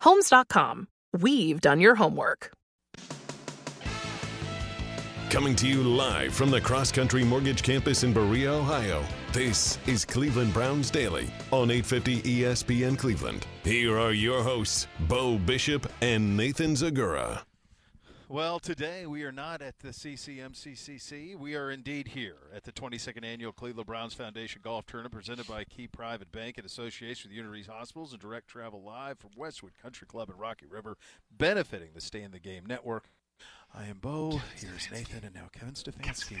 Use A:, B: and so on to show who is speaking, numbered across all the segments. A: Homes.com. We've done your homework.
B: Coming to you live from the Cross Country Mortgage Campus in Berea, Ohio. This is Cleveland Browns Daily on E 850 ESPN Cleveland. Here are your hosts, Bo Bishop and Nathan Zagura.
C: Well, today we are not at the CCMCCC. We are indeed here at the 22nd Annual Cleveland Browns Foundation Golf Tournament presented by Key Private Bank in association with Unity's Hospitals and Direct Travel Live from Westwood Country Club in Rocky River, benefiting the Stay in the Game Network. I am Bo. Here's Nathan, and now Kevin Stefanski,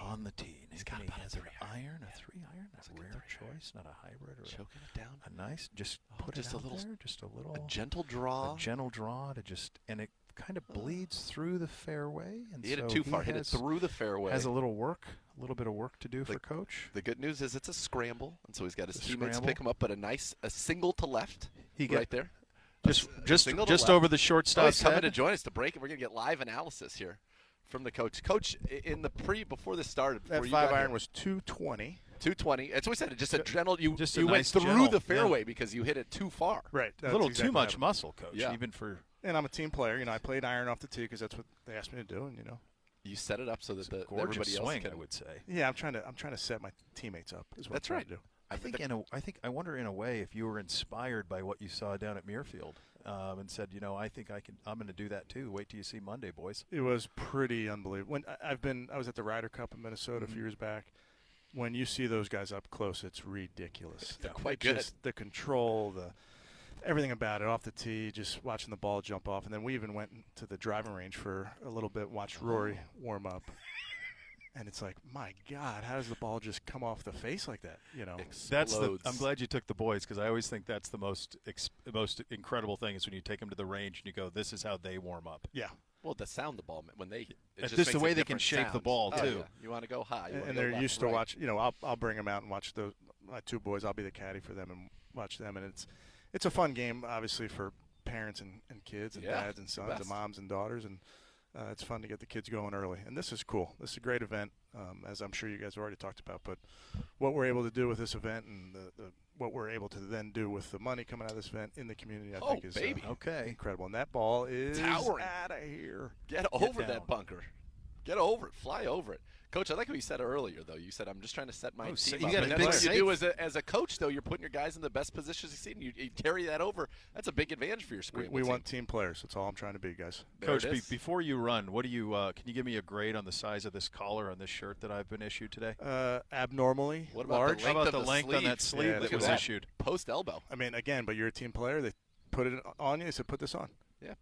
C: on the tee. He's got has an iron, a three iron, a rare choice, not a hybrid or a,
D: Choking it down. Oh,
C: a nice. Just put
D: just
C: it
D: a
C: out
D: little s-
C: there, just a little,
D: A gentle draw. Oh.
C: a gentle draw to just, and it kind of bleeds through the fairway. And
D: He hit
C: so
D: it too far.
C: he
D: Hit it
C: has-
D: through the fairway.
C: Has a little work, a little bit of work to do for coach.
D: the good news is it's a scramble, and so he's got his
C: It's a
D: teammates
C: scramble.
D: pick him up. But a nice, a single to left.
C: He
D: right
C: get-
D: there.
C: Just,
D: A
C: just,
D: single to
C: just
D: left.
C: over the
D: Oh, he's
C: shortstop's
D: coming
C: head.
D: to join us to break, and we're gonna get live analysis here from the coach. Coach, i- in the pre before this started, before
E: That
D: you
E: five
D: got
E: iron
D: here,
E: was 220.
D: 220. That's what I said. Just a
C: Ju-
D: gentle. You
C: just a
D: you went
C: nice
D: through
C: gentle,
D: the
C: yeah.
D: fairway because you hit it too far.
E: Right.
C: a little too much muscle, coach.
D: Yeah.
C: Even for
E: And I'm a team player. You know, I played iron off the tee because that's what they asked me to do. And you know,
D: You set it up so that
C: it's a
D: the, that
C: gorgeous
D: everybody else
C: swing,
D: can.
C: I would say.
E: yeah, I'm trying to I'm trying to set my teammates up. Is what
D: That's
E: I'm trying
D: right.
E: To do.
C: I think in a, I think I wonder in a way if you were inspired by what you saw down at Muirfield um, and said, you know, I think I can, I'm going to do that too. Wait till you see Monday, boys.
E: It was pretty unbelievable. When I- I've been, I was at the Ryder Cup in Minnesota
F: Mm-hmm.
E: a few years back. When you see those guys up close, it's ridiculous.
D: They're quite good.
E: Just the control, the everything about it off the tee, just watching the ball jump off, and then we even went to the driving range for a little bit,
F: Oh.
E: watched Rory warm up. And it's like, my God, how does the ball just come off the face like that? You know,
F: That's the.
D: explodes.
F: I'm glad you took the boys because I always think that's the most ex- most incredible thing is when you take them to the range and you go, "This is how they warm up."
E: yeah.
D: Well, the sound the ball ma- when they it
F: It's
D: just,
F: just
D: makes
F: the
D: a
F: way they can
D: different
F: shape the
D: sound.
F: ball,
D: Oh,
F: too.
D: yeah. You want to go high, you
E: and,
D: wanna
E: and
D: go
E: they're
D: left,
E: used to
D: right.
E: watch. You know, I'll I'll bring them out and watch those my two boys. I'll be the caddy for them and watch them. And it's it's a fun game, obviously for parents and, and kids and
D: Yeah,
E: dads and
D: the
E: sons and
D: best.
E: moms and daughters. And uh, it's fun to get the kids going early. And this is cool. This is a great event, um, as I'm sure you guys have already talked about. But what we're able to do with this event and the, the what we're able to then do with the money coming out of this event in the community, I
D: Oh,
E: think is uh,
D: baby.
F: Okay.
E: incredible. And that ball is
D: Towering.
E: out of here.
D: Get over
F: down.
D: that bunker. Get over it. Fly over it. Coach, I like what you said earlier, though. You said, I'm just trying to set my
F: Oh, sa-
D: team
F: you
D: up.
F: got a
D: And
F: big
D: that's what you do
F: safe.
D: as a, as a coach, though. You're putting your guys in the best positions to succeed, and you, you carry that over. That's a big advantage for your
E: We,
D: screen.
E: we want team players. That's all I'm trying to be, guys.
F: Coach, be- before you run, what do you? Uh, can you give me a grade on the size of this collar on this shirt that I've been issued today?
E: Uh, abnormally
D: What about
E: large.
D: the
F: How
D: length,
F: about
D: of
F: the length on
D: sleeve?
F: that sleeve
E: Yeah, that
D: look at
E: was
F: issued?
D: Post elbow.
E: I mean, again, but you're a team player. They put it on you. They said, put this on.
D: Yeah.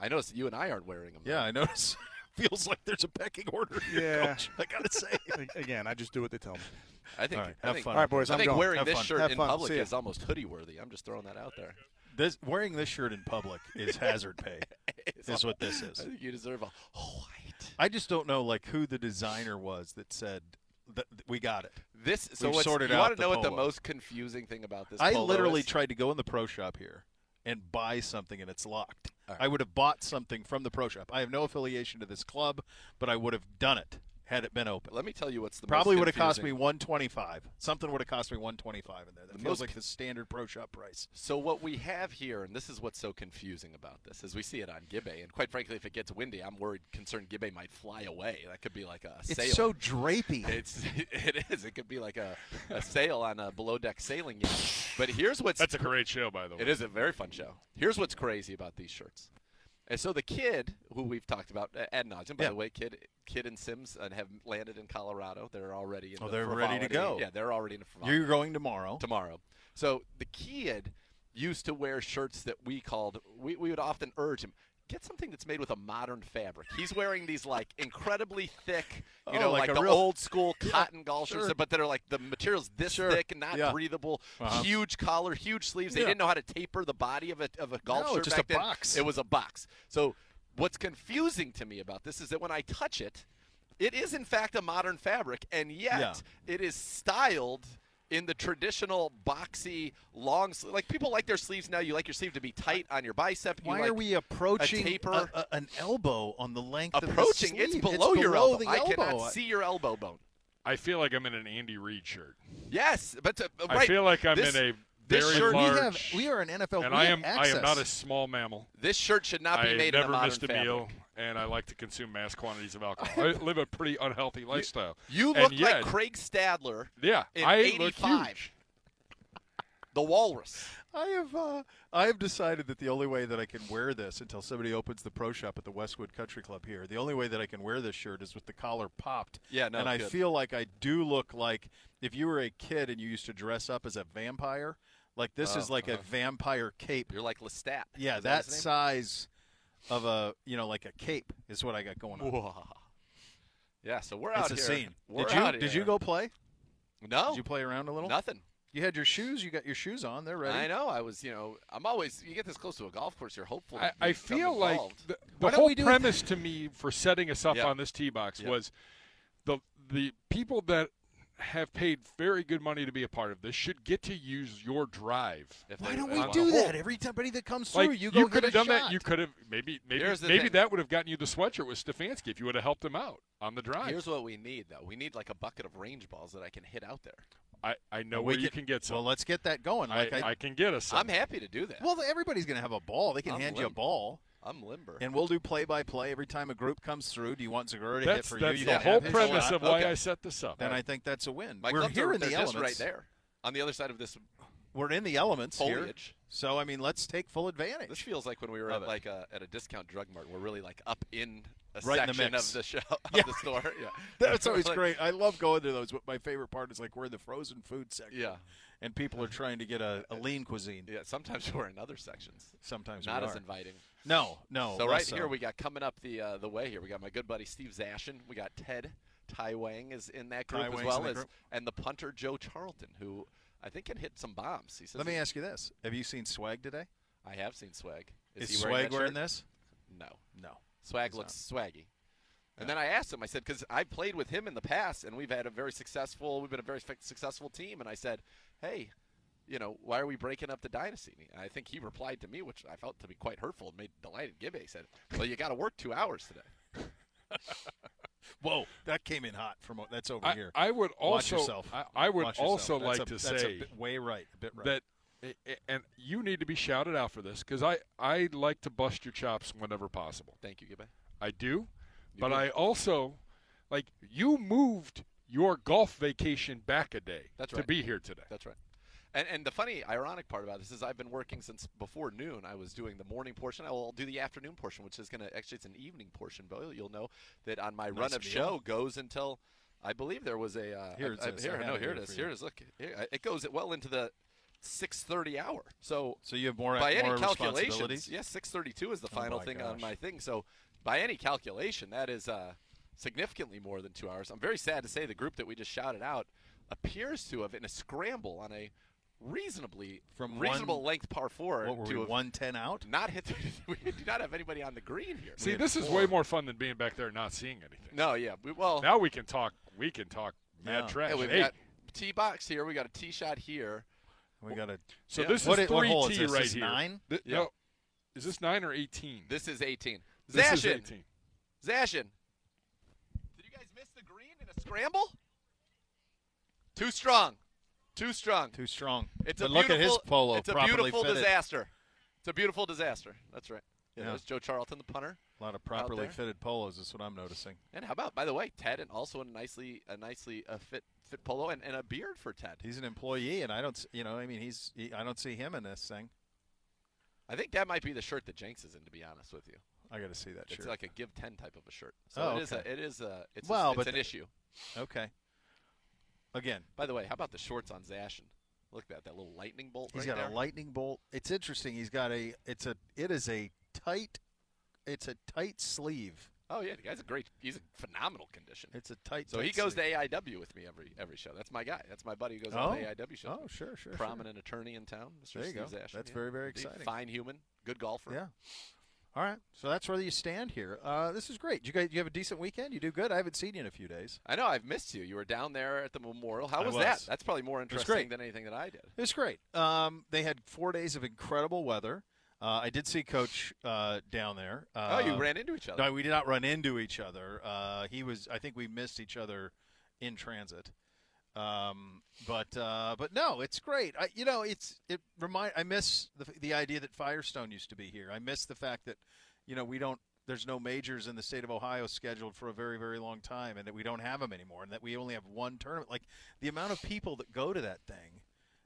D: I noticed you and I aren't wearing them.
F: Yeah, I notice. Feels like there's a pecking order here,
E: Yeah.
F: Coach. I gotta say.
E: A- again, I just do what they tell me.
D: I think.
F: All right,
D: I
F: have
D: think-
F: fun.
E: All right, boys,
D: I
E: I'm
D: think
E: going.
D: wearing
E: Have
D: this
E: fun.
D: shirt
E: Have
D: in
E: fun.
D: public
E: See ya.
D: is almost hoodie worthy. I'm just throwing that out there.
F: This wearing this shirt in public is hazard pay. is what this
D: I
F: is.
D: think you deserve a white.
F: I just don't know like who the designer was that said that that we got it.
D: This so
F: We've
D: what's-
F: sorted
D: you
F: out
D: want to
F: the
D: know what the
F: polo.
D: most confusing thing about this?
F: I
D: polo
F: literally
D: is?
F: tried to go in the pro shop here and buy something and it's locked. I would have bought something from the pro shop. I have no affiliation to this club, but I would have done it had it been open.
D: Let me tell you what's the
F: Probably
D: most
F: would have cost me
D: confusing.
F: 125. Something would have cost me 125 in there. That
D: The
F: feels
D: most-
F: like the standard pro shop price.
D: So what we have here, and this is what's so confusing about this, is we see it on Gibbe, and quite frankly, if it gets windy, I'm worried, concerned Gibbe might fly away. That could be like a sail.
F: drapey.
D: It's it is. It could be like a, a sail on a below deck sailing yacht. But here's what's
G: That's a great show, by the way.
D: it is a very fun show. Here's what's crazy about these shirts. And so the kid who we've talked about uh, ad nauseum, by
F: Yeah.
D: the way, kid, kid and Sims uh, have landed in Colorado. They're already in.
F: Oh,
D: the
F: they're ready to
D: frivolity.
F: go.
D: Yeah, they're already in. A frivolity
F: You're going tomorrow.
D: tomorrow. So the kid used to wear shirts that we called. We, we would often urge him get something that's made with a modern fabric. He's wearing these like incredibly thick, you
F: Oh,
D: know,
F: like
D: like,
F: a
D: the
F: real-
D: old school cotton golf
F: sure.
D: shirts, but that are like the materials this
F: Sure.
D: thick and not
F: Yeah.
D: breathable.
F: Uh-huh.
D: Huge collar, huge sleeves. They
F: Yeah.
D: didn't know how to taper the body of a of a golf
F: No,
D: shirt.
F: just
D: back
F: a
D: then.
F: box.
D: It was a box. So what's confusing to me about this is that when I touch it. It is in fact a modern fabric, and yet
F: Yeah.
D: it is styled in the traditional boxy long sleeve. Like people like their sleeves now. You like your sleeve to be tight on your bicep. You
F: Why
D: like
F: are we approaching
D: a taper?
F: a- a- an elbow on the length
D: approaching?
F: of the
D: It's
F: sleeve?
D: below your
F: below
D: elbow.
F: The
D: I
F: elbow.
D: cannot see your elbow bone.
G: I feel like I'm in an Andy Reid shirt.
D: Yes, but to, Uh, right.
G: I feel like I'm
D: this,
G: in a
D: this
G: very
D: shirt-
F: We
G: large.
F: have we are an NFL.
G: and
F: we
G: I
F: have
G: am I am not a
F: access.
G: small mammal.
D: This shirt should not be
G: I
D: made in a
G: never
D: modern
G: missed a
D: fabric.
G: meal, and I like to consume mass quantities of alcohol. I live a pretty unhealthy lifestyle.
D: You
G: And
D: look like
G: yet-
D: Craig Stadler,
G: Yeah,
D: in
G: I look
D: 85.
G: huge.
D: the walrus.
F: I have uh, I have decided that the only way that I can wear this until somebody opens the pro shop at the Westwood Country Club here, the only way that I can wear this shirt is with the collar popped.
D: Yeah, no,
F: and I
D: good.
F: feel like I do look like if you were a kid and you used to dress up as a vampire. Like this is like a vampire cape.
D: Oh, uh-huh. You're like Lestat.
F: Yeah,
D: Is that
F: that
D: his name?
F: size of a you know like a cape is what I got going on.
D: Whoa. Yeah, so we're
F: It's
D: out
F: a
D: here.
F: scene.
D: We're
F: did you
D: out
F: did
D: here.
F: you go play?
D: No,
F: Did you play around a little?
D: nothing.
F: You had your shoes. You got your shoes on. They're ready.
D: I know. I was, you know, I'm always. You get this close to a golf course, you're hopeful.
G: I,
D: to
G: I
D: become
G: feel like
D: involved.
G: the,
F: Why
G: the
F: don't we
G: whole
F: do-
G: premise to me for setting us up
D: Yeah.
G: on this tee box
D: Yeah.
G: was the the people that have paid very good money to be a part of this should get to use your drive.
D: If
F: Why
D: they-
F: don't
D: on
F: we
D: the
F: do
D: hole.
F: that? Every somebody that comes through,
G: Like you,
F: you go
G: could have
F: get a
G: done
F: shot.
G: that. You could have maybe maybe
D: Here's the
G: maybe
D: thing.
G: that would have gotten you the sweatshirt with Stefanski if you would have helped him out on the drive.
D: Here's what we need, though. We need like a bucket of range balls that I can hit out there.
G: I, I know
F: Well,
G: where
F: we
G: you can get some.
F: Well, let's get that going. Like I,
G: I, I can get us.
D: I'm happy to do that.
F: well, everybody's going to have a ball. They can
D: I'm
F: hand you a
D: limber.
F: ball,
D: I'm limber.
F: and we'll do play by play every time a group comes through. Do you want Zagura to hit
G: That's,
F: for
G: that's
F: you? you?
G: the
F: don't
G: whole
F: have his
G: premise
F: shot.
G: of why
D: Okay.
G: I set this up.
F: Then I think that's a win.
D: My
F: We're
D: clubs
F: here
D: are,
F: in the
D: they're just
F: elements.
D: right there on the other side of this.
F: We're in the elements
D: Foliage.
F: here. So I mean, let's take full advantage.
D: This feels like when we were
F: Love
D: at
F: it.
D: like a, at a discount drug mart. We're really like up in a
F: Right in the
D: section
F: mix.
D: of the show of
F: Yeah.
D: the store. Yeah,
F: That's always
D: Like,
F: great. I love going to those. But my favorite part is like we're in the frozen food section.
D: Yeah.
F: And people are trying to get a, a lean cuisine.
D: Yeah, sometimes we're in other sections.
F: Sometimes
D: Not
F: we
D: as
F: are.
D: inviting.
F: No, no.
D: so
F: less
D: right here we got coming up the uh, the way here. We got my good buddy Steve Zashin. We got Ted Tai Wang is in that group
F: Tai
D: as
F: Wang's in
D: well
F: the
D: as
F: group.
D: and the punter Joe Charlton, who I think can hit some bombs. He says
F: Let me ask you this: Have you seen Swag today?
D: I have seen Swag.
F: Is,
D: he
F: Swag
D: wearing, that
F: wearing
D: shirt?
F: this?
D: No.
F: No.
D: Swag looks swaggy. And then I asked him, I said, because I played with him in the past, and we've had a very successful, we've been a very fi- successful team. And I said, hey, you know, why are we breaking up the dynasty? And I think he replied to me, which I felt to be quite hurtful and made delighted. Gibbe said, well, you got to work two hours today.
F: Whoa, that came in hot from o- that's over
G: I,
F: here.
G: I would
F: Watch
G: also
F: yourself.
G: I, I would
F: Watch yourself.
G: also
F: That's
G: like
F: a-
G: to
F: that's a
G: say
F: bit way right, a bit right.
G: that a- a- and you need to be shouted out for this because I I like to bust your chops whenever possible.
D: Thank you, Gibbe.
G: I do, but
D: do.
G: I also like you moved your golf vacation back a day
D: That's
G: to
D: right.
G: be here today.
D: That's right. And, and the funny, ironic part about this is I've been working since before noon. I was doing the morning portion. I will do the afternoon portion, which is going to actually it's an evening portion. But you'll know that on my run
F: Nice
D: of
F: meal.
D: show goes until I believe there was a uh,
F: Here
D: I-
F: it
D: I-
F: is. I
D: here
F: have
D: no
F: it
D: here it
F: here
D: is
F: for
D: here
F: you.
D: it is look here, I- it goes well into the six thirty hour. So
F: so you have more
D: by
F: more
D: any
F: responsibilities. Oh
D: calculations, yes, six thirty-two is the final
F: my
D: thing on
F: gosh.
D: my thing. So, by any calculation, that is uh, significantly more than two hours. I'm very sad to say the group that we just shouted out appears to have, in a scramble on a reasonably
F: From
D: reasonable
F: one-
D: length par four,
F: What were
D: to
F: we
D: have
F: one ten out?
D: not hit. we do not have anybody on the green here.
G: See, this is way more fun than being back there and not seeing anything.
D: no, yeah, we, well,
G: Now we can talk. We can talk mad
F: Yeah.
G: trash.
D: yeah, we've
G: Hey,
D: got tee box here. We got a tee shot here.
F: We got a
G: So
D: Yeah.
G: this
F: What
G: is
F: i- what
G: three
F: hole is
G: T
F: this?
G: right
F: This
G: here.
F: nine?
G: Th-
D: Yeah.
G: No, is this nine or eighteen?
D: This is 18.
G: This is
D: Zashin.
G: eighteen.
D: Zashin. Did you guys miss the green in a scramble? Too strong. Too strong.
F: too strong.
D: It's
F: but
D: a
F: look at his
D: beautiful-
F: polo.
D: It's a
F: properly
D: beautiful
F: fitted.
D: disaster. It's a beautiful disaster. That's right. Yeah,
F: Yeah.
D: There's Joe Charlton, the punter.
F: A lot of properly
D: there.
F: fitted polos is what I'm noticing.
D: And how about, by the way, Ted, and also a nicely, a nicely uh, fit, fit polo and, and a beard for Ted.
F: He's an employee, and I don't, s- you know, I mean, he's, he, I don't see him in this thing.
D: I think that might be the shirt that Jenks is in. To be honest with you,
F: I got to see that
D: it's
F: shirt.
D: like a give ten type of a shirt. So
F: Oh,
D: it is.
F: okay.
D: A, it is a. It's, a-
F: Well,
D: it's
F: but
D: an
F: the-
D: issue.
F: okay. Again,
D: By the way, how about the shorts on Zashin? Look at that, that little lightning bolt.
F: He's
D: right
F: got
D: there.
F: a lightning bolt. It's interesting. He's got a. It's a. It is a tight. It's a tight sleeve.
D: Oh yeah, the guy's a great. He's in phenomenal condition.
F: It's a tight.
D: So he goes to AIW with me every every show. That's my guy. That's my buddy who goes
F: Oh.
D: on the AIW show.
F: Oh, sure, sure,
D: Prominent attorney in town, Mr.
F: There you
D: Steve
F: go.
D: Zashin.
F: That's
D: yeah.
F: very, very
D: The
F: exciting.
D: Fine human, good golfer.
F: Sure. Yeah. All right. So that's where you stand here. Uh, this is great. You guys, you have a decent weekend. You do good. I haven't seen you in a few days.
D: I know. I've missed you. You were down there at the memorial. How
F: I
D: was,
F: was.
D: that? That's probably more
F: was
D: interesting
F: great.
D: than anything that I did.
F: It's great. Um, they had four days of incredible weather. Uh, I did see Coach uh, down there. Uh,
D: oh, you ran into each other.
F: No, we did not run into each other. Uh, he was. I think we missed each other in transit. Um, but uh, but no, it's great. I, you know, it's it remind. I miss the the idea that Firestone used to be here. I miss the fact that you know we don't. There's no majors in the state of Ohio scheduled for a very very long time, and that we don't have them anymore, and that we only have one tournament. Like the amount of people that go to that thing,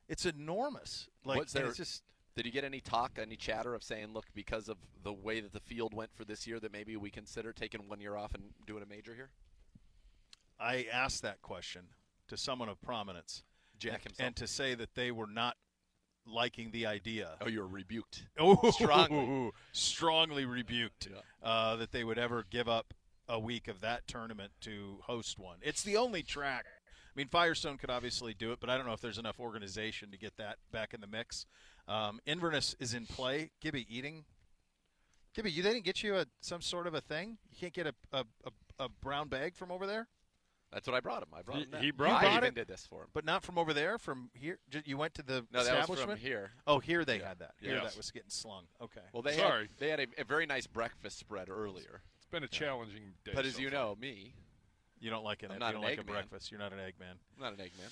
F: it's enormous. Like
D: What's
F: and
D: there-
F: it's just
D: Did you get any talk, any chatter of saying, look, because of the way that the field went for this year, that maybe we consider taking one year off and doing a major here?
F: I asked that question to someone of prominence,
D: Jack
F: and,
D: himself.
F: and to say that they were not liking the idea.
D: Oh, you were rebuked.
F: Oh,
D: Strongly.
F: strongly rebuked
D: Yeah.
F: uh, that they would ever give up a week of that tournament to host one. It's the only track. I mean, Firestone could obviously do it, but I don't know if there's enough organization to get that back in the mix. Um, Inverness is in play. Gibby eating. Gibby, you they didn't get you a some sort of a thing. You can't get a a, a, a brown bag from over there,
D: That's what I brought him. I brought
G: He-
D: him. That.
G: he brought
D: I
F: it?
D: even did this for him.
F: but not from over there. From here, Ju- you went to the
D: No, that was
F: establishment.
D: from here.
F: Oh, here they had that. Here
G: Yes.
F: that was getting slung. Okay.
D: Well, they
G: Sorry.
D: had they had a, a very nice breakfast spread earlier.
G: It's been a challenging day.
D: But as
G: so
D: you
G: far.
D: know, me,
F: You don't like it.
D: I'm
F: You
D: not an
F: don't like a
D: egg man.
F: breakfast. You're not an egg man.
D: I'm not an egg man.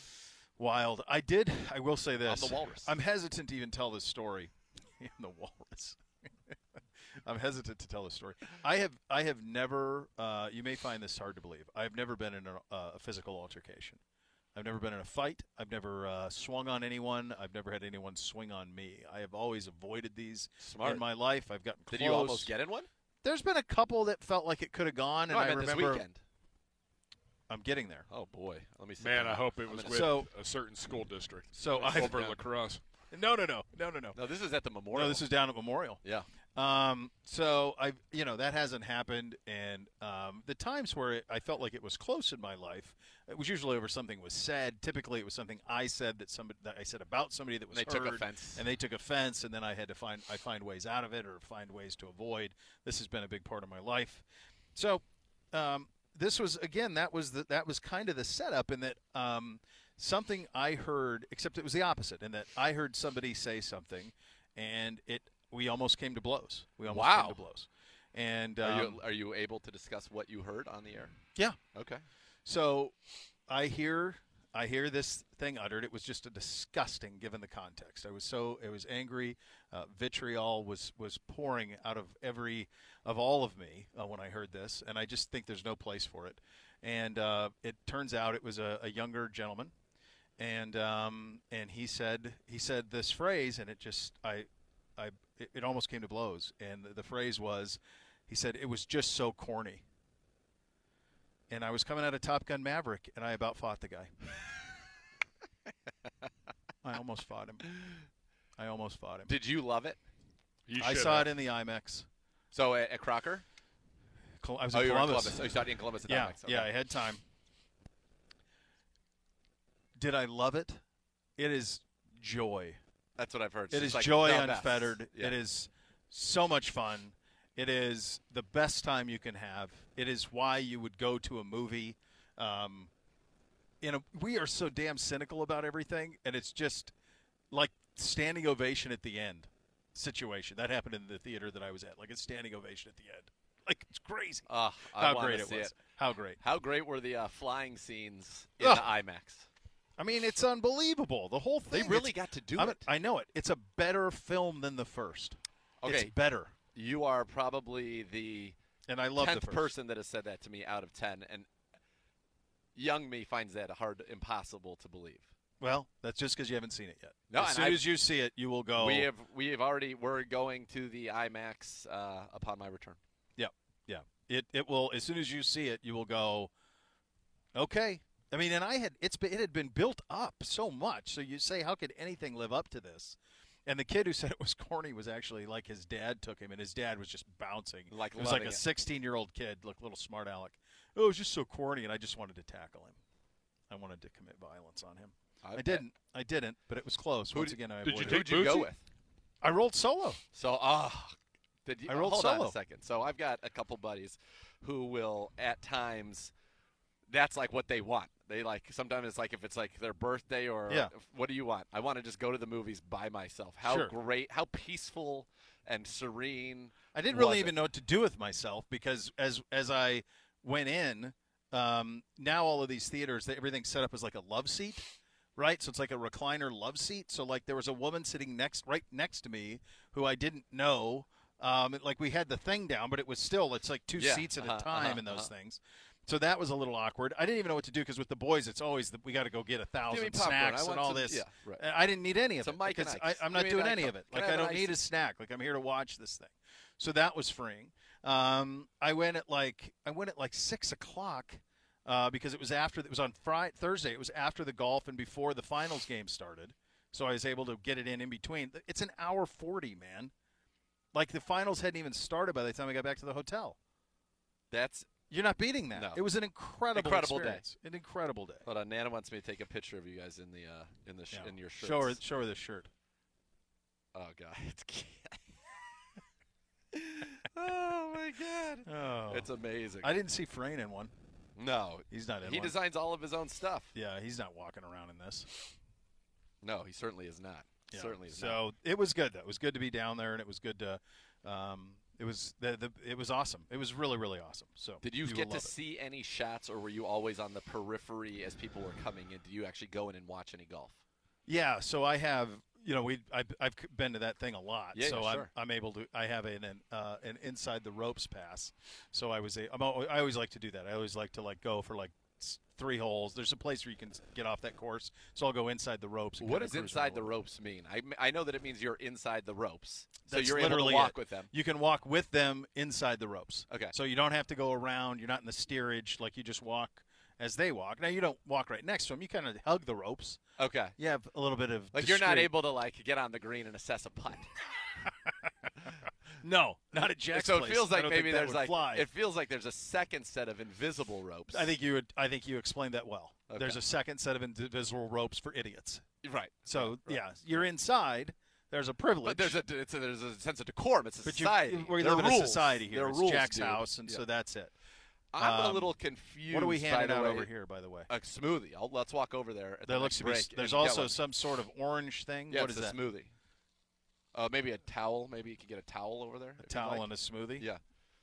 F: Wild. I did. I will say this.
D: the walrus.
F: I'm hesitant to even tell this story. I'm the walrus. I'm hesitant to tell this story. I have. I have never. Uh, you may find this hard to believe. I've never been in a, uh, a physical altercation. I've never been in a fight. I've never uh, swung on anyone. I've never had anyone swing on me. I have always avoided these
D: Smart.
F: in my life. I've gotten
D: Did
F: close.
D: you almost get in one?
F: There's been a couple that felt like it could have gone,
D: No,
F: and
D: I meant
F: remember
D: this weekend.
F: I'm getting there.
D: Oh boy, let me. sit
G: man,
D: down.
G: I hope it
D: I'm
G: was
D: gonna-
G: with
F: So-
G: a certain school district.
F: So I've-
G: over lacrosse.
F: No, no, no, no, no, no.
D: No, this is at the memorial.
F: No, this is down at Memorial.
D: yeah.
F: Um, so I, you know, that hasn't happened, and um, the times where it, I felt like it was close in my life, it was usually over something was said. Typically, it was something I said that somebody that I said about somebody that was
D: they took
F: heard,
D: offense.
F: and they took offense, and then I had to find I find ways out of it or find ways to avoid. This has been a big part of my life. So um, this was again that was the, that was kind of the setup in that um, something I heard except it was the opposite in that I heard somebody say something and it we almost came to blows we almost
D: Wow.
F: came to blows and um,
D: Are you, are you able to discuss what you heard on the air?
F: yeah
D: Okay.
F: so I hear I hear this thing uttered. It was just a disgusting, given the context. I was so I was angry. Uh, vitriol was was pouring out of every of all of me uh, when I heard this, and I just think there's no place for it. And uh, it turns out it was a, a younger gentleman, and um, and he said he said this phrase, and it just I I it, it almost came to blows. And the, the phrase was, he said it was just so corny and I was coming out of Top Gun Maverick, and I about fought the guy. I almost fought him. I almost fought him.
D: Did you love it?
G: You
F: I
G: should
F: saw
G: have.
F: it in the IMAX.
D: So at, at Crocker?
F: Col- I was
D: oh,
F: in
D: you were in
F: Columbus.
D: Columbus. Oh, you saw it in Columbus. At
F: Yeah,
D: Dominic's.
F: yeah,
D: Okay.
F: I had time. Did I love it? It is joy.
D: That's what I've heard. It's
F: It
D: just
F: is
D: like
F: joy
D: the best.
F: unfettered.
D: Yeah.
F: It is so much fun. It is the best time you can have. It is why you would go to a movie. Um, you know, we are so damn cynical about everything, and it's just like standing ovation at the end situation. That happened in the theater that I was at. Like a standing ovation at the end. Like it's crazy.
D: Ah, I
F: how
D: wanna
F: great it
D: see
F: was.
D: it.
F: How great.
D: How great were the uh, flying scenes in
F: Ugh.
D: the IMAX?
F: I mean, it's unbelievable. The whole
D: They
F: thing.
D: really
F: it's-
D: got to do
F: I'm-
D: it.
F: I know it. It's a better film than the first.
D: Okay.
F: It's better.
D: You are probably the
F: And I love
D: tenth
F: the first.
D: person that has said that to me out of ten, and young me finds that hard, impossible to believe.
F: Well, that's just because you haven't seen it yet.
D: No,
F: as
D: and
F: soon
D: I've-
F: as you see it, you will go.
D: We have we have already we're going to the IMAX uh, upon my return.
F: Yeah, yeah. It it will as soon as you see it, you will go. Okay. I mean, and I had it's been, it had been built up so much. So you say, how could anything live up to this? And the kid who said it was corny was actually like his dad took him, and his dad was just bouncing.
D: Like
F: it was like
D: loving
F: a
D: it.
F: sixteen-year-old kid, like little smart aleck. Oh, it was just so corny, and I just wanted to tackle him. I wanted to commit violence on him.
D: I
F: I,
D: bet.
F: didn't. I didn't. But it was close. Once
G: did-
F: again, I
G: did you
F: avoided it.
G: take
D: Who'd you go
G: Bootsy?
D: with?
F: I rolled solo.
D: So ah, did you
F: I rolled
D: hold on
F: solo.
D: a second? So I've got a couple buddies who will at times. That's like what they want. They like sometimes it's like if it's like their birthday or
F: Yeah.
D: what do you want? I want to just go to the movies by myself. How
F: Sure.
D: great! How peaceful and serene.
F: I didn't
D: was
F: really
D: it?
F: even know what to do with myself because as as I went in, um, now all of these theaters, they, everything's set up as like a love seat, right? So it's like a recliner love seat. So like there was a woman sitting next, right next to me, who I didn't know. Um, it- like we had the thing down, but it was still it's like two
D: Yeah,
F: seats at
D: uh-huh,
F: a time
D: uh-huh,
F: in those
D: uh-huh.
F: things. So that was a little awkward. I didn't even know what to do because with the boys, it's always that we got to go get a thousand
D: popcorn. I
F: snacks and
D: want
F: all
D: some-
F: this.
D: yeah, right.
F: And I didn't need any of
D: Some
F: it
D: Mike and
F: because I,
D: Ike's.
F: I'm
D: Give
F: not
D: me an
F: doing
D: Ike
F: any
D: cup.
F: of it.
D: Can
F: Like
D: I
F: I
D: have an
F: don't need
D: Ike?
F: a snack. Like I'm here to watch this thing. So that was freeing. Um, I went at like I went at like six o'clock uh, because it was after it was on Friday Thursday. It was after the golf and before the finals game started, so I was able to get it in in between. It's an hour forty, man. Like the finals hadn't even started by the time I got back to the hotel.
D: That's
F: You're not beating that.
D: No.
F: It was an incredible,
D: Incredible day.
F: experience. An incredible day.
D: hold on. Nana wants me to take a picture of you guys in the uh, in the sh-
F: Yeah.
D: in your shirts.
F: show her, show her this shirt.
D: Oh god, it's oh my god,
F: Oh,
D: it's amazing.
F: I didn't see Frain in one.
D: no,
F: He's not in
D: he
F: one.
D: designs all of his own stuff.
F: Yeah, he's not walking around in this.
D: No, he certainly is not.
F: Yeah.
D: Certainly is not.
F: So it was good though. It was good to be down there, and it was good to. Um, it was the, the it was awesome. It was really really awesome. So
D: Did you,
F: will
D: get to
F: love it.
D: see any shots, or were you always on the periphery as people were coming in? Did you actually go in and watch any golf?
F: Yeah, so I have you know we I've, I've c- been to that thing a lot,
D: Yeah,
F: so
D: yeah,
F: I'm
D: sure.
F: I'm able to I have an an, uh, an inside the ropes pass, so I was a, I'm al- I always like to do that. I always like to like go for like s- three holes. There's a place where you can s- get off that course, so I'll go inside the ropes. And
D: What
F: kinda
D: does
F: cruise
D: inside
F: around a
D: the
F: little bit.
D: ropes mean? I, m- I know that it means you're inside the ropes, so
F: That's
D: you're able
F: literally
D: to walk
F: it.
D: with them.
F: You can walk with them inside the ropes.
D: Okay.
F: So you don't have to go around. You're not in the steerage. Like you just walk as they walk. Now you don't walk right next to them. You kind of hug the ropes.
D: Okay,
F: You have a little bit of
D: like you're not
F: discreet-
D: able to like get on the green and assess a putt.
F: No, not at Jack's
D: so it
F: place.
D: feels
F: I
D: like
F: don't
D: maybe
F: think that
D: there's
F: would
D: like
F: fly.
D: it feels like there's a second set of invisible ropes.
F: I think you would. I think you explained that well.
D: Okay.
F: There's a second set of invisible ropes for idiots.
D: right.
F: So
D: right.
F: yeah, you're inside. There's a privilege.
D: But there's a, it's a there's a sense of decorum. It's a
F: but you,
D: society.
F: we
D: There are
F: live in a
D: rules.
F: society here.
D: There are
F: it's
D: rules,
F: Jack's
D: dude.
F: house, and
D: Yeah.
F: so that's it.
D: I'm a
F: um,
D: little confused.
F: What are we
D: by
F: handing
D: the
F: out
D: way-
F: over here, by the way?
D: A smoothie. I'll, let's walk over there. At
F: There
D: the
F: looks
D: next
F: to be. s-
D: break
F: There's
D: and get
F: also
D: one.
F: some sort of orange thing.
D: Yeah,
F: what
D: it's
F: is
D: a
F: that?
D: smoothie. Uh, maybe a towel. Maybe you could get a towel over there.
F: A towel and a smoothie.
D: yeah.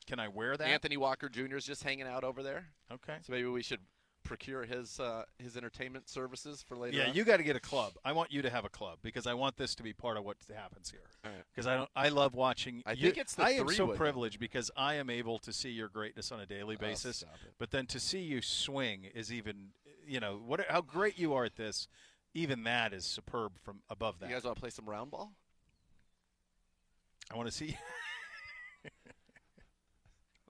F: Can I wear that?
D: Anthony Walker Jr. is just hanging out over there,
F: Okay.
D: so maybe we should procure his uh, his entertainment services for later.
F: Yeah,
D: on.
F: you got to get a club. I want you to have a club because I want this to be part of what happens here.
D: Alright.
F: Because I don't. I love watching.
D: I
F: you-
D: think it's the
F: I am
D: three
F: so
D: wood, though. Oh,
F: privileged because I am able to see your greatness on a daily basis.
D: stop it.
F: but then to see you swing is even. You know what? How great you are at this. Even that is superb from above
D: You
F: that.
D: guys want to play some round ball?
F: I want to see.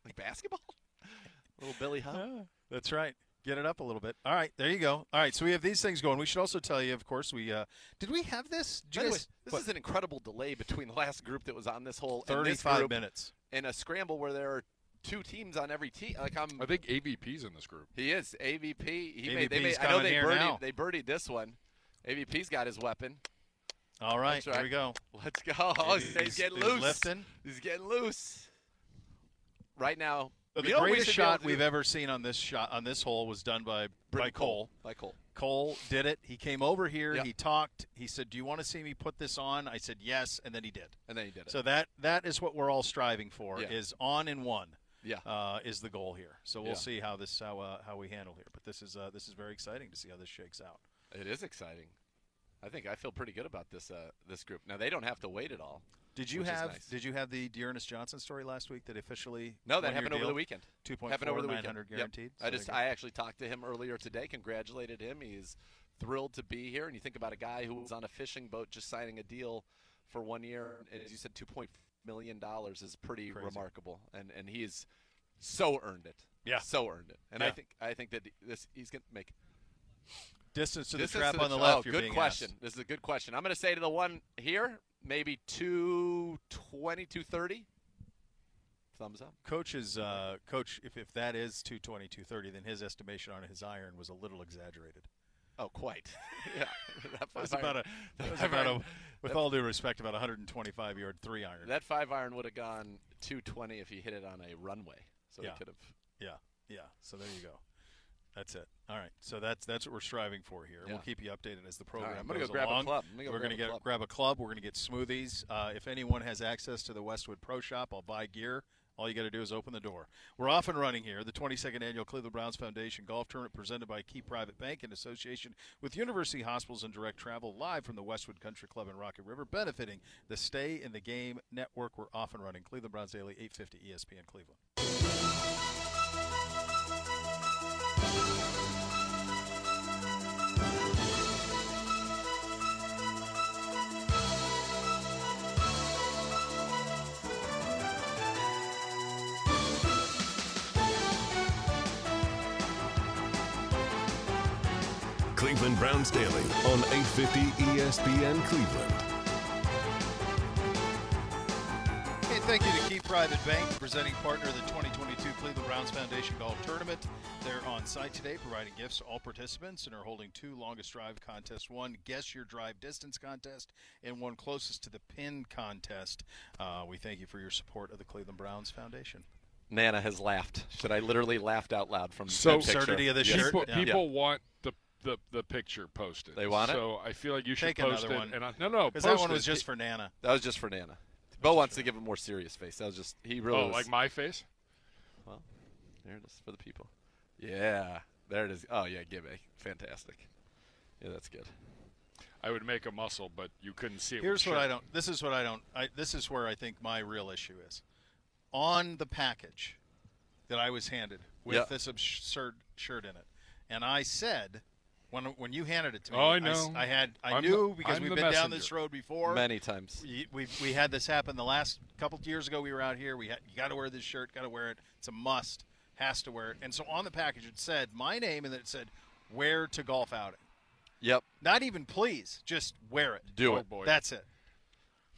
D: Like basketball? Little Billy Hunt.
F: Ah, That's right. Get it up a little bit. All right, there you go. All right, so we have these things going. We should also tell you, of course, we uh, did we have this? Did
D: By
F: you
D: the way,
F: guys-
D: this
F: what,
D: is an incredible delay between the last group that was on this whole and this
F: thirty-five
D: group
F: minutes.
D: in a scramble where there are two teams on every team. Like I'm,
G: I think AVP's in this group.
D: he is AVP. He made, they
F: AVP
D: made,
F: 's
D: I know
F: coming
D: they
F: here
D: birdied,
F: now.
D: they birdied this one. AVP's got his weapon.
F: All right,
D: That's
F: there
D: right.
F: here we go.
D: Let's go. Oh, he's,
F: He's-
D: getting
F: he's
D: loose.
F: lifting.
D: He's getting loose. Right now.
F: The
D: you know what we
F: greatest
D: should be able
F: shot
D: to
F: we've
D: do?
F: ever seen on this shot on this hole was done by by
D: Britton
F: Cole.
D: By Cole.
F: Cole did it. He came over here.
D: Yep.
F: He talked. He said, "Do you want to see me put this on?" I said, "Yes," and then he did.
D: and then he did it.
F: So that that is what we're all striving for
D: Yeah.
F: is on and one
D: yeah.
F: uh, is the goal here. So we'll
D: Yeah.
F: see how this how uh, how we handle here. But this is uh, this is very exciting to see how this shakes out.
D: It is exciting. I think I feel pretty good about this uh, this group. Now they don't have to wait at all.
F: Did you
D: Which is
F: have
D: nice.
F: did you have the Dearness Johnson story last week that officially
D: No, that
F: one-year
D: happened over the
F: deal?
D: weekend.
F: 2.4,
D: happened over the
F: 900
D: weekend. Yep.
F: guaranteed. So
D: I
F: there
D: just
F: you go.
D: I actually talked to him earlier today, congratulated him. He's thrilled to be here. And you think about a guy who was on a fishing boat just signing a deal for one year, and as you said, two point million dollars is pretty remarkable. And and he's so earned it.
F: Yeah.
D: so earned it. And I
F: Yeah.
D: think I think that this he's gonna make
F: distance to the
D: Distance
F: trap
D: to the
F: on the
D: tr-
F: left?
D: Oh,
F: you're
D: good
F: being
D: question.
F: asked.
D: This is a good question. I'm going to say to the one here, maybe 220, 230. Thumbs up.
F: Coach's uh, coach, if, if that is 220, 230, then his estimation on his iron was a little exaggerated.
D: Oh, quite. yeah. That
F: That was
D: five
F: about a,
D: iron-
F: that was
D: five
F: about a
D: iron-
F: with all due respect, about a 125 yard three iron.
D: that five iron would have gone 220 if he hit it on a runway. So
F: Yeah.
D: he could have.
F: yeah, yeah. So there you go. That's it. All right. So that's that's what we're striving for here. We'll
D: Yeah.
F: keep you updated as the
D: right,
F: program
D: I'm gonna go
F: goes
D: grab a
F: along.
D: club. I'm gonna go
F: we're
D: grab
F: gonna
D: a
F: get
D: club.
F: grab a club. We're gonna get smoothies. Uh, if anyone has access to the Westwood Pro Shop, I'll buy gear. All you got to do is open the door. We're off and running here. The 22nd annual Cleveland Browns Foundation Golf Tournament, presented by Key Private Bank in association with University Hospitals and Direct Travel, live from the Westwood Country Club in Rocky River, benefiting the Stay in the Game Network. We're off and running. Cleveland Browns Daily, E 850 ESPN Cleveland.
B: Cleveland Browns Daily on E 850 ESPN Cleveland.
F: Hey, thank you to Key Private Bank, presenting partner of the 2022 Cleveland Browns Foundation Golf Tournament. They're on site today providing gifts to all participants and are holding two longest drive contests one guess your drive distance contest and one closest to the pin contest. Uh, we thank you for your support of the Cleveland Browns Foundation.
D: Nana has laughed. Should I literally laughed out loud from
G: So-
D: that picture?
F: Absurdity of the
D: Yes.
F: shirt.
G: People,
F: Yeah.
G: people want the, the the picture posted.
D: They want it?
G: So I feel like you should
F: Take
G: post
F: another
G: it.
F: one.
G: And I, no, no,
F: Because that
G: post
F: one
G: it.
F: was just for Nana.
D: That was just for Nana. Bo wants to give a more serious face. That was just he really
G: Oh,
D: was-
G: like my face.
D: Well, there it is for the people. Yeah, there it is. Oh yeah, gimme, fantastic. Yeah, that's good.
G: I would make a muscle, but you couldn't see it. with
F: Here's
G: the
F: what I
G: shirt.
F: don't. This is what I don't. I, this is where I think my real issue is. On the package that I was handed with
D: Yeah.
F: this absurd shirt in it, and I said, when when you handed it to me,
G: Oh, I
F: s-
G: know.
F: I, had. I
G: I'm
F: knew
G: the-
F: because
G: I'm
F: we've
G: the
F: been down this
G: messenger.
F: road before.
D: Many times.
F: We we we had this happen the last couple of years ago. We were out here. We had you got to wear this shirt. Got to wear it. It's a must. Has to wear it. And so on the package it said my name and then it said where to golf outing.
D: Yep.
F: Not even please, just wear it.
D: Do
G: Oh,
D: it.
G: boy.
F: That's it.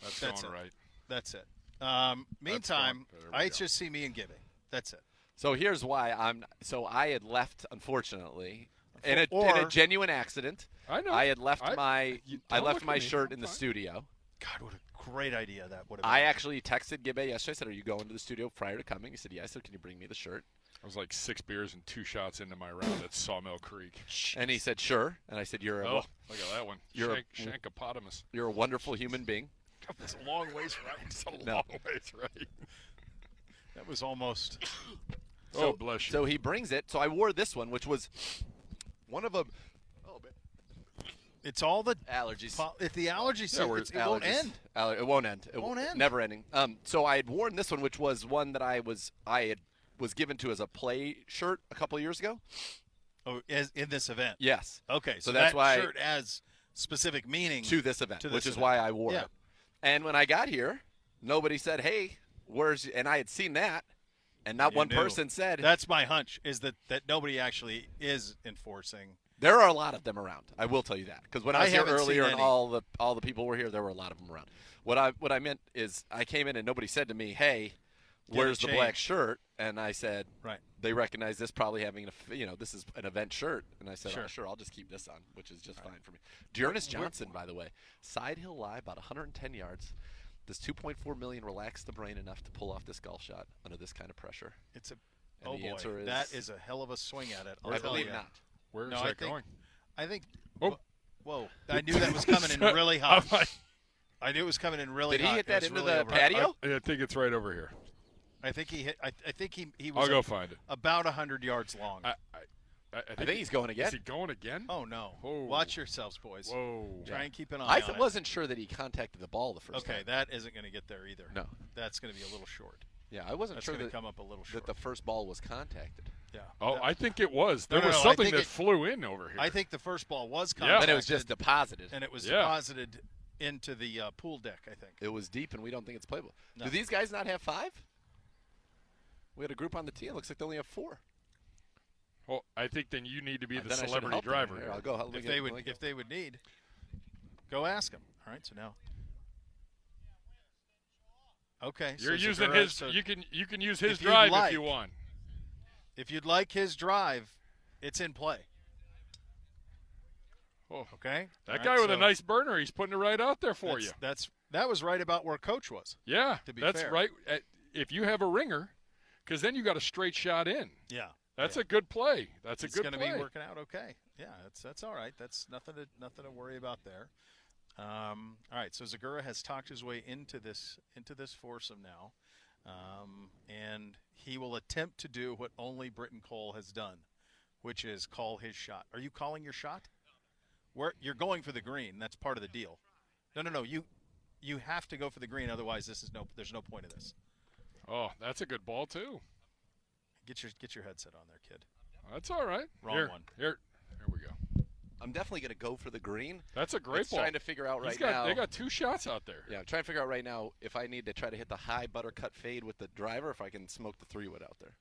G: That's,
F: that's
G: going
F: it.
G: right.
F: That's it. Um, meantime,
G: gone. There we
F: I
G: go.
F: just see me and giving. That's it.
D: So here's why I'm. So I had left, unfortunately, in a, in
F: Or-
D: a genuine accident.
G: I know.
D: I had left
G: I-
D: my
G: you-
D: I
G: don't look
D: left
G: at
D: my
G: me.
D: shirt
G: I'm
D: in the
G: fine.
D: studio.
F: God, what a great idea that would have been.
D: I actually texted Gibbe yesterday. I said, "Are you going to the studio prior to coming?" He said, "Yes." So can you bring me the shirt?
G: I was like six beers and two shots into my round at Sawmill Creek.
D: And he said, "Sure." And I said, "You're a
G: Oh, look at that one.
D: You're a-
G: Shank, shankopotamus.
D: you're a wonderful human being."
G: It's a long ways right. It's a
D: No.
G: long ways right.
F: that was almost.
G: oh, bless you.
D: So he brings it. So I wore this one, which was one of a oh, man.
F: It's all the
D: allergies.
F: po- if the allergy
D: Yeah,
F: season,
D: we're-
F: it won't
D: allergies.
F: end.
D: Aller- it won't end. It
F: Won't
D: w-
F: end.
D: Never ending. Um, so I had worn this one, which was one that I was I had was given to as a play shirt a couple years ago.
F: Oh, as, in this event.
D: Yes.
F: Okay, so,
D: So that's
F: that
D: why-
F: shirt has specific meaning
D: To this event,
F: to
D: which
F: this
D: is
F: event.
D: why I wore
F: Yeah.
D: it. And when I got here, nobody said, "Hey, where's?" y-" And I had seen that, and not
F: You
D: one
F: knew.
D: person said,
F: That's my hunch is that that nobody actually is enforcing.
D: There are a lot of them around. I will tell you that because when I
F: I
D: was here
F: haven't seen
D: earlier and
F: any.
D: all the all the people were here, there were a lot of them around. What I what I meant is I came in and nobody said to me, "Hey,
F: Get
D: where's
F: it
D: the black
F: changed."
D: shirt?" And I said,
F: Right.
D: They recognize this probably having a f- you know this is an event shirt, and I said, "Oh,
F: Sure.
D: sure, I'll just keep this on, which is just fine for me." Dearness Johnson, by the way, side hill lie about 110 yards. Does 2.4 million relax the brain enough to pull off this golf shot under this kind of pressure?
F: It's a.
D: And
F: oh
D: the
F: boy,
D: answer is-
F: that is a hell of a swing at it. I'll
D: I
F: tell
D: believe
F: ya.
D: not.
G: Where's
F: No,
G: that
F: I think
G: going?
F: I think.
G: Oh.
F: Whoa! I knew that was coming in really hot. I knew it was coming in really
D: Did he
F: hot.
D: hit
F: It
D: that
F: was
D: into
F: really
D: the
F: over.
D: patio?
G: I, I think it's right over here.
F: I think he hit. I, I think he he was
G: I'll go
F: a-
G: find it.
F: about hundred yards long.
G: I, I, I, I
D: I think he's going
G: Is
D: again.
G: he going again?
F: oh no!
G: Whoa.
F: Watch yourselves, boys.
G: Whoa.
F: Try and keep an eye.
D: I
F: on
D: th-
F: it.
D: wasn't sure that he contacted the ball the first
F: Okay,
D: time.
F: that isn't going to get there either.
D: No.
F: that's going to be a little short.
D: Yeah, I wasn't
F: That's
D: sure
F: going
D: that,
F: to come up a little short.
D: that the first ball was contacted.
F: yeah.
G: Oh,
F: That-
G: I think it was. There
F: No, no,
G: was
F: no, I
G: something
F: think
G: that
F: it-
G: flew in over here.
F: I think the first ball was
G: Yeah.
F: contacted,
D: But it was just deposited.
F: and it was
G: Yeah.
F: deposited into the uh, pool deck. I think.
D: It was deep, and we don't think it's playable.
F: No.
D: Do these guys not have five? We had a group on the team. Looks like they only have four.
G: Well, I think then you need to be
D: Uh,
G: the
D: then I should
G: celebrity
D: help them.
G: driver.
D: Here,
G: here.
D: I'll go. Let me
F: if
D: get-
F: they
D: let
F: would,
D: me get-
F: if they would need, go ask him. All right. So now. Okay. so
G: You're
F: Zagura-
G: using his.
F: so
G: you can you can use his
F: if you'd
G: drive
F: like-
G: if you want.
F: if you'd like his drive, it's in play.
G: Oh,
F: Okay.
G: that
F: All
G: guy
F: right,
G: with a
F: so
G: nice burner. He's putting it right out there for
F: that's,
G: you.
F: That's that was right about where coach was.
G: Yeah,
F: to be
G: that's
F: fair.
G: right. At, if you have a ringer, because then you got a straight shot in.
F: Yeah.
G: That's a good play. That's a
F: it's
G: good
F: going to
G: play.
F: be working out okay. Yeah, that's that's all right. That's nothing to nothing to worry about there. Um, all right, so Zagura has talked his way into this into this foursome now, um, and he will attempt to do what only Britton Cole has done, which is call his shot. Are you calling your shot? Where you're going for the green? That's part of the deal. No, no, no. You you have to go for the green, otherwise this is no. There's no point of this.
G: Oh, that's a good ball too.
F: Get your get your headset on there, kid.
G: That's all right.
F: Wrong
G: here,
F: one.
G: Here, here we go.
D: I'm definitely going to go for the green.
G: That's a great
D: It's
G: ball.
D: trying to figure out
G: He's
D: right
G: got-
D: now.
G: They got two shots out there.
D: Yeah, I'm trying to figure out right now if I need to try to hit the high buttercut fade with the driver, if I can smoke the three wood out there.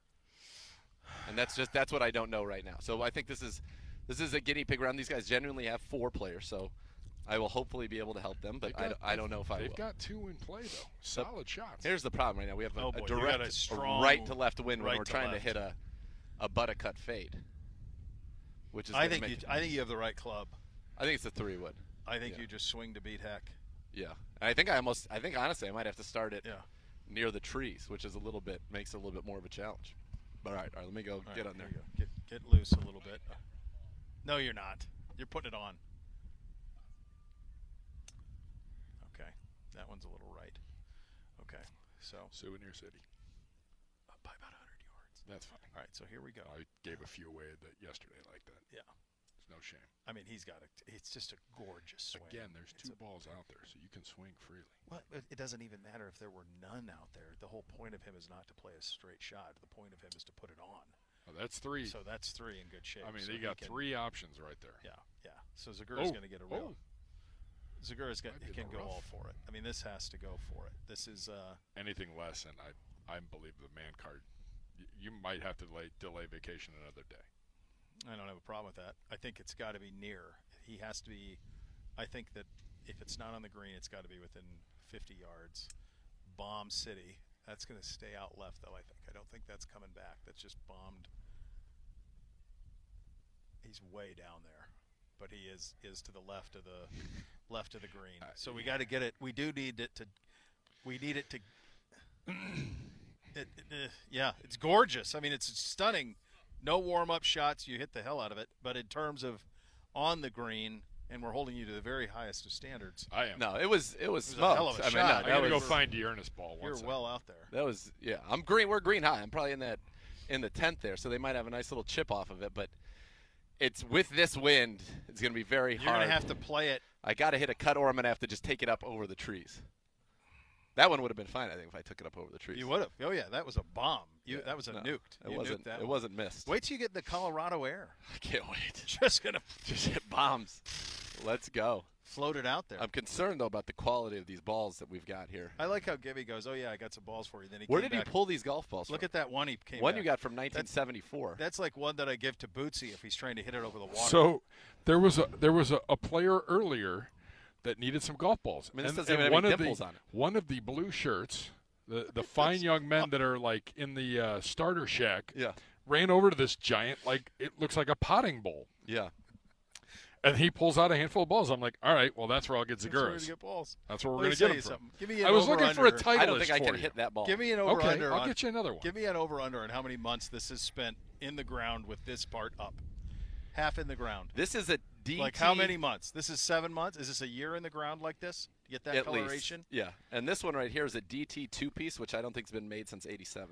D: And that's just that's what I don't know right now. So I think this is this is a guinea pig round. These guys genuinely have four players, so I will hopefully be able to help them, but
G: They've
D: I,
G: got-
D: don't- I don't know if I will.
G: They've got two in play though. Solid shots.
D: Here's the problem right now. We have a,
F: Oh,
D: a
F: boy, you got
D: direct
F: a
D: a
F: strong
D: right to left wind when
F: right
D: we're
F: to
D: trying
F: left.
D: to hit a a butter cut fade, which is
F: I
D: gonna
F: think
D: make
F: you
D: it-
F: I think you have the right club.
D: I think it's a three wood.
F: I think
D: Yeah.
F: you just swing to beat heck.
D: Yeah, and I think I almost I think honestly I might have to start it
F: Yeah.
D: near the trees, which is a little bit makes it a little bit more of a challenge. All right, all right, let me go
F: All
D: get
F: right,
D: on there.
F: you go. Get get loose a little bit. No, you're not. You're putting it on. Okay, that one's a little right. Okay, so
G: Souvenir City.
F: up by about 100 yards.
G: That's fine.
F: All right, so here we go.
G: I gave a few away that yesterday like that.
F: Yeah,
G: It's no shame.
F: I mean he's got a. It's just a gorgeous swing.
G: Again, there's
F: It's
G: two
F: a-
G: balls out there, so you can swing freely.
F: Well, it, it doesn't even matter if there were none out there. The whole point of him is not to play a straight shot. The point of him is to put it on.
G: Oh, that's three.
F: So that's three in good shape.
G: I mean,
F: So
G: they
F: he
G: got
F: can-
G: three options right there.
F: Yeah, yeah. So Zagur's
G: Oh,
F: going to get a real.
G: oh.
F: Zagur's got
G: Might be
F: he
G: in
F: can
G: the
F: go
G: rough.
F: all for it. I mean, this has to go for it. This is uh,
G: Anything less, and I, I believe the man card. y- You might have to delay, delay vacation another day.
F: I don't have a problem with that. I think it's got to be near. He has to be. I think that if it's not on the green, it's got to be within 50 yards. Bomb City. That's going to stay out left though. I think. I don't think that's coming back. That's just bombed. He's way down there, but he is is to the left of the left of the
D: Uh,
F: green. So we got to get it. We do need it to. We need it to. it, it, uh, yeah, it's gorgeous. I mean, it's stunning. No warm up shots. You hit the hell out of it. But in terms of on the green, and we're holding you to the very highest of standards.
G: I am.
D: No, it was it was
F: It was a hell
D: smoked.
F: of a
D: I mean,
F: shot.
D: no,
G: I
F: that
G: gotta
D: that
G: go
D: was
G: find the Ernest ball. one
F: You're
G: second.
F: well out there.
D: that was yeah. I'm green. We're green high. I'm probably in that in the tenth there, so they might have a nice little chip off of it. But it's with this wind, it's going to be very
F: You're
D: hard.
F: gonna have to play it.
D: I got to hit a cut, or I'm going to have to just take it up over the trees. That one would have been fine, I think, if I took it up over the trees.
F: You would have. Oh yeah, that was a bomb. You
D: Yeah,
F: that was a
D: no,
F: nuked.
D: It
F: You
D: wasn't.
F: Nuked that
D: it
F: one.
D: wasn't missed.
F: Wait till you get in the Colorado air.
D: I can't wait.
F: Just gonna
D: Just hit bombs. Let's go.
F: float it out there.
D: I'm concerned though about the quality of these balls that we've got here.
F: I like how Gibby goes. Oh yeah, I got some balls for you. Then he
D: Where
F: came
D: did you
F: back.
D: pull these golf balls?
F: Look
D: from?
F: at that one he came.
D: one
F: back.
D: you got from 1974.
F: That's like one that I give to Bootsy if he's trying to hit it over the water.
G: So there was a there was a, a player earlier that needed some golf balls.
D: I mean, this doesn't even have
G: one
D: any
G: of the-
D: dimples on it.
G: One of the blue shirts, the the fine young men that are like in the uh, starter shack,
D: Yeah.
G: ran over to this giant like it looks like a potting bowl,
D: yeah.
G: and he pulls out a handful of balls. I'm like, all right, well that's where I'll get
F: That's where we
G: Zaguras.
F: get balls.
G: That's where
F: Let
G: we're going
F: me
G: to
F: tell
G: get
F: you
G: him from.
F: something. Give me an
G: I was looking for a
F: over-under.
G: title.
D: I don't think I can
G: you.
D: hit that ball.
F: Give me an over
G: Okay,
F: under.
G: I'll
F: on,
G: get you another one.
F: Give me an over under on how many months this is spent in the ground with this part up, half in the ground.
D: This is a DT,
F: Like how many months? This is seven months. Is this a year in the ground like this to get that
D: at least.
F: coloration?
D: Yeah, and this one right here is a DT two piece, which I don't think's been made since '87.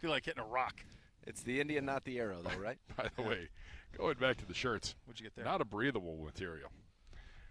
F: Feel like hitting a rock.
D: It's the Indian, not the arrow, though, right?
G: By the way, going back to the shirts,
F: What'd you get there?
G: not a breathable material.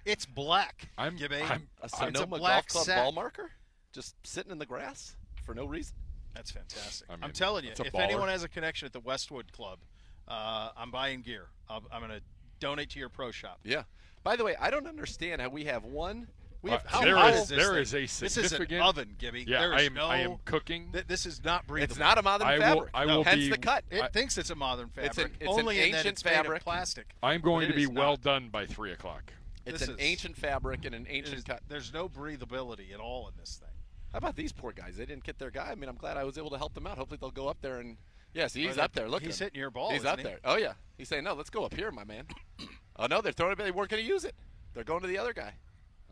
F: It's black.
G: I'm-
F: Gibby.
G: I'm-
D: A
F: It's
D: Sonoma Golf
F: black
D: Club
F: sack.
D: ball marker, just sitting in the grass for no reason.
F: That's fantastic.
G: I
F: I
G: mean,
F: am telling you,
G: that's a
F: if
G: baller.
F: anyone has a connection at the Westwood Club, uh, I'm buying gear. I'll, I'm going to donate to your pro shop.
D: Yeah. By the way, I don't understand how we have one. We
G: Uh,
D: have how
G: there
D: how-
G: is-
F: this
G: there
F: thing?
G: is a
F: This is an
G: significant-
F: oven, Gibby.
G: Yeah,
F: there
G: I
F: is
G: am-
F: no,
G: I am cooking.
F: Th- this is not breathable.
D: It's not a modern
G: I will-
D: fabric.
G: I
D: No,
G: will
D: hence
G: be-
D: the cut.
F: It
G: I-
F: thinks it's a modern
D: It's
F: fabric.
D: an- it's
F: only
D: an
F: in that
D: ancient
F: it's made of
D: fabric.
F: plastic.
G: I'm going to
F: But it
G: be
F: is
G: well
F: not.
G: done by three o'clock.
D: It's
F: this
D: an
F: is-
D: ancient fabric and an
F: It
D: ancient
F: is-
D: cut.
F: There's no breathability at all in this thing.
D: How about these poor guys? They didn't get their guy. I mean, I'm glad I was able to help them out. Hopefully, they'll go up there and. Yes, he's
F: Well, they-
D: up there. Look, at
F: he's
D: him.
F: hitting your ball,
D: He's
F: isn't
D: up
F: he?
D: there. Oh yeah, he's saying no. Let's go up here, my man. oh no, they're throwing it. but They weren't going to use it. They're going to the other guy.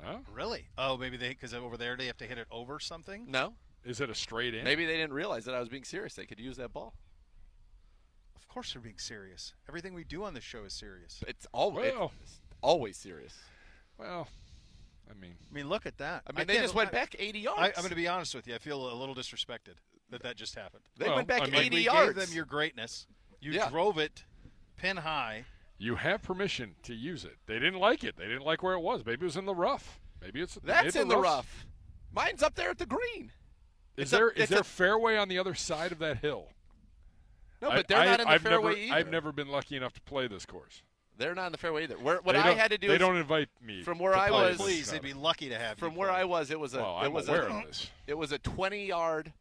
G: Huh?
F: Really? Oh, maybe they because over there they have to hit it over something.
D: No,
G: Is it a straight in?
D: maybe they didn't realize that I was being serious. They could use that ball.
F: Of course they're being serious. Everything we do on this show is serious.
D: It's always
G: Well.
D: it's always serious.
G: Well, I mean,
F: I mean, look at that.
D: I mean, they
F: can't-
D: just went
F: I-
D: back 80 yards.
F: I, I'm going to be honest with you. I feel a little disrespected that that just happened.
D: They
G: Well,
D: went back
G: I mean-
D: 80
G: Like,
F: we
D: yards.
F: gave them your greatness. You
D: Yeah.
F: drove it pin high.
G: you have permission to use it. They didn't like it. They didn't like where it was. Maybe it was in the rough. Maybe it's
D: That's
G: maybe
D: in the
G: rough's-
D: rough. Mine's up there at the green.
G: Is
D: It's a-
G: there is
D: it's
G: there
D: a-
G: fairway on the other side of that hill?
D: No,
G: I-
D: but they're
G: I-
D: not in the
G: I've
D: fairway
G: never,
D: either.
G: I've never been lucky enough to play this course.
D: They're not in the fairway either. Where, what
G: They
D: I
G: don't-
D: had to do
G: They
D: is
G: don't invite me
D: from where
G: to
D: I
G: play
D: was-
G: this
F: please,
G: stuff.
F: they'd be lucky to have
D: from
F: you
D: where
F: play.
D: I was, it was a
G: Well,
D: it
G: I'm
D: was
G: aware
D: a,
G: of this.
D: it was a 20 yard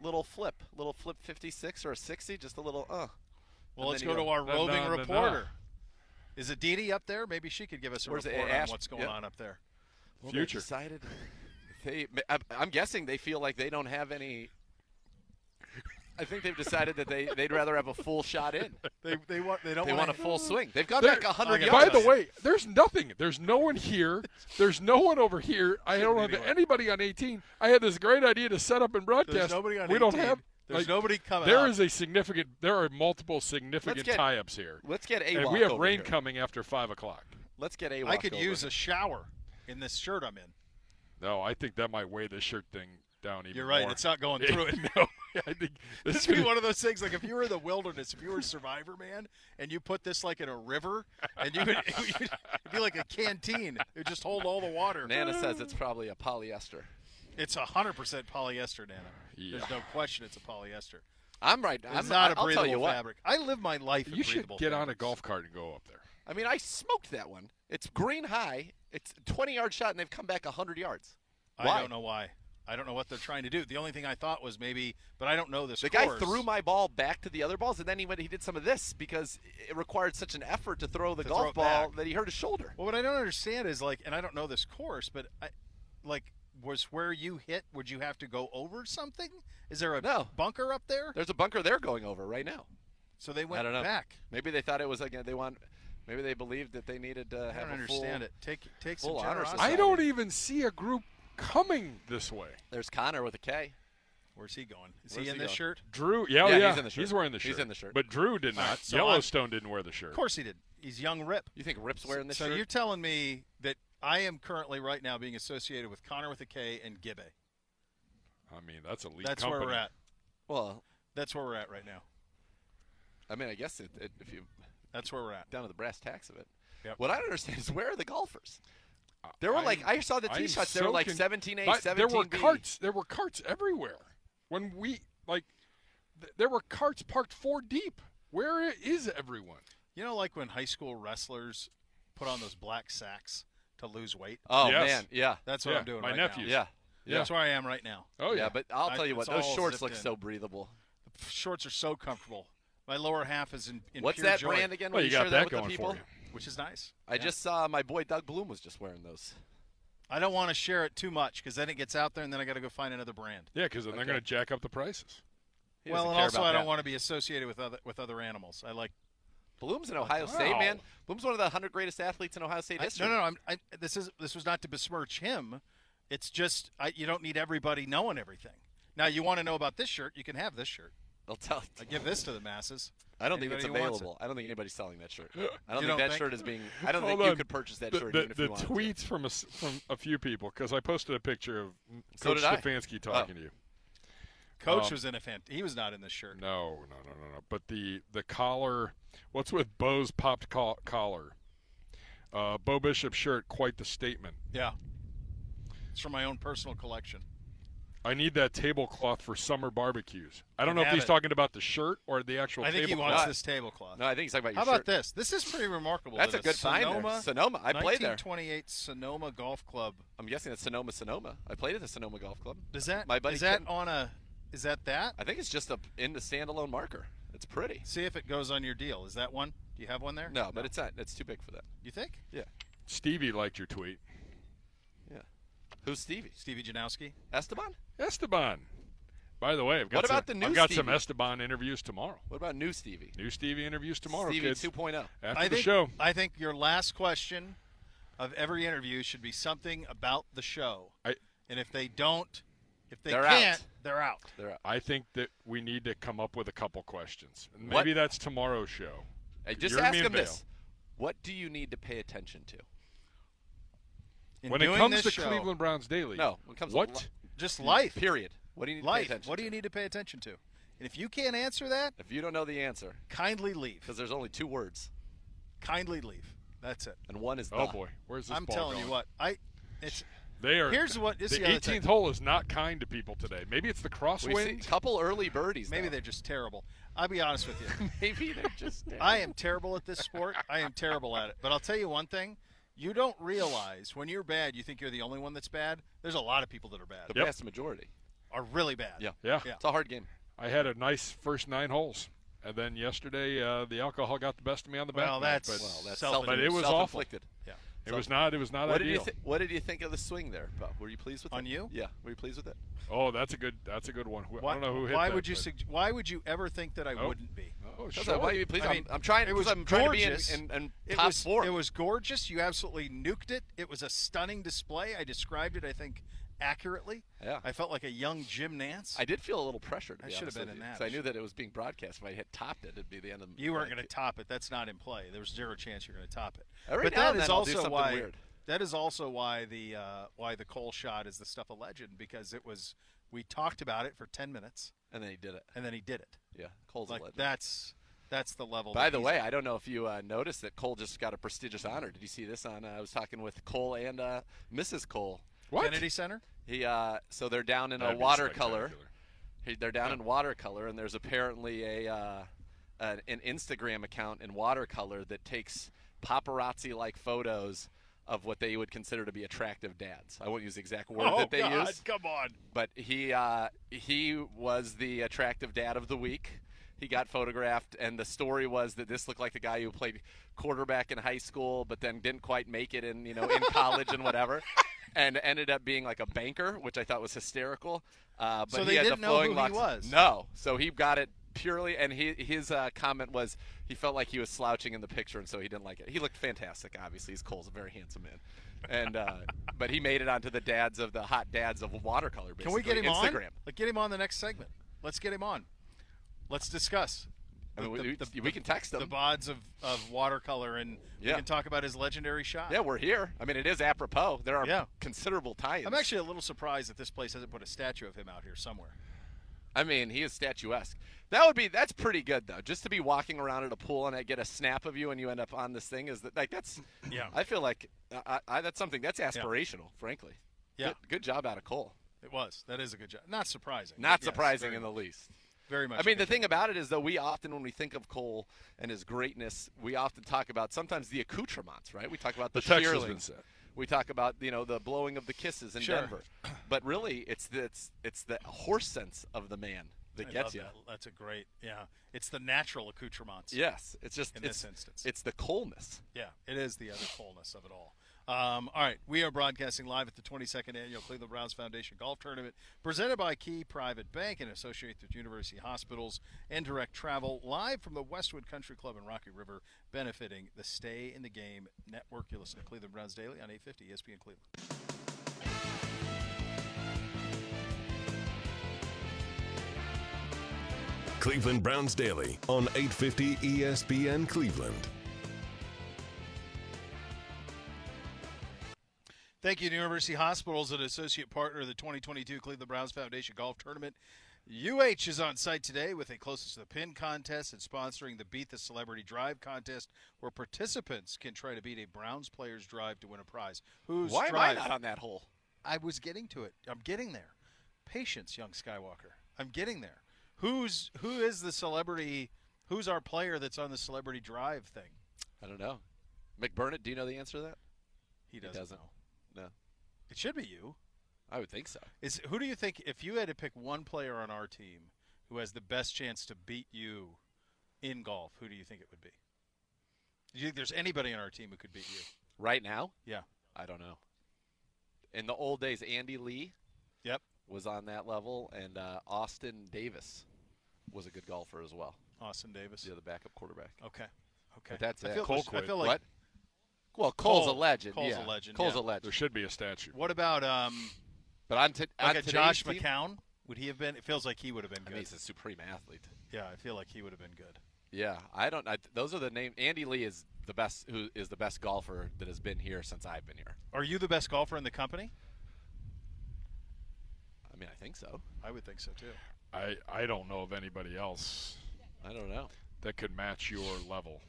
D: little flip, little flip 56 or a 60, just a little uh.
F: Well,
D: and
F: let's
D: then you
F: go to our
G: No,
F: roving
G: no, no, no.
F: reporter. Is Aditi up there? Maybe she could give us a
D: Where's it?
F: report on
D: Ask-
F: what's going
D: yeah.
F: on up there.
D: Well, they
G: Future.
D: decided they. I- I'm guessing they feel like they don't have any. I think they've decided that they they'd rather have a full shot in.
F: They they want they don't
D: They want a full swing. They've gone
G: There-
D: back 100
F: I got
G: By
D: yards.
G: the way, there's nothing. There's no one here. There's no one over here. I don't have
F: anyone.
G: anybody on 18. I had this great idea to set up and broadcast.
F: There's nobody on
G: we don't
F: 18.
G: have.
F: There's nobody coming
G: There
F: out.
G: is a significant. There are multiple significant
D: get-
G: tie-ups here.
D: let's get
G: And
D: AWOC
G: we have
D: over
G: rain
D: here.
G: coming after five o'clock.
D: Let's get a.
F: I could use a shower in this shirt I'm in.
G: No, I think that might weigh this shirt thing down even.
F: You're right.
G: more.
F: It's not going through it.
G: no, I think this
F: This
G: is
F: would be
G: gonna-
F: one of those things. Like if you were in the wilderness, if you were a survivor man, and you put this like in a river, and you would it'd be like a canteen. It would just hold all the water.
D: Nana says it's probably a polyester.
F: It's hundred percent polyester, Nana. There's no question. It's a polyester.
D: I'm right.
F: It's
D: I'm
F: not
D: a
F: a breathable
D: I'll tell you what.
F: fabric. I live my life. in
G: You should
F: breathable
G: get on a
F: fabrics.
G: golf cart and go up there.
D: I mean, I smoked that one. It's green high. It's a 20 yard shot, and they've come back 100 yards.
F: I
D: Why?
F: don't know why. I don't know what they're trying to do. The only thing I thought was maybe, but I don't know this.
D: The
F: course.
D: guy threw my ball back to the other balls, and then he went. He did some of this because it required such an effort to throw the
F: To
D: golf
F: throw it
D: ball
F: back.
D: that he hurt his shoulder.
F: Well, what I don't understand is like, and I don't know this course, but I, like, was where you hit? Would you have to go over something? Is there a
D: No.
F: bunker up there?
D: There's a bunker they're going over right now.
F: So they went
D: I don't know.
F: back.
D: Maybe they thought it was again. They want. Maybe they believed that they needed to
F: I
D: have
F: don't
D: a full-
F: understand it. Take take some
D: full honor
F: generosity.
D: society.
G: I don't even see a group coming this way.
D: There's Connor with a K.
F: Where's he going? Is
D: Where's
F: he in
D: he
F: this
D: going?
F: shirt?
G: Drew, yeah, oh,
D: Yeah,
G: yeah,
D: he's in the shirt.
G: wearing the shirt.
D: He's in the shirt.
G: But Drew did not.
F: right, so I'm-
G: Yellowstone didn't wear the shirt.
F: Of course he did. He's young Rip.
D: You think Rip's wearing this
F: so
D: shirt?
F: you're telling me that I am currently right now being associated with Connor with a K and Gibbe.
G: I mean, that's elite.
F: That's
G: company.
F: where we're at.
D: well,
F: That's where we're at right now.
D: I mean, I guess it, it, if you
F: That's where we're at.
D: down to the brass tacks of it.
F: Yep.
D: What I don't understand is where are the golfers? There were
G: Uh, I'm-
D: like I saw the
G: I'm
D: tee shots.
G: so
D: there were like
G: con-
D: 17A,
G: but
D: 17B.
G: There were carts. There were carts everywhere. When we like, th- there were carts parked four deep. Where i- is everyone?
F: You know, like when high school wrestlers put on those black sacks to lose weight.
D: Oh
G: Yes.
D: man, yeah,
F: That's what
G: Yeah,
F: I'm doing
G: my
F: right
G: nephews.
F: now.
D: yeah,
G: Yeah.
F: That's where I am right now.
G: Oh yeah,
D: But I'll
F: I-
D: tell you what,
F: it's
D: those
F: all
D: shorts
F: zipped
D: look
F: in.
D: so breathable.
F: The shorts are so comfortable. My lower half is in, in
D: What's
F: pure
D: that
F: joy,
D: brand again?
G: Well,
D: Will
G: you got
D: share
G: that
D: with the
G: going for
D: people?
G: you.
F: which is nice.
D: I just uh, saw my boy Doug Bloom was just wearing those.
F: I don't want to share it too much because then it gets out there and then I got to go find another brand.
G: yeah, because then they're
D: Okay.
G: going to jack up the prices.
D: He
F: well,
D: doesn't
F: and
D: care
F: also
D: about
F: I
D: that.
F: don't want to be associated with other with other animals. I like
D: Bloom's an Ohio State
G: Oh.
D: man. Bloom's one of the hundred greatest athletes in Ohio State
F: I,
D: history.
F: no, no, no. I'm, I, this is this was not to besmirch him. It's just I, you don't need everybody knowing everything. Now you want to know about this shirt, you can have this shirt.
D: They'll tell.
F: I give this to the masses.
D: I don't think it's
F: Anybody who wants
D: available. I don't think anybody's selling that shirt. I don't
F: You
D: think
F: don't
D: that
F: think?
D: shirt is being. I don't
G: Hold
D: think you
G: on.
D: could purchase that
G: the,
D: shirt
G: the-
D: even if
G: the
D: you wanted. to.
G: tweets from a, s- from a few people because I posted a picture of
D: So
G: Coach
D: did I.
G: Stefanski
D: Oh.
G: talking to you.
F: Coach
G: Um,
F: was in a fan. He was not in this shirt.
G: No, no, no, no, no. But the the collar. What's with Bo's popped coll- collar? Uh, Bo Bishop's shirt, quite the statement.
F: Yeah, it's from my own personal collection.
G: I need that tablecloth for summer barbecues. I don't know if
F: have
G: he's
F: it.
G: talking about the shirt or the actual
F: I think he
G: tablecloth.
F: wants
D: Why?
F: this tablecloth.
D: No, I think he's talking about
F: How
D: your
F: about
D: shirt.
F: this? This is pretty remarkable.
D: That's
F: that
D: a good find there.
F: Sonoma,
D: Sonoma. I played there.
F: 1928 Sonoma Golf Club.
D: I'm guessing that's Sonoma, Sonoma. I played at the Sonoma Golf Club.
F: Is that
D: my buddy?
F: is that
D: Kim-
F: on a? Is that that?
D: I think it's just a in the standalone marker. It's pretty.
F: See if it goes on your deal. Is that one? Do you have one there?
D: No, but it's not. It's too big for that.
F: You think?
D: Yeah,
G: Stevie liked your tweet.
D: yeah. Who's Stevie?
F: Stevie Janowski.
D: Esteban?
G: Esteban. By the way, I've got
D: What
G: some,
D: about the new
G: I've got some
D: Stevie?
G: Esteban interviews tomorrow.
D: What about new Stevie?
G: New Stevie interviews tomorrow,
D: Stevie oh.
G: kids.
D: 2.0.
G: After
F: I
G: the
F: think,
G: show.
F: I think your last question of every interview should be something about the show.
G: I-
F: and if they don't, if they
D: They're out.
F: can't, they're out.
D: They're out.
G: I think that we need to come up with a couple questions. And
D: What?
G: Maybe that's tomorrow's show.
D: Hey, just
G: You're
D: ask
G: me and
D: him
G: Bale.
D: this: What do you need to pay attention to?
F: In
G: when it
F: doing
G: comes
F: this
G: to
F: show,
G: Cleveland Browns Daily,
D: No, when it comes to
G: what?
D: li-
F: just life,
D: Period. What do you need to
F: life.
D: pay attention?
F: What do you
D: to?
F: need to pay attention to? And if you can't answer that,
D: If you don't know the answer,
F: kindly leave.
D: because there's only two words,
F: Kindly leave. That's it.
D: and one is
G: oh
D: the.
G: boy, where's this
F: I'm
G: ball
F: telling
G: going?
F: you what. I. It's
G: They are.
F: Here's what- this
G: the
F: is the other
G: 18th
F: thing.
G: hole is not kind to people today. Maybe it's the
D: We've seen a
G: crosswind.
D: couple early birdies.
F: maybe
D: now.
F: they're just terrible. I'll be honest with you.
D: maybe they're just.
F: I am terrible at this sport. I am terrible at it. But I'll tell you one thing. You don't realize when you're bad, you think you're the only one that's bad. There's a lot of people that are bad,
D: the
G: Yep.
D: vast majority.
F: are really bad.
D: Yeah.
G: Yeah.
F: Yeah.
D: It's a hard game.
G: I had a nice first nine holes, and then yesterday uh, the alcohol got the best of me on the back.
F: Well,
G: notch,
F: that's,
G: but
F: well, that's
D: Self-
F: self.
G: But it was awful.
D: self-inflicted.
F: yeah.
G: it was not. It was not
D: What did
G: ideal.
D: you th- What did you think of the swing there, Bo? Were you pleased with
F: On
D: it?
F: you?
D: Yeah. Were you pleased with it?
G: oh, that's a good. That's a good one. Who- I don't know who hit
F: why
G: that,
F: would you
G: but-
F: sug- Why would you ever think that I
G: Oh.
F: wouldn't be?
G: Oh,
D: That's
G: sure.
D: why you pleased.
F: I
D: I
F: mean,
D: am trying.
F: It was
D: I'm trying
F: gorgeous.
D: to be in, in, in
F: it
D: top
F: was,
D: four.
F: It was gorgeous. You absolutely nuked it. It was a stunning display. I described it, I think, accurately.
D: Yeah.
F: I felt like a young Jim Nance.
D: I did feel a little pressure. To
F: I
D: be
F: should
D: honest
F: have been
D: with
F: in
D: you,
F: that.
D: 'cause I knew that it was being broadcast. If I had topped it, it'd be the end of the.
F: you weren't
D: like,
F: going to top it. That's not in play. There was zero chance you're going to top it.
D: Every
F: but
D: now
F: that
D: and
F: is
D: then I'll do
F: also
D: something
F: why
D: weird.
F: that is also why the uh, why the Cole shot is the stuff of legend because it was we talked about it for ten minutes
D: And then he did it.
F: and then he did it.
D: Yeah, Cole's
F: like
D: a legend.
F: that's that's the level.
D: By
F: that
D: the
F: he's
D: way,
F: at.
D: I don't know if you uh, noticed that Cole just got a prestigious honor. Did you see this on? Uh, I was talking with Cole and uh, Mrs. Cole.
G: What?
F: Kennedy Center.
D: He uh, so they're down in
G: That'd
D: a
G: be
D: watercolor.
G: spectacular.
D: Hey, They're down in watercolor, and there's apparently a uh, an, an Instagram account in watercolor that takes paparazzi-like photos of what they would consider to be attractive dads. I won't use the exact word
F: oh
D: that they
F: God,
D: use,
F: come on!
D: but he uh, he was the attractive dad of the week. He got photographed, and the story was that this looked like the guy who played quarterback in high school, but then didn't quite make it in you know in college and whatever, and ended up being like a banker, which I thought was hysterical. Uh, but
F: So
D: he
F: they
D: had
F: didn't
D: the
F: know
D: flowing
F: who he
D: locks.
F: was.
D: No, so he got it purely, and he, his uh, comment was he felt like he was slouching in the picture, and so he didn't like it. He looked fantastic, obviously. He's Cole's a very handsome man, and uh, but he made it onto the dads of the hot dads of watercolor.
F: Can we get
D: basically,
F: him on?
D: Instagram?
F: Like get him on the next segment. Let's get him on. Let's discuss.
D: I mean,
F: the-
D: we,
F: the-
D: we- we can text
F: The
D: him.
F: bods of, of watercolor, and
D: Yeah.
F: we can talk about his legendary shot.
D: yeah, we're here. I mean, it is apropos. There are
F: Yeah.
D: considerable tie-ins.
F: I'm actually a little surprised that this place hasn't put a statue of him out here somewhere.
D: I mean, he is statuesque. That would be. That's pretty good though. Just to be walking around at a pool and I get a snap of you and you end up on this thing is that like that's.
F: Yeah.
D: I feel like uh, I, I, that's something that's aspirational, frankly.
F: Yeah.
D: Good, good job out of Cole.
F: It was. That is a good job. Not surprising.
D: Not
F: but yes,
D: surprising
F: very
D: in the
F: much.
D: least.
F: Very much.
D: I mean,
F: a
D: the
F: good
D: thing
F: job.
D: about it is though, we often when we think of Cole and his greatness, we often talk about sometimes the accoutrements, right? We talk about the,
G: The text has
D: cheerleading.
G: been said.
D: We talk about you know the blowing of the kisses in
F: Sure.
D: Denver, but really it's the, it's it's the horse sense of the man that
F: I
D: gets
F: love
D: you.
F: that. That's a great. Yeah. It's the natural accoutrements.
D: Yes, it's just
F: In
D: it's,
F: this instance.
D: it's the coldness.
F: Yeah, it is the other coolness of it all. Um, all right, we are broadcasting live at the 22nd annual Cleveland Browns Foundation Golf Tournament, presented by Key Private Bank and associated with University Hospitals and Direct Travel, live from the Westwood Country Club in Rocky River, benefiting the Stay in the Game Network. You listen to Cleveland Browns Daily on E 850 ESPN Cleveland.
B: Cleveland Browns Daily on E 850 ESPN Cleveland.
F: Thank you to University Hospitals, an associate partner of the 2022 Cleveland Browns Foundation Golf Tournament. UH is on site today with a closest to the pin contest and sponsoring the Beat the Celebrity Drive contest, where participants can try to beat a Browns player's drive to win a prize. Who's
D: Why am I
F: drive?
D: not on that hole?
F: I was getting to it. I'm getting there. Patience, young Skywalker. I'm getting there. Who's who is the celebrity? Who's our player that's on the celebrity drive thing?
D: I don't know. McBurnett, do you know the answer to that?
F: He doesn't,
D: doesn't.
F: know.
D: No,
F: It should be you.
D: I would think so.
F: Is who do you think if you had to pick one player on our team who has the best chance to beat you in golf? Who do you think it would be? Do you think there's anybody on our team who could beat you?
D: Right now,
F: Yeah.
D: I don't know. In the old days, Andy Lee
F: Yep.
D: was on that level, and uh, Austin Davis was a good golfer as well.
F: Austin Davis.
D: The other backup quarterback.
F: Okay. Okay.
D: But that's
F: I
D: it.
F: feel,
G: Cole
F: I
G: quit.
F: feel like
D: what? Well, Cole's
F: Cole-
D: a legend.
F: Cole's
D: yeah.
F: a legend,
D: Cole's
F: yeah.
D: a
G: There
D: legend.
G: should be a statue.
F: What about um
D: But on, to, on
F: like a
D: today's
F: Josh
D: team,
F: McCown? Would he have been? It feels like he would have been
D: I
F: good.
D: mean, he's a supreme athlete.
F: yeah, I feel like he would have been good.
D: Yeah, I don't. I, those are the name. Andy Lee is the best. Who is the best golfer that has been here since I've been here?
F: Are you the best golfer in the company?
D: I mean, I think so.
F: I would think so too.
G: I, I don't know of anybody else
D: I don't know.
G: that could match your level.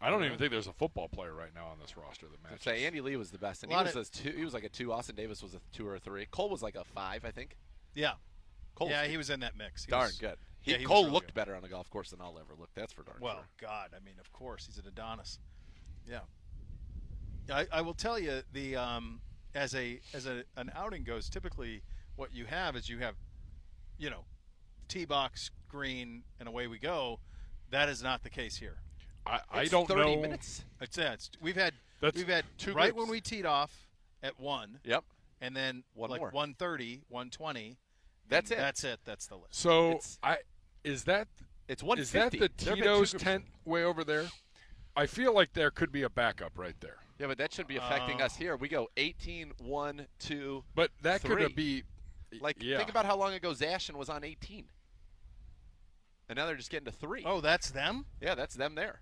G: I don't even think there's a football player right now on this roster that
D: I'd
G: matches.
D: say Andy Lee was the best, and he
F: Lot
D: was
F: of-
D: a two. He was like a two. Austin Davis was a two or a three. Cole was like a five, I think.
F: Yeah.
D: Cole,
F: yeah,
D: was
F: he was in that mix. He
D: darn
F: was-
D: good. He,
F: yeah, he was
D: Cole
F: really
D: looked
F: good.
D: better on the golf course than I'll ever look. That's for darn
F: Well,
D: sure.
F: God, I mean, of course, he's an Adonis. Yeah. I, I will tell you the um, as a as a, an outing goes, typically what you have is you have, you know, tee box green and away we go. That is not the case here.
G: I, I
D: It's
G: don't
D: 30
G: know.
D: minutes.
F: It's, yeah, it's we've had
G: That's
F: we've had
G: two
F: right
G: groups.
F: when we teed off at one,
D: Yep.
F: and then
D: One
F: like
D: more.
F: 130, 120.
D: That's it.
F: and That's it. That's the list.
G: So
D: It's-
G: I is that
D: It's
G: is that
D: 150. There
G: the
D: have been two
G: Tito's
D: groups.
G: tent way over there? I feel like there could be a backup right there.
D: Yeah, but that should be affecting
F: uh,
D: us here. We go 18, 1, 2.
G: But that
D: Three.
G: could be
D: Like,
G: yeah.
D: think about how long ago Zashin was on 18. And now they're just getting to three.
F: Oh, that's them.
D: yeah, that's them there.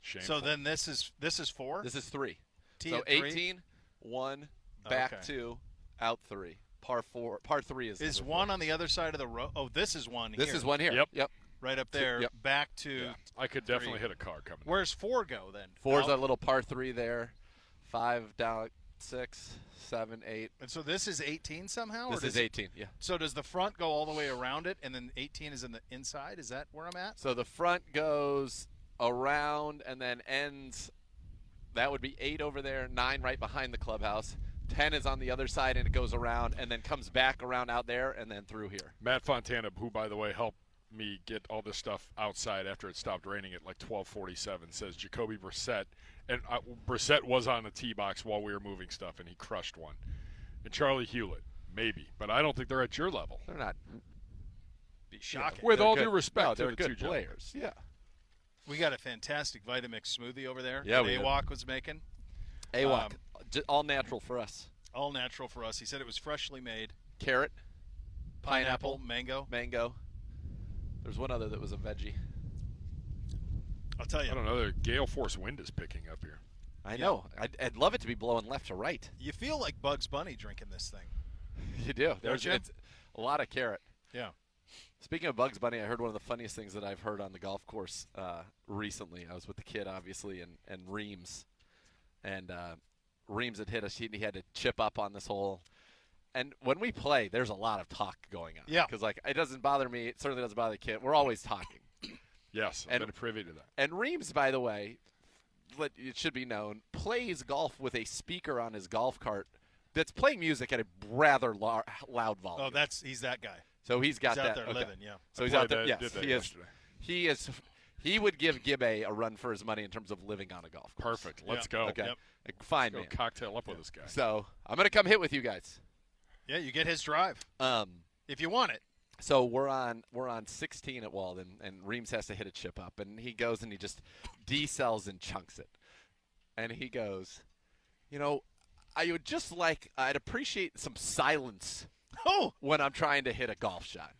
G: Shameful.
F: So then this is this is four.
D: This is three.
F: Tee
D: so
F: at three?
D: 18, one, back
F: Okay.
D: two, out three. Par four, par three is
F: is
D: number four.
F: one on the other side of the road. Oh, this is one.
D: This
F: here.
D: is one here.
G: Yep.
D: Yep.
F: right up there.
D: yep.
F: Back to
G: Yeah. I could definitely hit a car coming. in.
F: where's four go then?
D: Four's
F: Out.
D: a little par three there. Five down, six, seven, eight.
F: And so this is 18 somehow.
D: This
F: or
D: is
F: does-
D: 18. Yeah.
F: So does the front go all the way around it, and then 18 is in the inside? Is that where I'm at?
D: So the front goes around and then ends. That would be eight over there, nine right behind the clubhouse. Ten is on the other side and it goes around and then comes back around out there and then through here.
G: Matt Fontana, who by the way helped me get all this stuff outside after it stopped raining at like 12:47, says Jacoby Brissett, and uh, Brissett was on the tee box while we were moving stuff, and he crushed one. And Charlie Hewlett, maybe, but I don't think they're at your level.
D: They're not.
F: Be shocking.
G: With
D: they're
G: all
D: good-
G: due respect
D: no,
G: to
D: they're
G: the
D: good
G: two
D: players. Yeah.
F: we got a fantastic Vitamix smoothie over there.
D: Yeah,
F: that
D: we did.
F: Awok was making Um,
D: AWOC, j- all natural for us.
F: all natural for us. He said it was freshly made.
D: Carrot,
F: Pineapple, mango.
D: mango. There's one other that was a veggie.
F: I'll tell you.
G: I don't know. The gale force wind is picking up here.
D: I know. I'd, I'd love it to be blowing left to right.
F: You feel like Bugs Bunny drinking this thing.
D: You do. There's
F: you?
D: it's a lot of carrot.
F: Yeah.
D: Speaking of Bugs Bunny, I heard one of the funniest things that I've heard on the golf course uh, recently. I was with the kid, obviously, and, and Reams. And uh, Reams had hit us. He, he had to chip up on this hole. And when we play, there's a lot of talk going on.
F: Yeah.
D: Because, like, it doesn't bother me. It certainly doesn't bother the kid. We're always talking.
G: Yes, I've
D: And-
G: been privy to that.
D: And Reams, by the way, let, it should be known, plays golf with a speaker on his golf cart that's playing music at a rather lar- loud volume.
F: Oh, that's he's that guy.
D: So he's got
F: He's out
D: that.
F: there
D: okay.
F: living, yeah.
D: So
G: I
D: he's out there.
G: played that-
D: yes,
G: did that
D: he is.
G: yesterday.
D: He is. He would give Gibbe a run for his money in terms of living on a golf course.
G: Perfect. Let's go.
D: Okay.
F: Yep.
D: Like, Fine,
G: Go
D: man.
G: cocktail up with this guy.
D: So I'm gonna come hit with you guys.
F: Yeah, you get his drive
D: Um,
F: if you want it.
D: so we're on we're on 16 at Walden, and Reams has to hit a chip up, and he goes and he just decels and chunks it, and he goes, you know, I would just like I'd appreciate some silence
F: Oh,
D: when I'm trying to hit a golf shot.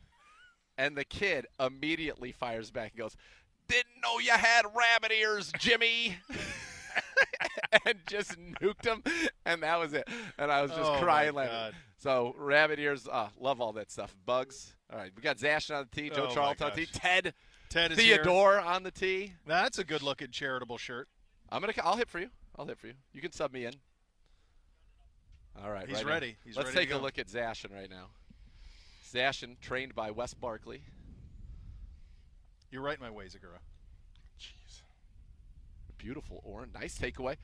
D: And the kid immediately fires back and goes, Didn't know you had rabbit ears, Jimmy. and just nuked him. And that was it. And I was just
F: Oh, my
D: crying laughing.
F: God.
D: So, rabbit ears, uh, love all that stuff. Bugs. All right. We got Zashin on the tee, Joe
F: Oh, my
D: Charlton on the tee,
F: gosh.
D: Ted,
F: Ted is here.
D: Theodore on the tee.
F: That's a good looking charitable shirt.
D: I'm gonna. I'll hit for you. I'll hit for you. You can sub me in. All right.
F: He's
D: right
F: ready.
D: on.
F: He's
D: Let's
F: ready to
D: take a
F: go.
D: look at Zashin right now. Zashin, trained by Wes Barkley.
F: You're right in my way, Zagura.
G: Jeez.
D: Beautiful orange. Nice takeaway.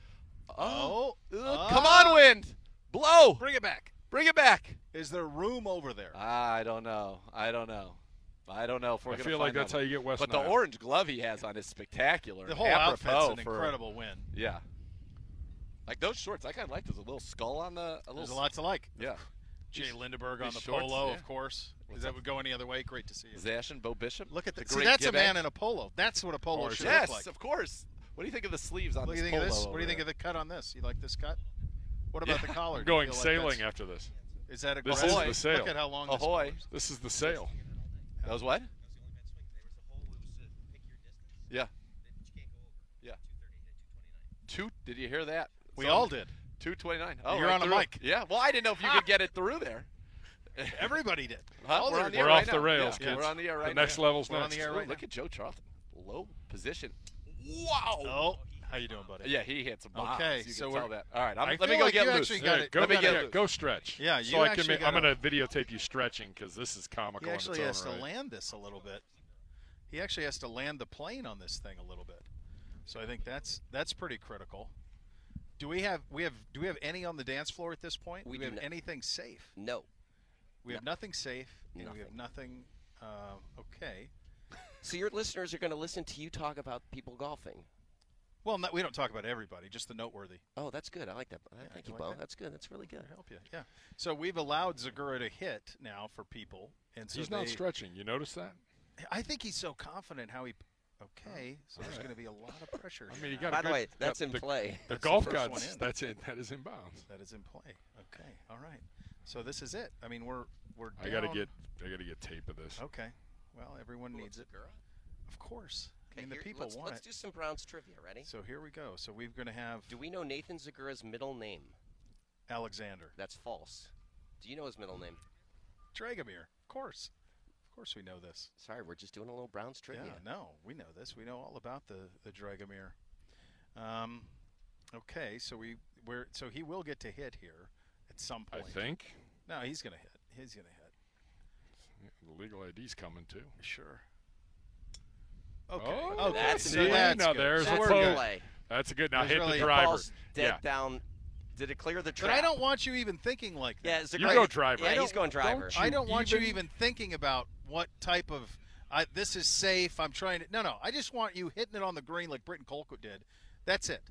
F: Oh,
D: Ugh, Come on, wind. Blow.
F: Bring it back.
D: Bring it back. Ah,
F: Is there room over there?
D: I don't know. I don't know. I don't know if we're
G: I
D: gonna
G: feel like
D: find
G: that's
D: out.
G: how you get West
D: But the
G: Nile.
D: orange glove he has on is spectacular.
F: the
D: and
F: whole outfit's
D: apropos
F: an
D: for-
F: incredible win.
D: Yeah. Like those shorts, I kind of like those. A little skull on the. A little.
F: There's a lot to like.
D: Yeah.
F: Jay Lindeberg on
D: these
F: the
D: shorts,
F: polo,
D: yeah.
F: of course.
D: What's
F: that
D: up?
F: would go any other way? Great to see you.
D: Zashin, Bo Bishop.
F: Look at
D: the
F: that. See,
D: great
F: that's a
D: give-back.
F: man in a polo. That's what a polo should
D: Yes,
F: look like.
D: of course. What do you think of the sleeves on
F: What do
D: this
F: you think
D: polo
F: of this? What
D: over
F: do you think of
D: there?
F: the cut on this? You like this cut? What about
D: Yeah.
F: the collar?
G: I'm
F: Do you
G: going
F: feel like
G: sailing
F: that's-
G: after this.
F: Is that
G: This is
F: aggressive?
G: the sail.
F: Look at how long
D: Ahoy.
F: this
G: This is the sale.
D: That was what? Yeah. Yeah. Two? Did you hear that?
F: We
D: Someone-
F: all did.
D: 229. Oh,
F: You're
D: right
F: on a
D: through.
F: mic.
D: Yeah. Well, I didn't know if you could get it through there.
F: Everybody did.
D: Huh?
F: All
D: We're
F: their
D: on the
G: We're
D: air
G: off
D: right
G: the
D: now.
G: rails,
D: yeah.
G: kids.
D: We're on the air right
G: the next
D: now.
G: level's
F: We're on
G: next.
F: the air
D: Ooh,
F: right
D: Look
F: now.
D: at Joe Charlton. Low position. Wow.
F: Oh, how you doing, buddy?
D: Yeah, he hits a bomb.
F: Okay,
D: you
F: so
D: can
F: we're-
D: tell that. All right, I'm,
F: I
D: let me
F: feel
D: go
F: like
D: get
F: you
D: loose.
F: actually
G: All
F: got
G: right,
F: it.
G: go,
F: You
G: make-
F: got
G: yeah,
F: it.
G: go stretch. so
F: Yeah, you
G: I can.
F: actually
G: Make, I'm
F: gotta-
G: going to videotape you stretching because this is comical.
F: He actually
G: in
F: has
G: its
F: to
G: own right.
F: land this a little bit. He actually has to land the plane on this thing a little bit. So I think that's that's pretty critical. Do we have we have do we have any on the dance floor at this point? do
H: We
F: we
H: do
F: have
H: not.
F: anything safe?
H: No.
F: We have nothing safe, and we have nothing. Uh, okay.
H: So your listeners are going to listen to you talk about people golfing.
F: Well, no, we don't talk about everybody, just the noteworthy.
H: Oh, that's good. I like that. Thank
F: you
H: you,
F: like
H: Bo.
F: that?
H: That's good. That's really good.
F: I help you. Yeah. So we've allowed Zagura to hit now for people, and so
G: He's not
F: they-
G: stretching. You notice that?
F: I think he's so confident how he. Okay, so there's going to be a lot of pressure.
G: I
F: here
G: mean, you got.
F: now.
H: By
G: a
H: the
G: good-
H: way, that's
G: yeah,
H: in
G: the,
H: play.
G: The
F: That's the
G: golf
F: first one
G: gods.
F: in.
G: That's it. That is in bounds.
F: that is in play. Okay, all right. So this is it. I mean, we're we're.
G: I gotta
F: down-
G: get. I gotta get tape of this.
F: Okay. Well, everyone needs it. Of course. I mean, the people
H: let's,
F: want
H: let's
F: it.
H: do some Browns trivia. Ready?
F: So here we go. So we're going to have
H: Do we know Nathan Zagura's middle name?
F: Alexander
H: That's false. Do you know his middle name?
F: Dragomir. Of course. Of course, we know this.
H: Sorry, we're just doing a little Browns trivia.
F: Yeah. No, we know this. We know all about the the Dragomir. Um, okay. So we we're so he will get to hit here at some
G: I
F: point.
G: think
F: No, he's going to hit. He's going to hit.
G: the legal ID's coming too.
F: Sure. Okay.
G: Oh,
F: okay.
H: that's
F: so
H: good.
F: that's
G: Now
F: good.
G: there's
F: So
G: a
H: That's
F: we're
G: photo.
H: in
F: good.
H: play.
G: That's a good. Now
F: There's
G: hit
F: really-
G: the driver.
H: Ball's dead
G: Yeah.
H: down. Did it clear the
F: But
H: track?
F: I don't want you even thinking like that.
H: Yeah, Zagra's
G: You go driver.
H: Yeah,
G: I
H: he's
G: don't-
H: going driver.
G: don't
F: I don't want you
G: even-
F: even thinking about what type of I, this is safe. I'm trying to. No, no. I just want you hitting it on the green like Britton Colquitt did. That's it.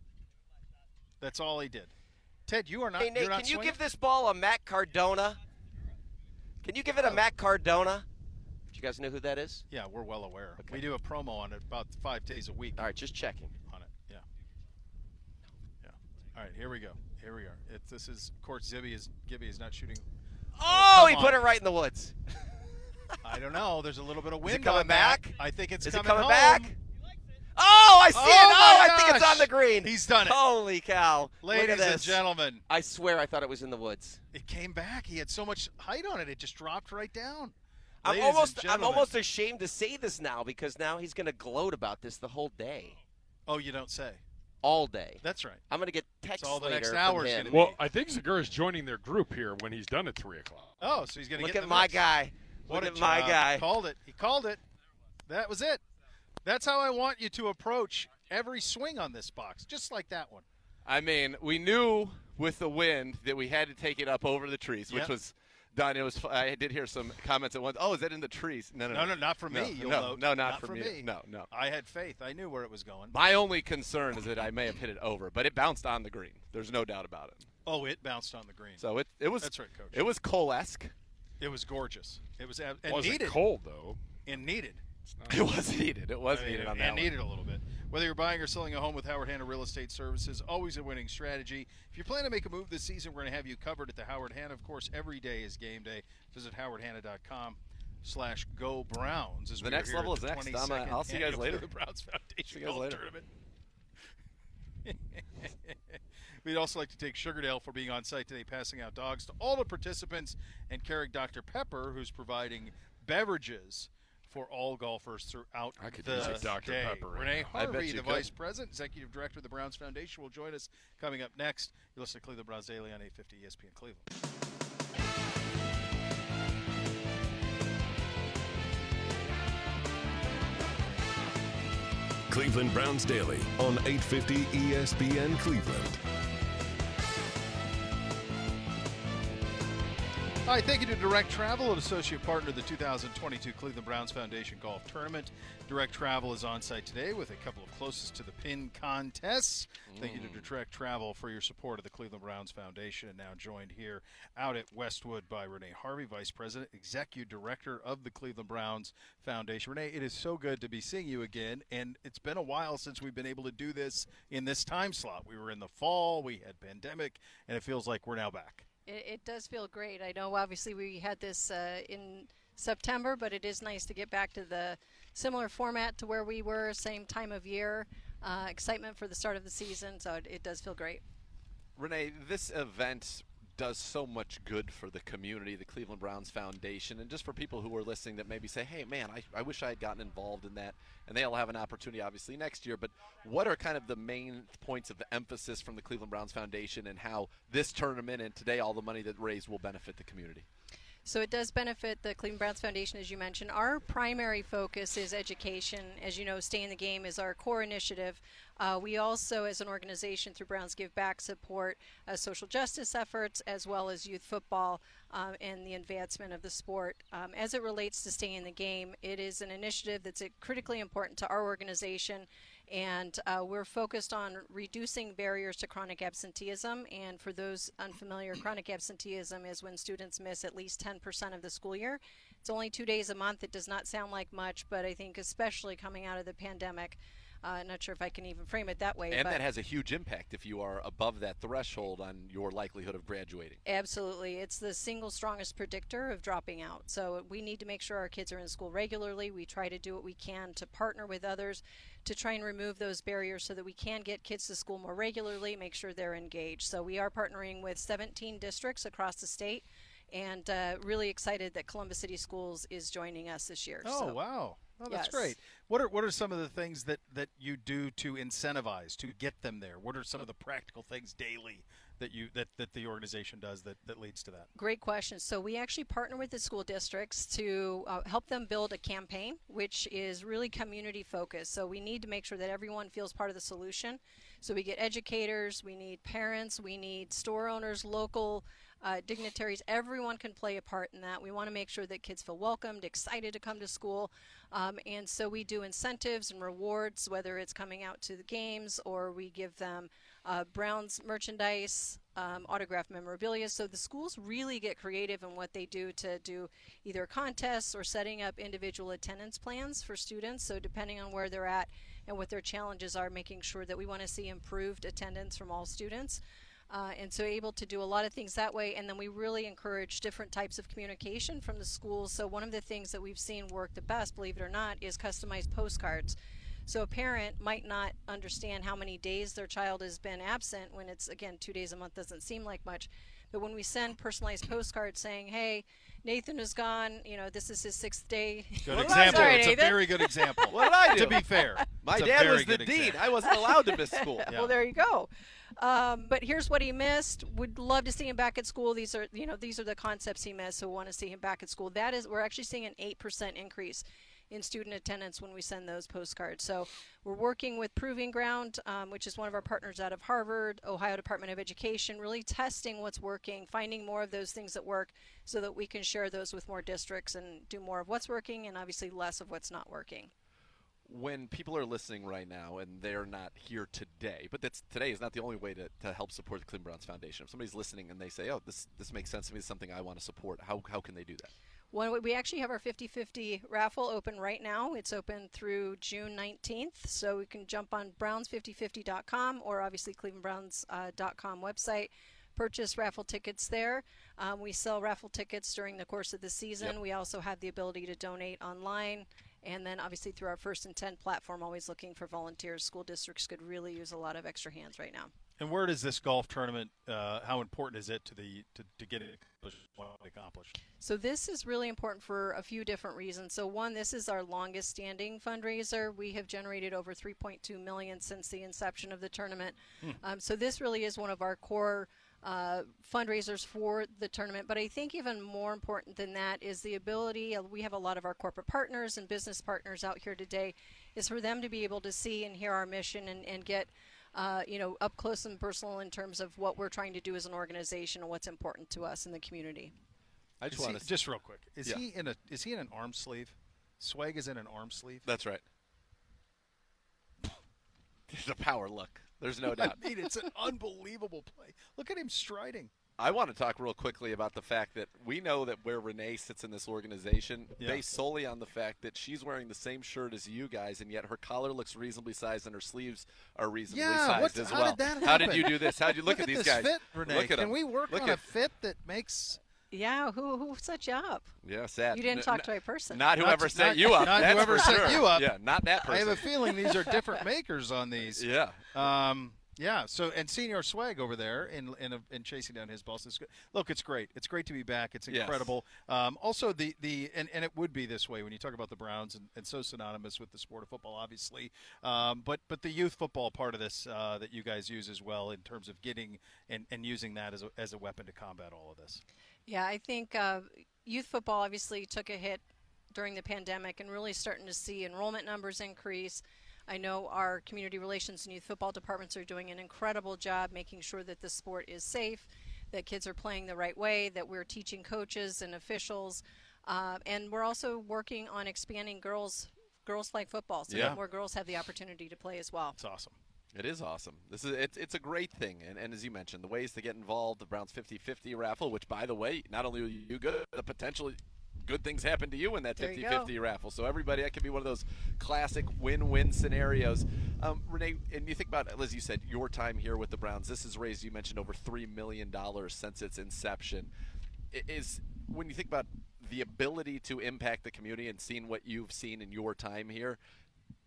F: That's all he did. Ted, you are not.
H: Hey Nate,
F: you're not
H: can you
F: swinging?
H: give this ball a Matt Cardona? Can you give it a Matt Cardona? Do you guys know who that is?
F: Oh. Yeah, we're well aware.
H: Okay.
F: We do a promo on it about five days a week
H: All right, just checking.
F: on it. Yeah. Yeah. All right. Here we go. Here we are. It's this is of course Zibby is Gibby is not shooting.
H: Oh,
F: come
H: he put
F: on.
H: it right in the woods.
F: I don't know. There's a little bit of wind
H: coming
F: on that.
H: back?
F: I think it's
H: is
F: coming
H: it coming
F: home.
H: back? Oh, I see it. Oh,
F: my
H: I think it's
F: gosh.
H: on the green.
F: He's done it.
H: Holy cow. Look at
F: Ladies
H: this.
F: and gentlemen,
H: I swear I thought it was in the woods.
F: It came back. He had so much height on it, it just dropped right down.
H: I'm
F: Ladies and
H: almost I'm
F: gentlemen-
H: almost ashamed to say this now because now he's going to gloat about this the whole day.
F: Oh, you don't say.
H: All day.
F: That's right.
H: I'm going to get text
F: all the
H: later
F: next
H: from
F: hour is
H: him.
F: gonna be-
G: Well, I think Zagura is joining their group here when he's done at three o'clock.
F: Oh, so he's going to
H: Look
F: get in
H: at
F: the
H: my
F: mix.
H: guy.
F: What
H: Look
F: a
H: at my
F: job.
H: guy.
F: Called it. He called it. That was it. That's how I want you to approach every swing on this box, just like that one.
D: I mean, we knew with the wind that we had to take it up over the trees, which
F: Yep.
D: was done. It was. fu- I did hear some comments at once. Oh, is that in the trees? No, no,
F: No, no, not for me.
D: No,
F: you'll
D: no,
F: note.
D: no, not,
F: for me.
D: No, no.
F: I had faith. I knew where it was going.
D: My only concern is that I may have hit it over, but it bounced on the green. There's no doubt about it.
F: Oh, it bounced on the green.
D: So it it was.
F: That's right, Coach.
D: It was Cole-esque.
F: it was gorgeous. It was ab- and
G: Wasn't
F: needed.
G: cold though.
F: And needed. Uh,
D: It was needed. It was needed on that
F: and
D: one.
F: needed a little bit. Whether you're buying or selling a home with Howard Hanna Real Estate Services, always a winning strategy. If you plan to make a move this season, we're going to have you covered at the Howard Hanna. Of course, every day is game day. Visit howardhanna.com slash go Browns. As
D: The
F: we are
D: next
F: here
D: level
F: at
D: is
F: the
D: next. I'm,
F: 22nd
D: uh, I'll see you guys
F: annual
D: later.
F: The Browns Foundation
D: See you guys
F: Golf
D: later.
F: Tournament. We'd also like to thank Sugardale for being on site today, passing out dogs to all the participants, and Carrick Dr. Pepper, who's providing beverages for all golfers throughout
G: I could
F: the
G: use a Dr.
F: day.
G: Pepper right
F: Renee
G: now.
D: I bet
F: Harvey,
D: you
F: the
D: could.
F: Vice President, Executive Director of the Browns Foundation, will join us coming up next. You listen to Cleveland Browns Daily on E 850 ESPN Cleveland.
B: Cleveland Browns Daily on E 850 ESPN Cleveland.
F: Hi, thank you to Direct Travel, an associate partner of the 2022 Cleveland Browns Foundation Golf Tournament. Direct Travel is on site today with a couple of closest to the pin contests. Thank you to Direct Travel for your support of the Cleveland Browns Foundation, and now joined here out at Westwood by Renee Harvey, Vice President, Executive Director of the Cleveland Browns Foundation. Renee, it is so good to be seeing you again, and it's been a while since we've been able to do this in this time slot. We were in the fall, we had pandemic, and it feels like we're now back.
I: It, it does feel great. I know, obviously, we had this uh, in September, but it is nice to get back to the similar format to where we were, same time of year. Uh, excitement for the start of the season, so it, it does feel great.
D: Renee, this event does so much good for the community, the Cleveland Browns Foundation, and just for people who are listening that maybe say, hey, man, I, I wish I had gotten involved in that. And they'll have an opportunity, obviously, next year. But what are kind of the main points of emphasis from the Cleveland Browns Foundation and how this tournament and today all the money that raised will benefit the community?
I: So it does benefit the Cleveland Browns Foundation, as you mentioned. Our primary focus is education. As you know, Stay in the Game is our core initiative. Uh, we also, as an organization through Browns Give Back, support uh, social justice efforts as well as youth football um, and the advancement of the sport. Um, as it relates to Stay in the Game, it is an initiative that's uh, critically important to our organization and uh, we're focused on reducing barriers to chronic absenteeism. And for those unfamiliar, chronic absenteeism is when students miss at least 10% of the school year. It's only two days a month. It does not sound like much, but I think, especially coming out of the pandemic, uh, not sure if I can even frame it that way.
D: And
I: but
D: that has a huge impact if you are above that threshold on your likelihood of graduating.
I: Absolutely. It's the single strongest predictor of dropping out. So we need to make sure our kids are in school regularly. We try to do what we can to partner with others to try and remove those barriers so that we can get kids to school more regularly, make sure they're engaged. So we are partnering with 17 districts across the state and uh, really excited that Columbus City Schools is joining us this year.
F: Oh
I: So-
F: wow, oh, that's
I: Yes.
F: great. What are what are some of the things that that you do to incentivize to get them there? What are some of the practical things daily that you that that the organization does that that leads to that?
I: Great question. So we actually partner with the school districts to uh, help them build a campaign, which is really community focused. So we need to make sure that everyone feels part of the solution. So we get educators, we need parents, we need store owners, local uh, dignitaries. Everyone can play a part in that. We want to make sure that kids feel welcomed, excited to come to school, um, and so we do incentives and rewards, whether it's coming out to the games or we give them uh, Browns merchandise um, autographed memorabilia. So the schools really get creative in what they do to do either contests or setting up individual attendance plans for students. So depending on where they're at and what their challenges are, making sure that we want to see improved attendance from all students. Uh, and so able to do a lot of things that way and then we really encourage different types of communication from the schools so one of the things that we've seen work the best believe it or not is customized postcards so a parent might not understand how many days their child has been absent when it's again two days a month doesn't seem like much. But when we send personalized postcards saying, "Hey, Nathan is gone. You know, this is his sixth day."
F: Good
I: Well, I'm
F: example.
I: sorry,
F: it's a
I: Nathan.
F: very good example.
D: What did I
F: to
D: do?
F: be fair,
D: My
F: it's a
D: dad
F: very
D: was the
F: good
D: dean.
F: example.
D: I wasn't allowed to miss school.
I: Well, there you go. Um, but here's what he missed. Would love to see him back at school. These are, you know, these are the concepts he missed. So we want to see him back at school. That is, we're actually seeing an eight percent increase in student attendance when we send those postcards. So we're working with Proving Ground, um, which is one of our partners out of Harvard, Ohio Department of Education, really testing what's working, finding more of those things that work, so that we can share those with more districts and do more of what's working and obviously less of what's not working.
D: when people are listening right now and they're not here today, but that's today is not the only way to, to help support the Cleveland Browns Foundation. If somebody's listening and they say, "Oh, this this makes sense to me. This is something I want to support," how how can they do that?
I: One, we actually have our 50 50 raffle open right now. It's open through June 19th. So you can jump on browns5050.com or obviously clevelandbrowns.com uh, dot com website. purchase raffle tickets there. Um, we sell raffle tickets during the course of the season. We also have the ability to donate online. And then, obviously, through our First and 10 platform, always looking for volunteers. School districts could really use a lot of extra hands right now.
F: And where does this golf tournament? Uh, how important is it to the to, to get it accomplished?
I: So this is really important for a few different reasons. So one, this is our longest standing fundraiser. We have generated over 3.2 million since the inception of the tournament. Um, so this really is one of our core uh, fundraisers for the tournament. But I think even more important than that is the ability. uh, We have a lot of our corporate partners and business partners out here today, is for them to be able to see and hear our mission and, and get uh, you know, up close and personal in terms of what we're trying to do as an organization and what's important to us in the community.
D: I
F: Is
D: just
F: he-
D: want to.
F: just real quick. Is
D: Yeah.
F: he in a? Is he in an arm sleeve? Swag is in an arm sleeve.
D: That's right. the power look. There's no
F: I
D: doubt.
F: mean, it's an unbelievable play. Look at him striding.
D: I want to talk real quickly about the fact that we know that where Renee sits in this organization,
F: Yeah.
D: based solely on the fact that she's wearing the same shirt as you guys, and yet her collar looks reasonably sized and her sleeves are reasonably
F: Yeah,
D: sized
F: what's-
D: as
F: how
D: well.
F: did that
D: how did
F: happen?
D: you do this? How did you look, at, these
F: this
D: guys?
F: Fit, Renee.
D: Look at
F: Can
D: them.
F: we work
D: Look
F: on
D: at
F: a fit that makes
I: Yeah, who who set you up?
D: Yeah, sad.
I: You didn't
D: N-
I: talk
D: n-
I: to a person.
D: Not whoever
F: not-
D: set you up.
F: not
D: that's
F: whoever
D: for
F: set
D: sure.
F: you up.
D: Yeah, not that
F: I
D: person.
F: have a feeling these are different makers on these.
D: yeah.
F: Um, yeah. So and senior swag over there in in, in chasing down his boss. It's good. Look, it's great. It's great to be back. It's
D: Yes.
F: incredible. Um, also the the and, and it would be this way when you talk about the Browns and, and so synonymous with the sport of football, obviously. Um, but but the youth football part of this uh, that you guys use as well in terms of getting and, and using that as a, as a weapon to combat all of this.
I: Yeah, I think uh, youth football obviously took a hit during the pandemic and really starting to see enrollment numbers increase. I know our community relations and youth football departments are doing an incredible job making sure that the sport is safe, that kids are playing the right way, that we're teaching coaches and officials, uh, and we're also working on expanding girls girls flag football so
D: Yeah.
I: that more girls have the opportunity to play as well.
F: It's awesome.
D: It is awesome. This is it's, it's a great thing, and, and as you mentioned, the ways to get involved, the Browns 50-50 raffle, which by the way, not only are you good, the potential good things happen to you in that
I: There you
D: 50-50 raffle. So everybody, that could be one of those classic win-win scenarios. Um, Renee, and you think about, as you said, your time here with the Browns. This has raised, you mentioned, over three million dollars since its inception. I- Is when you think about the ability to impact the community and seeing what you've seen in your time here,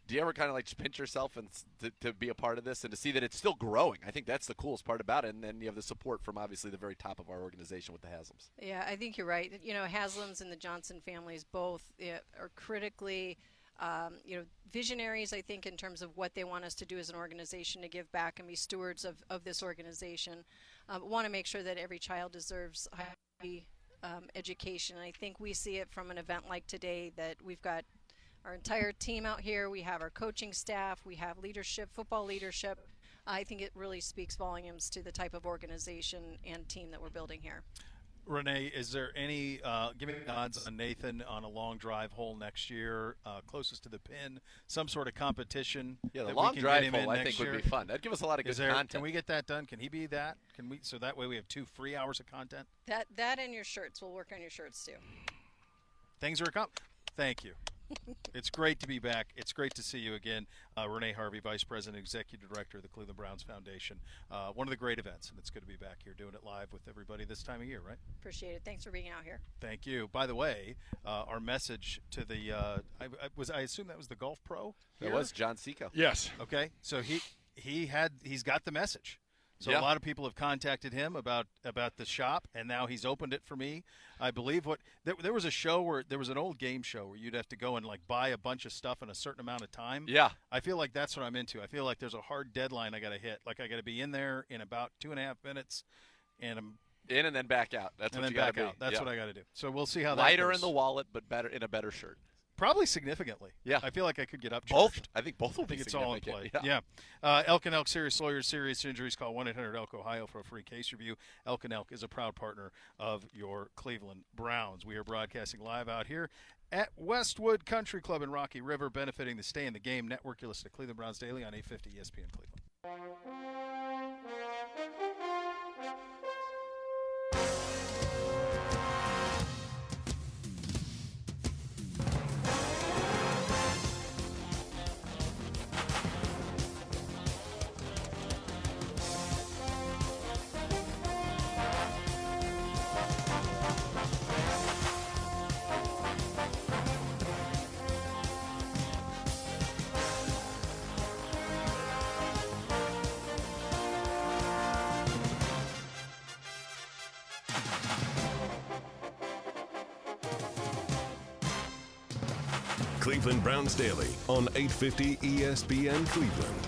D: do you ever kind of like just pinch yourself and s- to, to be a part of this and to see that it's still growing? I think that's the coolest part about it. And then you have the support from obviously the very top of our organization with the Haslams.
I: Yeah, I think you're right. You know, Haslam's and the Johnson families both eh, are critically, um, you know, visionaries. I think in terms of what they want us to do as an organization to give back and be stewards of, of this organization. Um, want to make sure that every child deserves high um, education. And I think we see it from an event like today that we've got our entire team out here. We have our coaching staff. We have leadership, football leadership. I think it really speaks volumes to the type of organization and team that we're building here.
F: Renee, is there any uh, give me odds on Nathan on a long drive hole next year, uh, closest to the pin, some sort of competition?
D: Yeah, the
F: that we
D: long
F: can
D: drive
F: get him in
D: hole I
F: next
D: think
F: year?
D: would be fun. That'd give us a lot of good
F: Is there,
D: content.
F: Can we get that done? Can he be that? Can we? So that way we have two free hours of content.
I: That that and your shirts. We'll work on your shirts too.
F: Things are accom- Thank you. it's great to be back. It's great to see you again, uh, Renee Harvey, Vice President, Executive Director of the Cleveland Browns Foundation. Uh, one of the great events, and it's good to be back here doing it live with everybody this time of year, right?
I: Appreciate it. Thanks for being out here.
F: Thank you. By the way, uh, our message to the uh, I, I was I assume that was the golf pro.
D: That
F: here?
D: was John Seco.
G: Yes.
F: okay. So he he had he's got the message. So
D: Yeah.
F: a lot of people have contacted him about about the shop, and now he's opened it for me. I believe what there, there was a show where there was an old game show where you'd have to go and like buy a bunch of stuff in a certain amount of time.
D: Yeah.
F: I feel like that's what I'm into. I feel like there's a hard deadline I got to hit. Like I got to be in there in about two and a half minutes, and I'm
D: In and then back out. That's
F: and
D: what
F: then
D: you got
F: back
D: to be.
F: out. That's what I got to do. So we'll see how that
D: Lighter
F: goes.
D: in the wallet, but better in a better shirt.
F: Probably significantly.
D: Yeah.
F: I feel like I could get up.
D: Both. I think both will
F: I think
D: be
F: it's all in play.
D: significant.
F: Yeah. Uh, Elk and Elk Serious Lawyers Serious Injuries. Call 1 800 Elk Ohio for a free case review. Elk and Elk is a proud partner of your Cleveland Browns. We are broadcasting live out here at Westwood Country Club in Rocky River, benefiting the Stay in the Game Network. You listen to Cleveland Browns Daily on E 850 ESPN Cleveland.
B: Cleveland Browns Daily on E 850 ESPN Cleveland.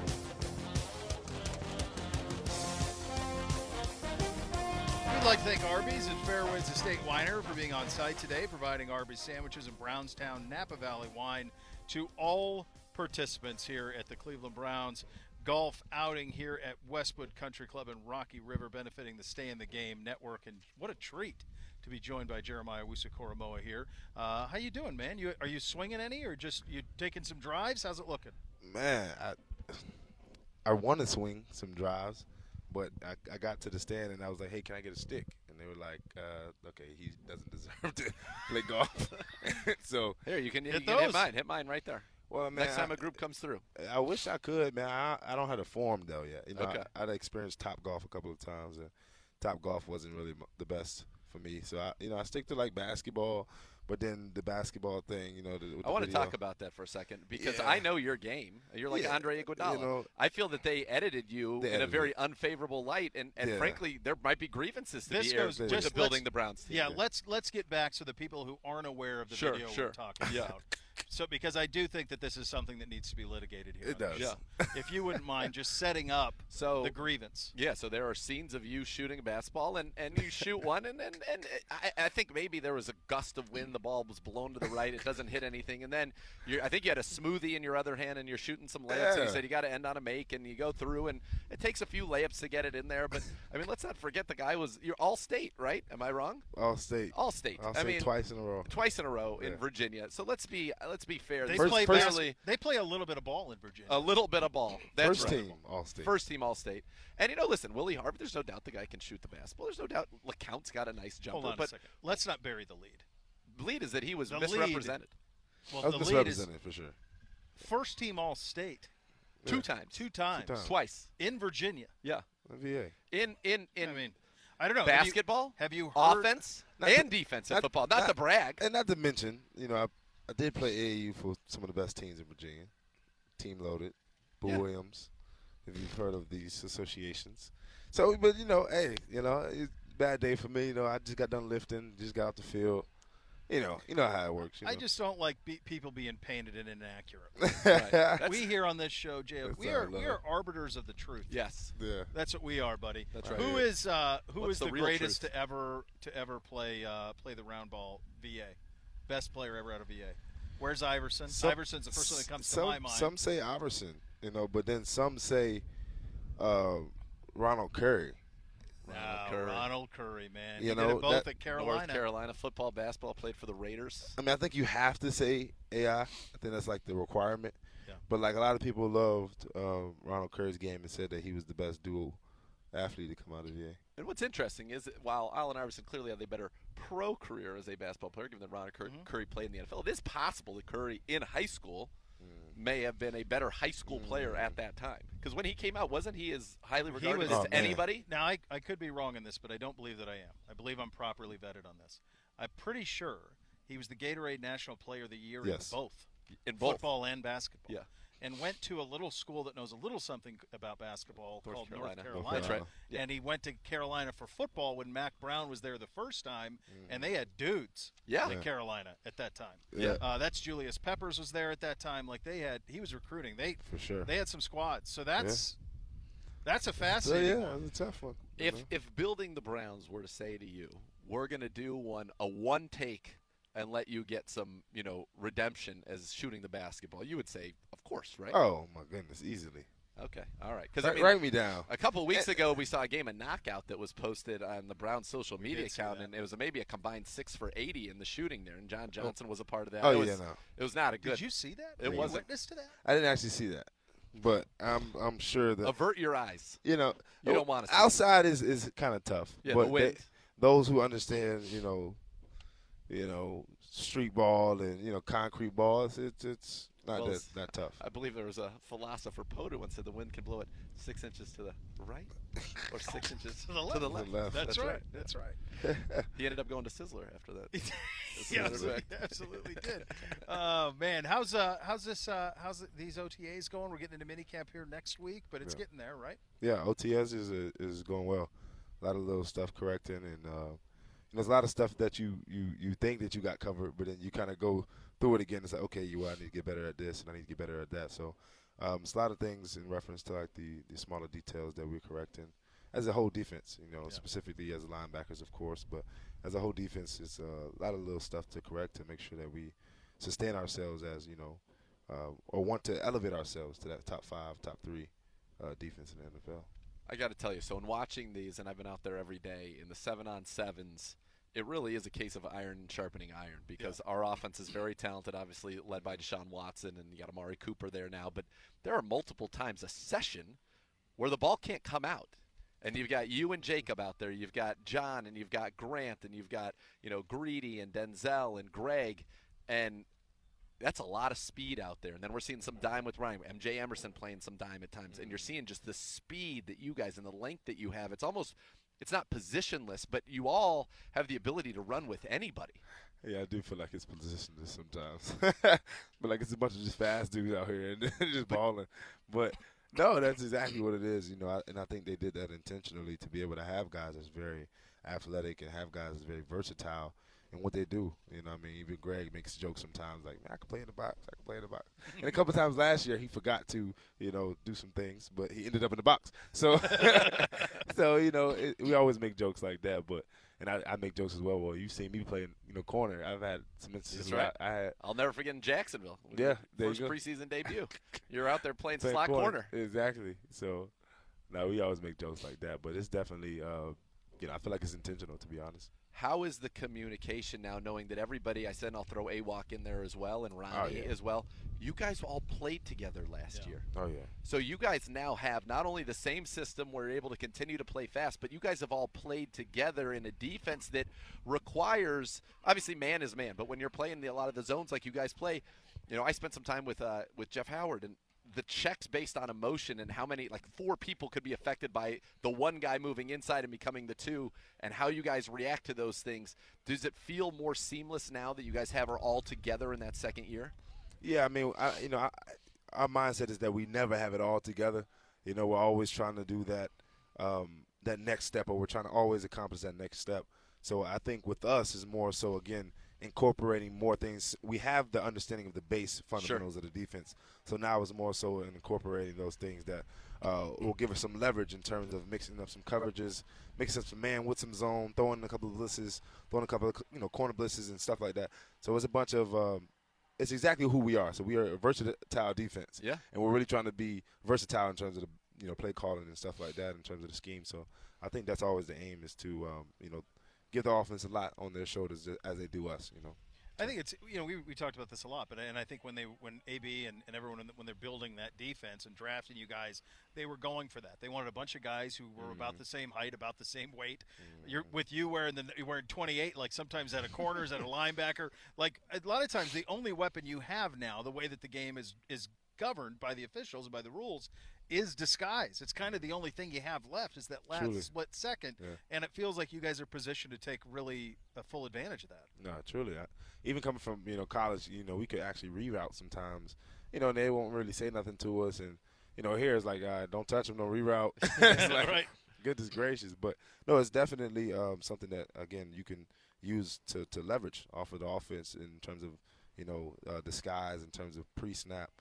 F: We'd like to thank Arby's and Fairwinds Estate Winery for being on site today, providing Arby's sandwiches and Brownstown Napa Valley wine to all participants here at the Cleveland Browns golf outing here at Westwood Country Club in Rocky River, benefiting the Stay in the Game Network. And what a treat to be joined by Jeremiah Wusukoromoa here. Uh, how you doing, man? You are you swinging any, or just you taking some drives? How's it looking?
J: Man, I I want to swing some drives but I, I got to the stand and I was like, "Hey, can I get a stick?" And they were like, uh, "Okay, he doesn't deserve to play golf." so
D: here you can
F: Hit
D: you can hit
F: those.
D: mine. Hit mine right there.
J: well, man,
D: Next time
J: I,
D: a group comes through.
J: I wish I could, man. I, I don't have the form though yet. You know,
D: Okay.
J: I, I'd experienced top golf a couple of times, and top golf wasn't really m- the best for me. So I, you know, I stick to like basketball, but then the basketball thing, you know, the, with
D: I want
J: the
D: to
J: video.
D: talk about that for a second because
J: Yeah.
D: I know your game. You're like
J: Yeah,
D: Andre Iguodala.
J: you know-
D: I feel that they edited you
J: They
D: in a
J: edited
D: very unfavorable light, and, and
J: Yeah.
D: frankly, there might be grievances to
F: This
D: be aired
F: goes
D: with
F: just
D: the building
F: let's-
D: the Browns team.
F: Yeah, let's let's get back so the people who aren't aware of the
D: Sure,
F: video we're
D: sure.
F: talking
D: Yeah.
F: about. So because I do think that this is something that needs to be litigated here.
J: It
F: on
J: does.
F: the show. if you wouldn't mind just setting up
D: So-
F: the grievance.
D: Yeah, so there are scenes of you shooting a basketball, and, and you shoot one, and, and, and I, I think maybe there was a gust of wind. The ball was blown to the right. It doesn't hit anything. And then you I think you had a smoothie in your other hand, and you're shooting some layups. And you
J: Yeah.
D: said you got to end on a make, and you go through, and it takes a few layups to get it in there. But, I mean, let's not forget the guy was – you're all-state, right? Am I wrong?
J: All state.
D: All state.
J: All
D: I
J: state
D: mean,
J: twice in a row.
D: Twice in a row in
J: Yeah.
D: Virginia. So let's be let's be fair.
F: They
D: This is
F: play
J: first-
F: bas-
D: barely
F: they play a little bit of ball in Virginia.
D: a little bit of ball. That's
J: First
D: right.
J: team all state.
D: First team All State. And you know, listen, Willie Harvey, there's no doubt the guy can shoot the basketball. There's no doubt LeCount's got a nice jumper.
F: Hold on a
D: but
F: second. Let's not bury the lead.
D: lead is that he was
F: The lead-
D: misrepresented
F: Well,
J: I was
F: the lead is
J: misrepresented for sure.
F: first team all state
D: two times.
F: two times,
J: times.
D: Twice.
F: in Virginia.
D: Yeah.
J: NBA.
D: In in in
F: I mean, I don't know. Have you-
D: basketball,
F: Have you, heard?
D: offense
J: Not
D: and
J: to-
D: defense in football. Not, to brag.
J: And not to mention, you know, I, I did play AAU for some of the best teams in Virginia. Team Loaded, Boo
D: Yeah.
J: Williams, if you've heard of these associations. So, but, you know, hey, you know, it's a bad day for me. You know, I just got done lifting, just got off the field. You know, you know how it works. you
F: I
J: know.
F: just don't like be- people being painted and inaccurate.
D: That's-
F: we here on this show, Jay,
J: That's
F: we
J: how I
F: are we
J: love
F: are
J: it.
F: arbiters of the truth.
D: Yes.
J: yeah.
F: That's what we are, buddy.
D: That's right.
F: Who is uh, who is
D: What's
F: the,
D: the real
F: greatest
D: truth?
F: to ever to ever play uh, play the round ball? VA, best player ever out of VA. Where's Iverson?
J: Some-
F: Iverson's the person that comes
J: some,
F: to my mind.
J: Some say Iverson, you know, but then some say uh, Ronald Curry.
F: No,
D: Ronald Curry.
F: Ronald Curry, man.
J: You
F: he did
J: know,
F: it both
J: that-
F: at Carolina.
D: North Carolina football, basketball, played for the Raiders.
J: I mean, I think you have to say AI. I think that's like the requirement.
F: Yeah.
J: But like a lot of people loved um, Ronald Curry's game and said that he was the best dual athlete to come out of VA.
D: And what's interesting is that while Allen Iverson clearly had a better pro career as a basketball player, given that Ron Cur-
F: Mm-hmm.
D: Curry played in the NFL, it is possible that Curry in high school
G: Mm.
D: may have been a better high school player
J: Mm.
D: at that time. Because when he came out, wasn't he as highly regarded
F: was-
D: as
J: Oh, man.
D: anybody?
F: Now I, I could be wrong in this, but I don't believe that I am. I believe I'm properly vetted on this. I'm pretty sure he was the Gatorade National Player of the Year
J: Yes.
F: in both
D: In both.
F: football and basketball.
D: Yeah.
F: And went to a little school that knows a little something about basketball
D: North
F: called
D: Carolina.
F: North
D: North
F: Carolina.
J: Carolina. That's
D: right. Yeah.
F: And he went to Carolina for football when Mac Brown was there the first time,
J: Mm.
F: and they had dudes
D: Yeah.
F: in
D: Yeah.
F: Carolina at that time.
J: Yeah.
F: Uh, that's Julius Peppers was there at that time. Like they had, he was recruiting. They
J: For sure.
F: They had some squads. So that's that's a
J: So
F: fascinating.
J: yeah,
F: one.
J: it was a tough one. you
D: If
J: know.
D: if building the Browns were to say to you, we're going to do one a one take and let you get some, you know, redemption as shooting the basketball, you would say, of course, right?
J: oh my goodness, easily.
D: Okay. All right. Because
J: Write,
D: I mean,
J: write me down. Eh.
D: A couple weeks ago, we saw a game of knockout that was posted on the Browns social media
F: did see
D: account,
F: that.
D: and it was maybe a combined six for 80 in the shooting there, and John Johnson was a part of that.
J: Oh,
D: it
J: yeah,
D: was,
J: no.
D: It was not a good.
F: Did you see that?
D: It
F: Were you
D: wasn't.
F: witness to that?
J: I didn't actually see that, but I'm I'm sure that
D: avert your eyes?
J: you know
D: You don't wanna see it.
J: outside is is kind of tough.
D: Yeah,
J: but
D: the wind.
J: they- those who understand, you know, you know, street ball and you know concrete balls, it's it's not
D: Well,
J: that
D: it's-
J: not tough.
D: I believe there was a philosopher Poe who once said the wind can blow it six inches to the right or six inches to the left.
J: left.
F: That's,
J: That's
F: right.
D: right.
F: That's right.
D: He ended up going to Sizzler after that. That's
F: Yeah,
D: another
F: absolutely,
D: fact.
F: absolutely did. Oh man, how's uh how's this uh how's th- these OTAs going? We're getting into minicamp here next week, but it's getting there, right?
J: Yeah, OTS is is going well. A lot of little stuff correcting and uh, there's a lot of stuff that you you you think that you got covered, but then you kind of go through it again. It's like, okay, you, well, I need to get better at this, and I need to get better at that. So um, it's a lot of things in reference to like the the smaller details that we're correcting as a whole defense. You know, specifically as linebackers, of course, but as a whole defense, it's a lot of little stuff to correct to make sure that we sustain ourselves as you know, uh, or want to elevate ourselves to that top five, top three uh, defense in the NFL.
D: I got to tell you, so in watching these, and I've been out there every day in the seven on sevens, it really is a case of iron sharpening iron because our offense is very talented, obviously led by Deshaun Watson, and you got Amari Cooper there now. But there are multiple times a session where the ball can't come out. And you've got you and Jacob out there. You've got John, and you've got Grant, and you've got you know Greedy and Denzel and Greg, and that's a lot of speed out there. And then we're seeing some dime with Ryan, MJ Emerson playing some dime at times, and you're seeing just the speed that you guys and the length that you have. It's almost it's not positionless, but you all have the ability to run with anybody.
J: Yeah, I do feel like it's positionless sometimes, but like it's a bunch of just fast dudes out here and just balling. But no, that's exactly what it is, you know. I, and I think they did that intentionally to be able to have guys that's very athletic and have guys that's very versatile and what they do. You know, what I mean, even Greg makes jokes sometimes, like, "Man, I can play in the box. I can play in the box." And a couple times last year, he forgot to, you know, do some things, but he ended up in the box. So, so you know, it, we always make jokes like that. But and I, I make jokes as well. Well, you've seen me play, you know, corner. I've had some instances.
D: That's
J: where
D: right.
J: I, I had
D: I'll never forget in Jacksonville.
J: Yeah, there you
D: first
J: go.
D: preseason debut. You're out there playing
J: playing
D: slot corner.
J: Exactly. So, now we always make jokes like that, but it's definitely, uh, you know, I feel like it's intentional to be honest.
D: How is the communication now, knowing that everybody I said I'll throw AWOC in there as well and Ronnie
J: yeah.
D: as well? You guys all played together last year.
J: Oh yeah.
D: So you guys now have not only the same system where you're able to continue to play fast, but you guys have all played together in a defense that requires obviously man is man, but when you're playing the, a lot of the zones like you guys play, you know, I spent some time with uh, with Jeff Howard and the checks based on emotion and how many like four people could be affected by the one guy moving inside and becoming the two and how you guys react to those things does it feel more seamless now that you guys have are all together in that second year
J: Yeah, I mean, I, you know, I, our mindset is that we never have it all together. You know, we're always trying to do that um, that next step, or we're trying to always accomplish that next step. So I think with us is more so again incorporating more things. We have the understanding of the base fundamentals of the defense. So now it's more so in incorporating those things that uh, will give us some leverage in terms of mixing up some coverages, mixing up some man with some zone, throwing a couple of blitzes, throwing a couple of you know corner blitzes and stuff like that. So it's a bunch of um, it's exactly who we are. So we are a versatile defense.
D: Yeah.
J: And we're really trying to be versatile in terms of the you know play calling and stuff like that in terms of the scheme. So I think that's always the aim is to um, you know give the offense a lot on their shoulders uh, as they do us. You know.
F: I think it's you know we, we talked about this a lot, but and I think when they when AB and, and everyone in the- when they're building that defense and drafting you guys, they were going for that. They wanted a bunch of guys who were about the same height, about the same weight. You're with you wearing the you're wearing 28, like sometimes at a corners, at a linebacker. Like a lot of times, the only weapon you have now, the way that the game is is governed by the officials and by the rules, is disguise. It's kind of the only thing you have left is that last
J: Truly.
F: split second,
J: Yeah.
F: and it feels like you guys are positioned to take really a full advantage of that.
J: No, truly. I, even coming from you know college, you know we could actually reroute sometimes. You know they won't really say nothing to us, and you know here it's like uh, don't touch them, don't reroute. it's like,
F: Right.
J: Goodness gracious, but no, it's definitely um, something that again you can use to, to leverage off of the offense in terms of you know uh, disguise, in terms of pre-snap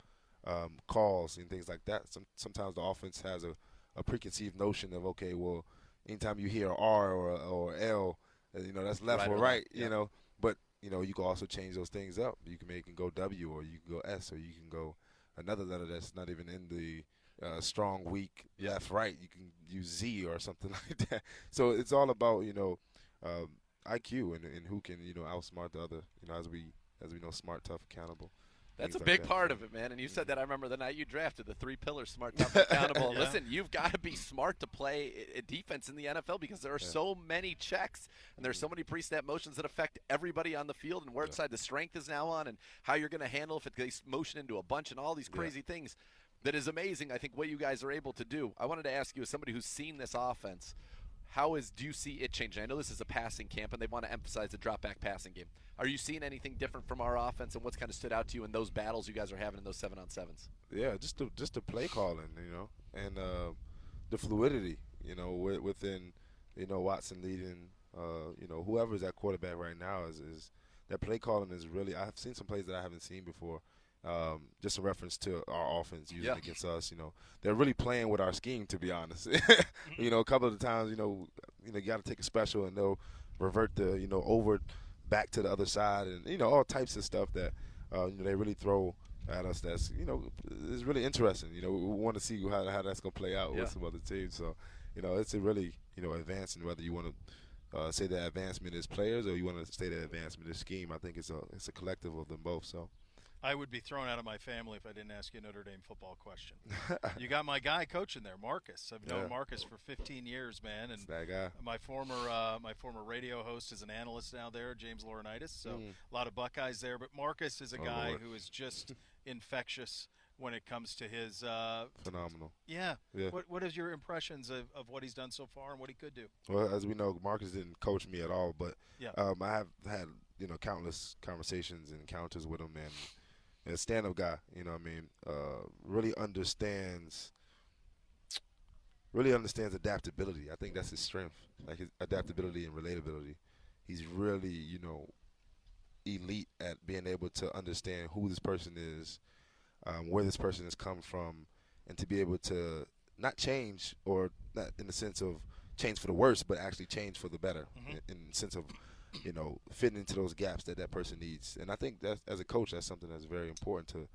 J: um, calls and things like that. Some, sometimes the offense has a, a preconceived notion of okay, well, anytime you hear a R or a- or a L, uh, you know that's left
D: Right
J: or
D: or
J: right.
D: left,
J: You
D: yeah.
J: know, but you know you can also change those things up. You can make it go W or you can go S or you can go another letter that's not even in the uh, strong, weak, left, right. You can use Z or something like that. So it's all about you know um, IQ and, and who can you know outsmart the other. You know, as we as we know, smart, tough, accountable.
D: That's
J: things
D: a
J: like
D: big
J: that.
D: part of it, man. And you said that I remember the night you drafted the three pillars: smart, tough, and accountable. Listen, you've got to be smart to play i- i- defense in the NFL because there are so many checks and there's so many pre-snap motions that affect everybody on the field and where side the strength is now on and how you're going to handle if it gets motion into a bunch and all these crazy things. That is amazing. I think what you guys are able to do. I wanted to ask you, as somebody who's seen this offense, how is do you see it changing? I know this is a passing camp, and they want to emphasize the drop back passing game. Are you seeing anything different from our offense, and what's kind of stood out to you in those battles you guys are having in those seven on sevens?
J: yeah, just the just the play calling, you know, and uh, the fluidity, you know, wi- within you know Watson leading Uh, you know, whoever's at quarterback right now is, is that play calling is really. I've seen some plays that I haven't seen before. Um, just in reference to our offense using
D: Yeah.
J: against us, you know, they're really playing with our scheme. To be honest,
D: Mm-hmm.
J: you know, a couple of the times, you know, you know, you got to take a special and they'll revert the, you know, over back to the other side and you know all types of stuff that uh, you know, they really throw at us. That's you know, it's really interesting. You know, we want to see how how that's gonna play out
D: Yeah.
J: with some other teams. So, you know, it's a really you know advancing whether you want to. Uh, say that advancement is players, or you want to say that advancement is scheme. I think it's a it's a collective of them both. So
F: I would be thrown out of my family if I didn't ask you a Notre Dame football question. you got my guy coaching there, Marcus. I've known
J: Yeah.
F: Marcus for 15 years, man, and
J: it's that guy.
F: my former uh, my former radio host is an analyst now there, James Laurinaitis. So a lot of Buckeyes there, but Marcus is a
J: Hmm. Oh,
F: guy
J: Lord.
F: who is just infectious when it comes to his uh,
J: Phenomenal.
F: yeah.
J: Yeah.
F: What what is your impressions of, of what he's done so far and what he could do?
J: Well, as we know, Marcus didn't coach me at all, but
F: Yeah.
J: um, I have had you know countless conversations and encounters with him, and and a stand-up guy. You know, what I mean, uh, really understands, really understands adaptability. I think that's his strength, like his adaptability and relatability. He's really you know elite at being able to understand who this person is, um, where this person has come from, and to be able to not change or not in the sense of change for the worse, but actually change for the better in, in the sense of you know fitting into those gaps that that person needs. And I think that as a coach, that's something that's very important to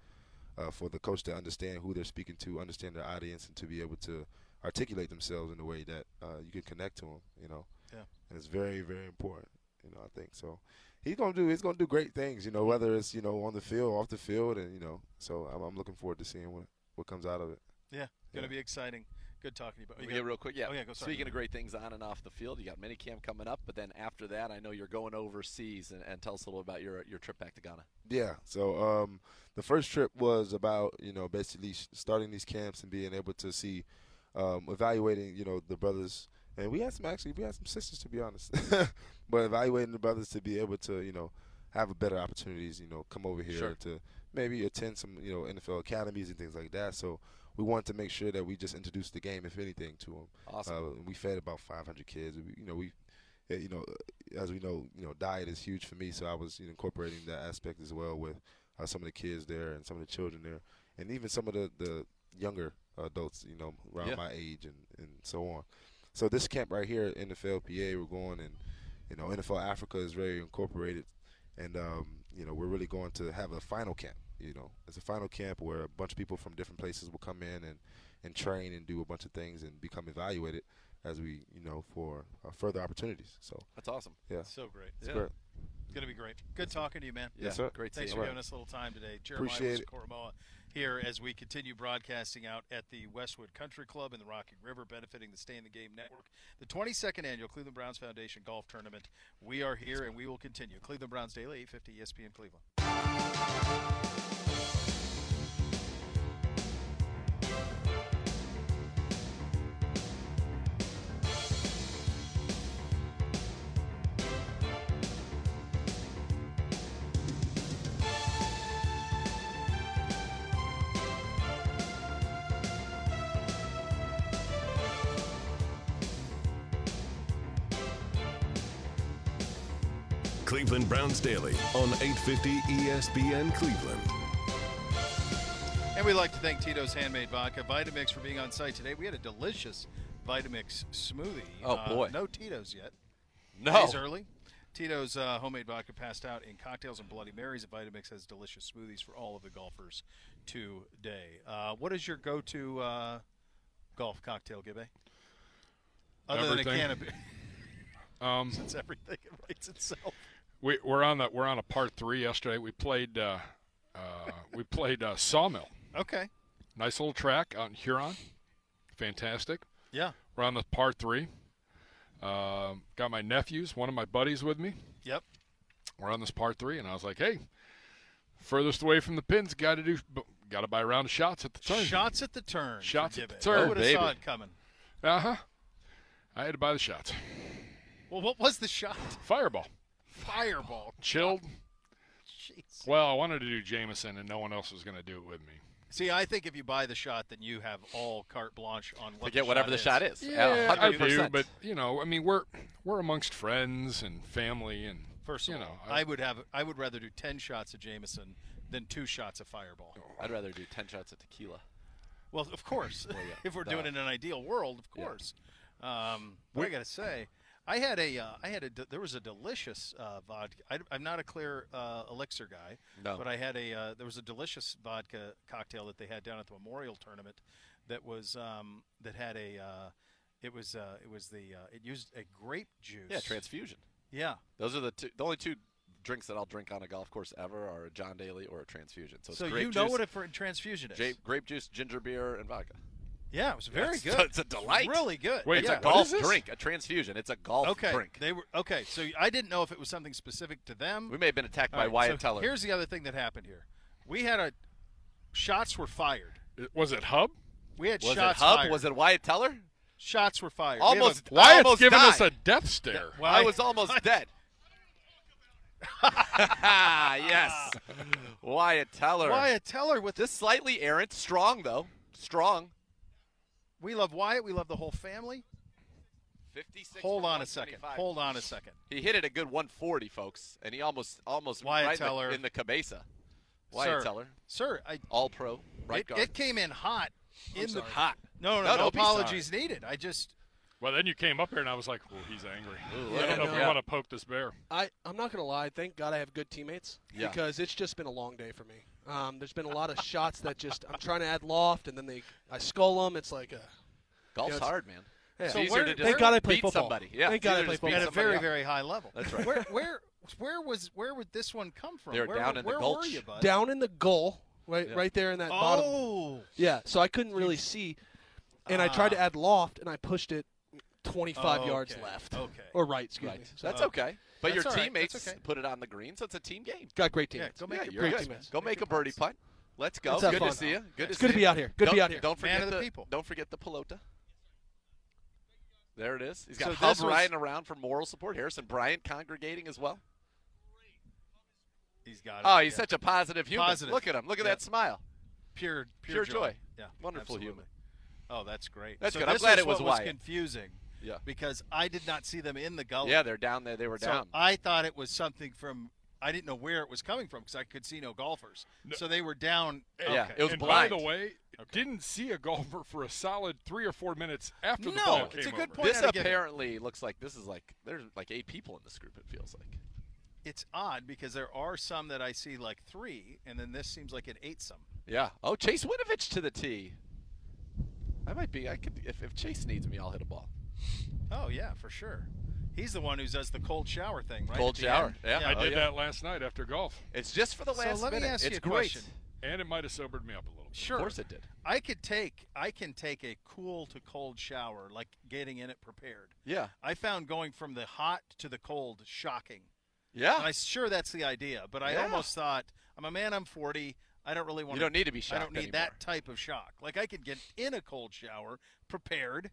J: uh, for the coach to understand who they're speaking to, understand their audience, and to be able to articulate themselves in a way that uh, you can connect to them. You know,
F: Yeah.
J: and it's very very important. You know, I think so. He's gonna do. He's gonna do great things. You know, whether it's you know on the field, off the field, and you know. So I'm, I'm looking forward to seeing what what comes out of it.
F: Yeah, gonna
J: Yeah.
F: be exciting. Good talking to you. But you
D: yeah,
F: got-
D: real quick. Yeah.
F: Oh, yeah, go, sorry.
D: Speaking of great things on and off the field, you got minicamp coming up, but then after that, I know you're going overseas, and, and tell us a little about your your trip back to Ghana.
J: Yeah. So um, the first trip was about you know basically s- starting these camps and being able to see, um, evaluating you know the brothers, and we had some actually we had some sisters to be honest, but evaluating the brothers to be able to you know have a better opportunities you know come over here
D: Sure.
J: to maybe attend some you know NFL academies and things like that. So we wanted to make sure that we just introduced the game if anything to them.
D: Awesome.
J: Uh, we fed about 500 kids. We, you know, we, uh, you know, uh, as we know, you know, diet is huge for me. So I was you know, incorporating that aspect as well with uh, some of the kids there and some of the children there, and even some of the the younger adults, you know, around
D: Yeah.
J: my age and and so on. So this camp right here, NFL PA, we're going and you know, NFL Africa is very incorporated, and um, you know, we're really going to have a final camp. You know, it's a final camp where a bunch of people from different places will come in and and train and do a bunch of things and become evaluated as we, you know, for uh, further opportunities. So,
D: That's awesome.
J: yeah,
F: so great.
J: it's
D: Yeah.
J: great.
F: It's gonna be great. Good talking to you, man.
J: Yes, sir.
D: Great
F: Thanks
D: seeing
F: for
D: you.
F: giving us a little time today. Jeremiah
J: Appreciate it.
F: Koromoa here as we continue broadcasting out at the Westwood Country Club in the Rocky River, benefiting the Stay in the Game Network. The 22nd annual Cleveland Browns Foundation Golf Tournament. We are here and we will continue. Cleveland Browns Daily, E 850 ESPN Cleveland.
B: Cleveland Browns Daily on E 850 ESPN Cleveland.
F: And we'd like to thank Tito's Handmade Vodka, Vitamix for being on site today. We had a delicious Vitamix smoothie.
D: Oh,
F: Uh,
D: boy.
F: No Tito's yet.
D: No.
F: days early. Tito's uh, homemade vodka passed out in cocktails and Bloody Marys. And Vitamix has delicious smoothies for all of the golfers today. Uh, what is your go-to uh, golf cocktail, Gibbe? Other than a
G: Everything.
F: can of beer,
G: Um,
F: it's everything. It writes itself.
G: we, we're on the we're on a part three yesterday. We played uh, uh, we played uh, Sawmill.
F: Okay.
G: Nice little track out in Huron. Fantastic.
F: Yeah.
G: We're on the par three. Um, got my nephews, one of my buddies with me.
F: Yep.
G: We're on this par three, and I was like, hey, furthest away from the pins, got to do, got to buy a round of shots at the turn.
F: Shots at the turn. for
G: Shots at
F: Gibbe.
G: the turn,
F: I would have
G: baby.
F: saw it coming.
G: Uh huh. I had to buy the shots.
F: Well, what was the shot?
G: Fireball.
F: Fireball.
G: Chilled.
F: Jeez.
G: Well, I wanted to do Jameson, and no one else was going to do it with me.
F: See, I think if you buy the shot, then you have all carte blanche on what
D: to get whatever the shot is.
G: Yeah, I do,
D: 100%.
G: but you know, I mean, we're we're amongst friends and family and
F: First of
G: you know,
F: all, I would have I would rather do ten shots of Jameson than two shots of Fireball.
D: I'd rather do ten shots of tequila.
F: Well, of course,
D: Well, yeah.
F: if we're doing it in an ideal world, of course. Um, but I gotta say, I had a uh, I had a de- there was a delicious uh, vodka. I, am not a clear uh, elixir guy,
D: No.
F: but I had a uh, there was a delicious vodka cocktail that they had down at the Memorial Tournament that was um, that had a uh, it was uh, it was the uh, it used a grape juice.
D: Yeah, transfusion.
F: Yeah.
D: Those are the two, the only two drinks that I'll drink on a golf course ever are a John Daly or a transfusion. So, it's
F: So
D: grape
F: you know
D: juice,
F: what a fr- transfusion is.
D: ja- grape juice, ginger beer, and vodka.
F: Yeah, it was very
D: It's-
F: good.
D: it's a delight.
F: Really good.
G: Wait,
D: It's
F: yeah.
D: a
G: what
D: golf
G: is this?
D: drink, a transfusion. It's a golf
F: okay.
D: drink.
F: They were okay. So I didn't know if it was something specific to them.
D: We may have been attacked
F: All
D: by
F: right,
D: Wyatt
F: so
D: Teller.
F: Here's the other thing that happened here. We had a shots were fired.
G: It- was it Hub?
F: We had
D: was it
F: shots
D: Hub?
F: fired.
D: Was it Wyatt Teller?
F: shots were fired? We have
D: Almost. I
G: Wyatt's
D: almost
G: giving
D: died.
G: us a death stare.
F: Well,
D: I was almost dead. yes. Wyatt
F: a,
D: Teller.
F: Wyatt Teller with
D: Just slightly errant. Strong, though. Strong.
F: We love Wyatt. We love the whole family.
D: 56
F: Hold
D: for
F: on a second.
D: 125.
F: Hold on a second.
D: He hit it a good 140, folks, and he almost almost
F: Wyatt
D: right in the-
F: Teller.
D: in the cabeza. Wyatt
F: sir,
D: Teller,
F: Sir, I,
D: all pro, right
F: it,
D: guard.
F: it came in hot. in
D: sorry.
F: the hot. No,
D: No,
F: no, no,
D: don't be sorry.
F: apologies needed. I just
G: Well, then you came up here and I was like, well, he's angry. I
K: Yeah,
G: don't know if we
K: no.
G: want to poke this bear.
K: I, I'm not going to lie. Thank God I have good teammates
D: Yeah.
K: because it's just been a long day for me. Um, there's been a lot of shots that just I'm trying to add loft and then they I skull them. It's like a
D: Golf's
K: you know, it's-
D: hard, man.
K: yeah.
D: It's
F: So
D: easier
F: where-
D: to just
K: Thank God I play
D: beat
K: football.
D: somebody. Yeah, it's
K: Thank God I
D: easier to
K: play
D: just
K: football.
D: beat
F: at a
D: somebody.
F: very, very high level.
D: That's right.
F: Where, where, where was, where would this one come from?
D: They were
F: where
D: down
F: were,
D: in the
F: where Were
D: gulch.
F: you, bud?
K: down in the goal, right, right there in that bottom.
F: Oh,
K: Yeah, so I couldn't really see, and I tried to add loft and I pushed it 25 yards
F: Ah. Oh, Okay,
K: left
F: okay. uh,
K: or right, excuse
D: Right.
K: me. So
D: That's okay. uh, But
F: That's
D: your
F: all right.
D: teammates
F: That's okay.
D: put it on the green, so it's a team game.
K: got great teammates.
F: go
D: Yeah,
F: make your
D: you're
K: great
D: good.
K: teammates.
D: Go make a birdie putt. Let's go.
K: Let's have
D: Good to
K: fun.
D: see you. Good to
K: It's
D: see
K: good to
D: you.
K: be out here. Good to
D: don't,
K: be out here.
D: Don't
F: Man
D: forget
F: of the
D: the,
F: people.
D: Don't forget the pelota. There it is. He's
F: So
D: got
F: this
D: Hub
F: was-
D: riding around for moral support. Harrison Bryant congregating as well.
F: he's got it.
D: Oh, he's
F: Yeah.
D: such a positive human.
F: Positive.
D: Look at him. Look at
F: Yeah.
D: that smile.
F: pure
D: Pure joy.
F: Yeah,
D: Wonderful
F: absolutely.
D: human.
F: Oh, that's great.
D: That's
F: so
D: good. I'm
F: this
D: glad
F: is
D: it was
F: what
D: Wyatt.
F: confusing.
D: Yeah.
F: Because I did not see them in the gully.
D: Yeah, they're down there. They were
F: so
D: down.
F: I thought it was something from. I didn't know where it was coming from because I could see no golfers. So they were down.
D: Yeah,
F: okay.
D: it was
G: and
D: blind.
G: by the way, didn't see a golfer for a solid three or four minutes after the
F: No,
G: ball
F: it's
G: came
F: a good
G: over.
F: point.
D: this
F: out again.
D: apparently looks like this is like there's like eight people in this group. It feels like.
F: it's odd because there are some that I see like three, and then this seems like it ate some.
D: Yeah. Oh, Chase Winovich to the tee. I might be. I could. If, if Chase needs me, I'll hit a ball.
F: Oh yeah, for sure. He's the one who does the cold shower thing, right?
D: Cold
F: at the
D: shower.
F: end?
D: Yeah.
G: I
D: Oh,
G: did
D: yeah.
G: that last night after golf,
D: It's just for the
F: So
D: last
F: let me
D: minute.
F: ask you
D: it's
F: a
D: great.
F: question.
G: and it might have sobered me up a little. bit.
F: Sure.
D: Of course it did.
F: I could take I can take a cool to cold shower, like getting in it prepared.
D: Yeah.
F: I found going from the hot to the cold shocking.
D: Yeah.
F: And I'm sure that's the idea, but I
D: Yeah.
F: almost thought I'm a man. I'm 40. I don't really want.
D: don't need to be
F: I don't
D: shocked
F: need
D: anymore.
F: that type of shock. Like I could get in a cold shower prepared.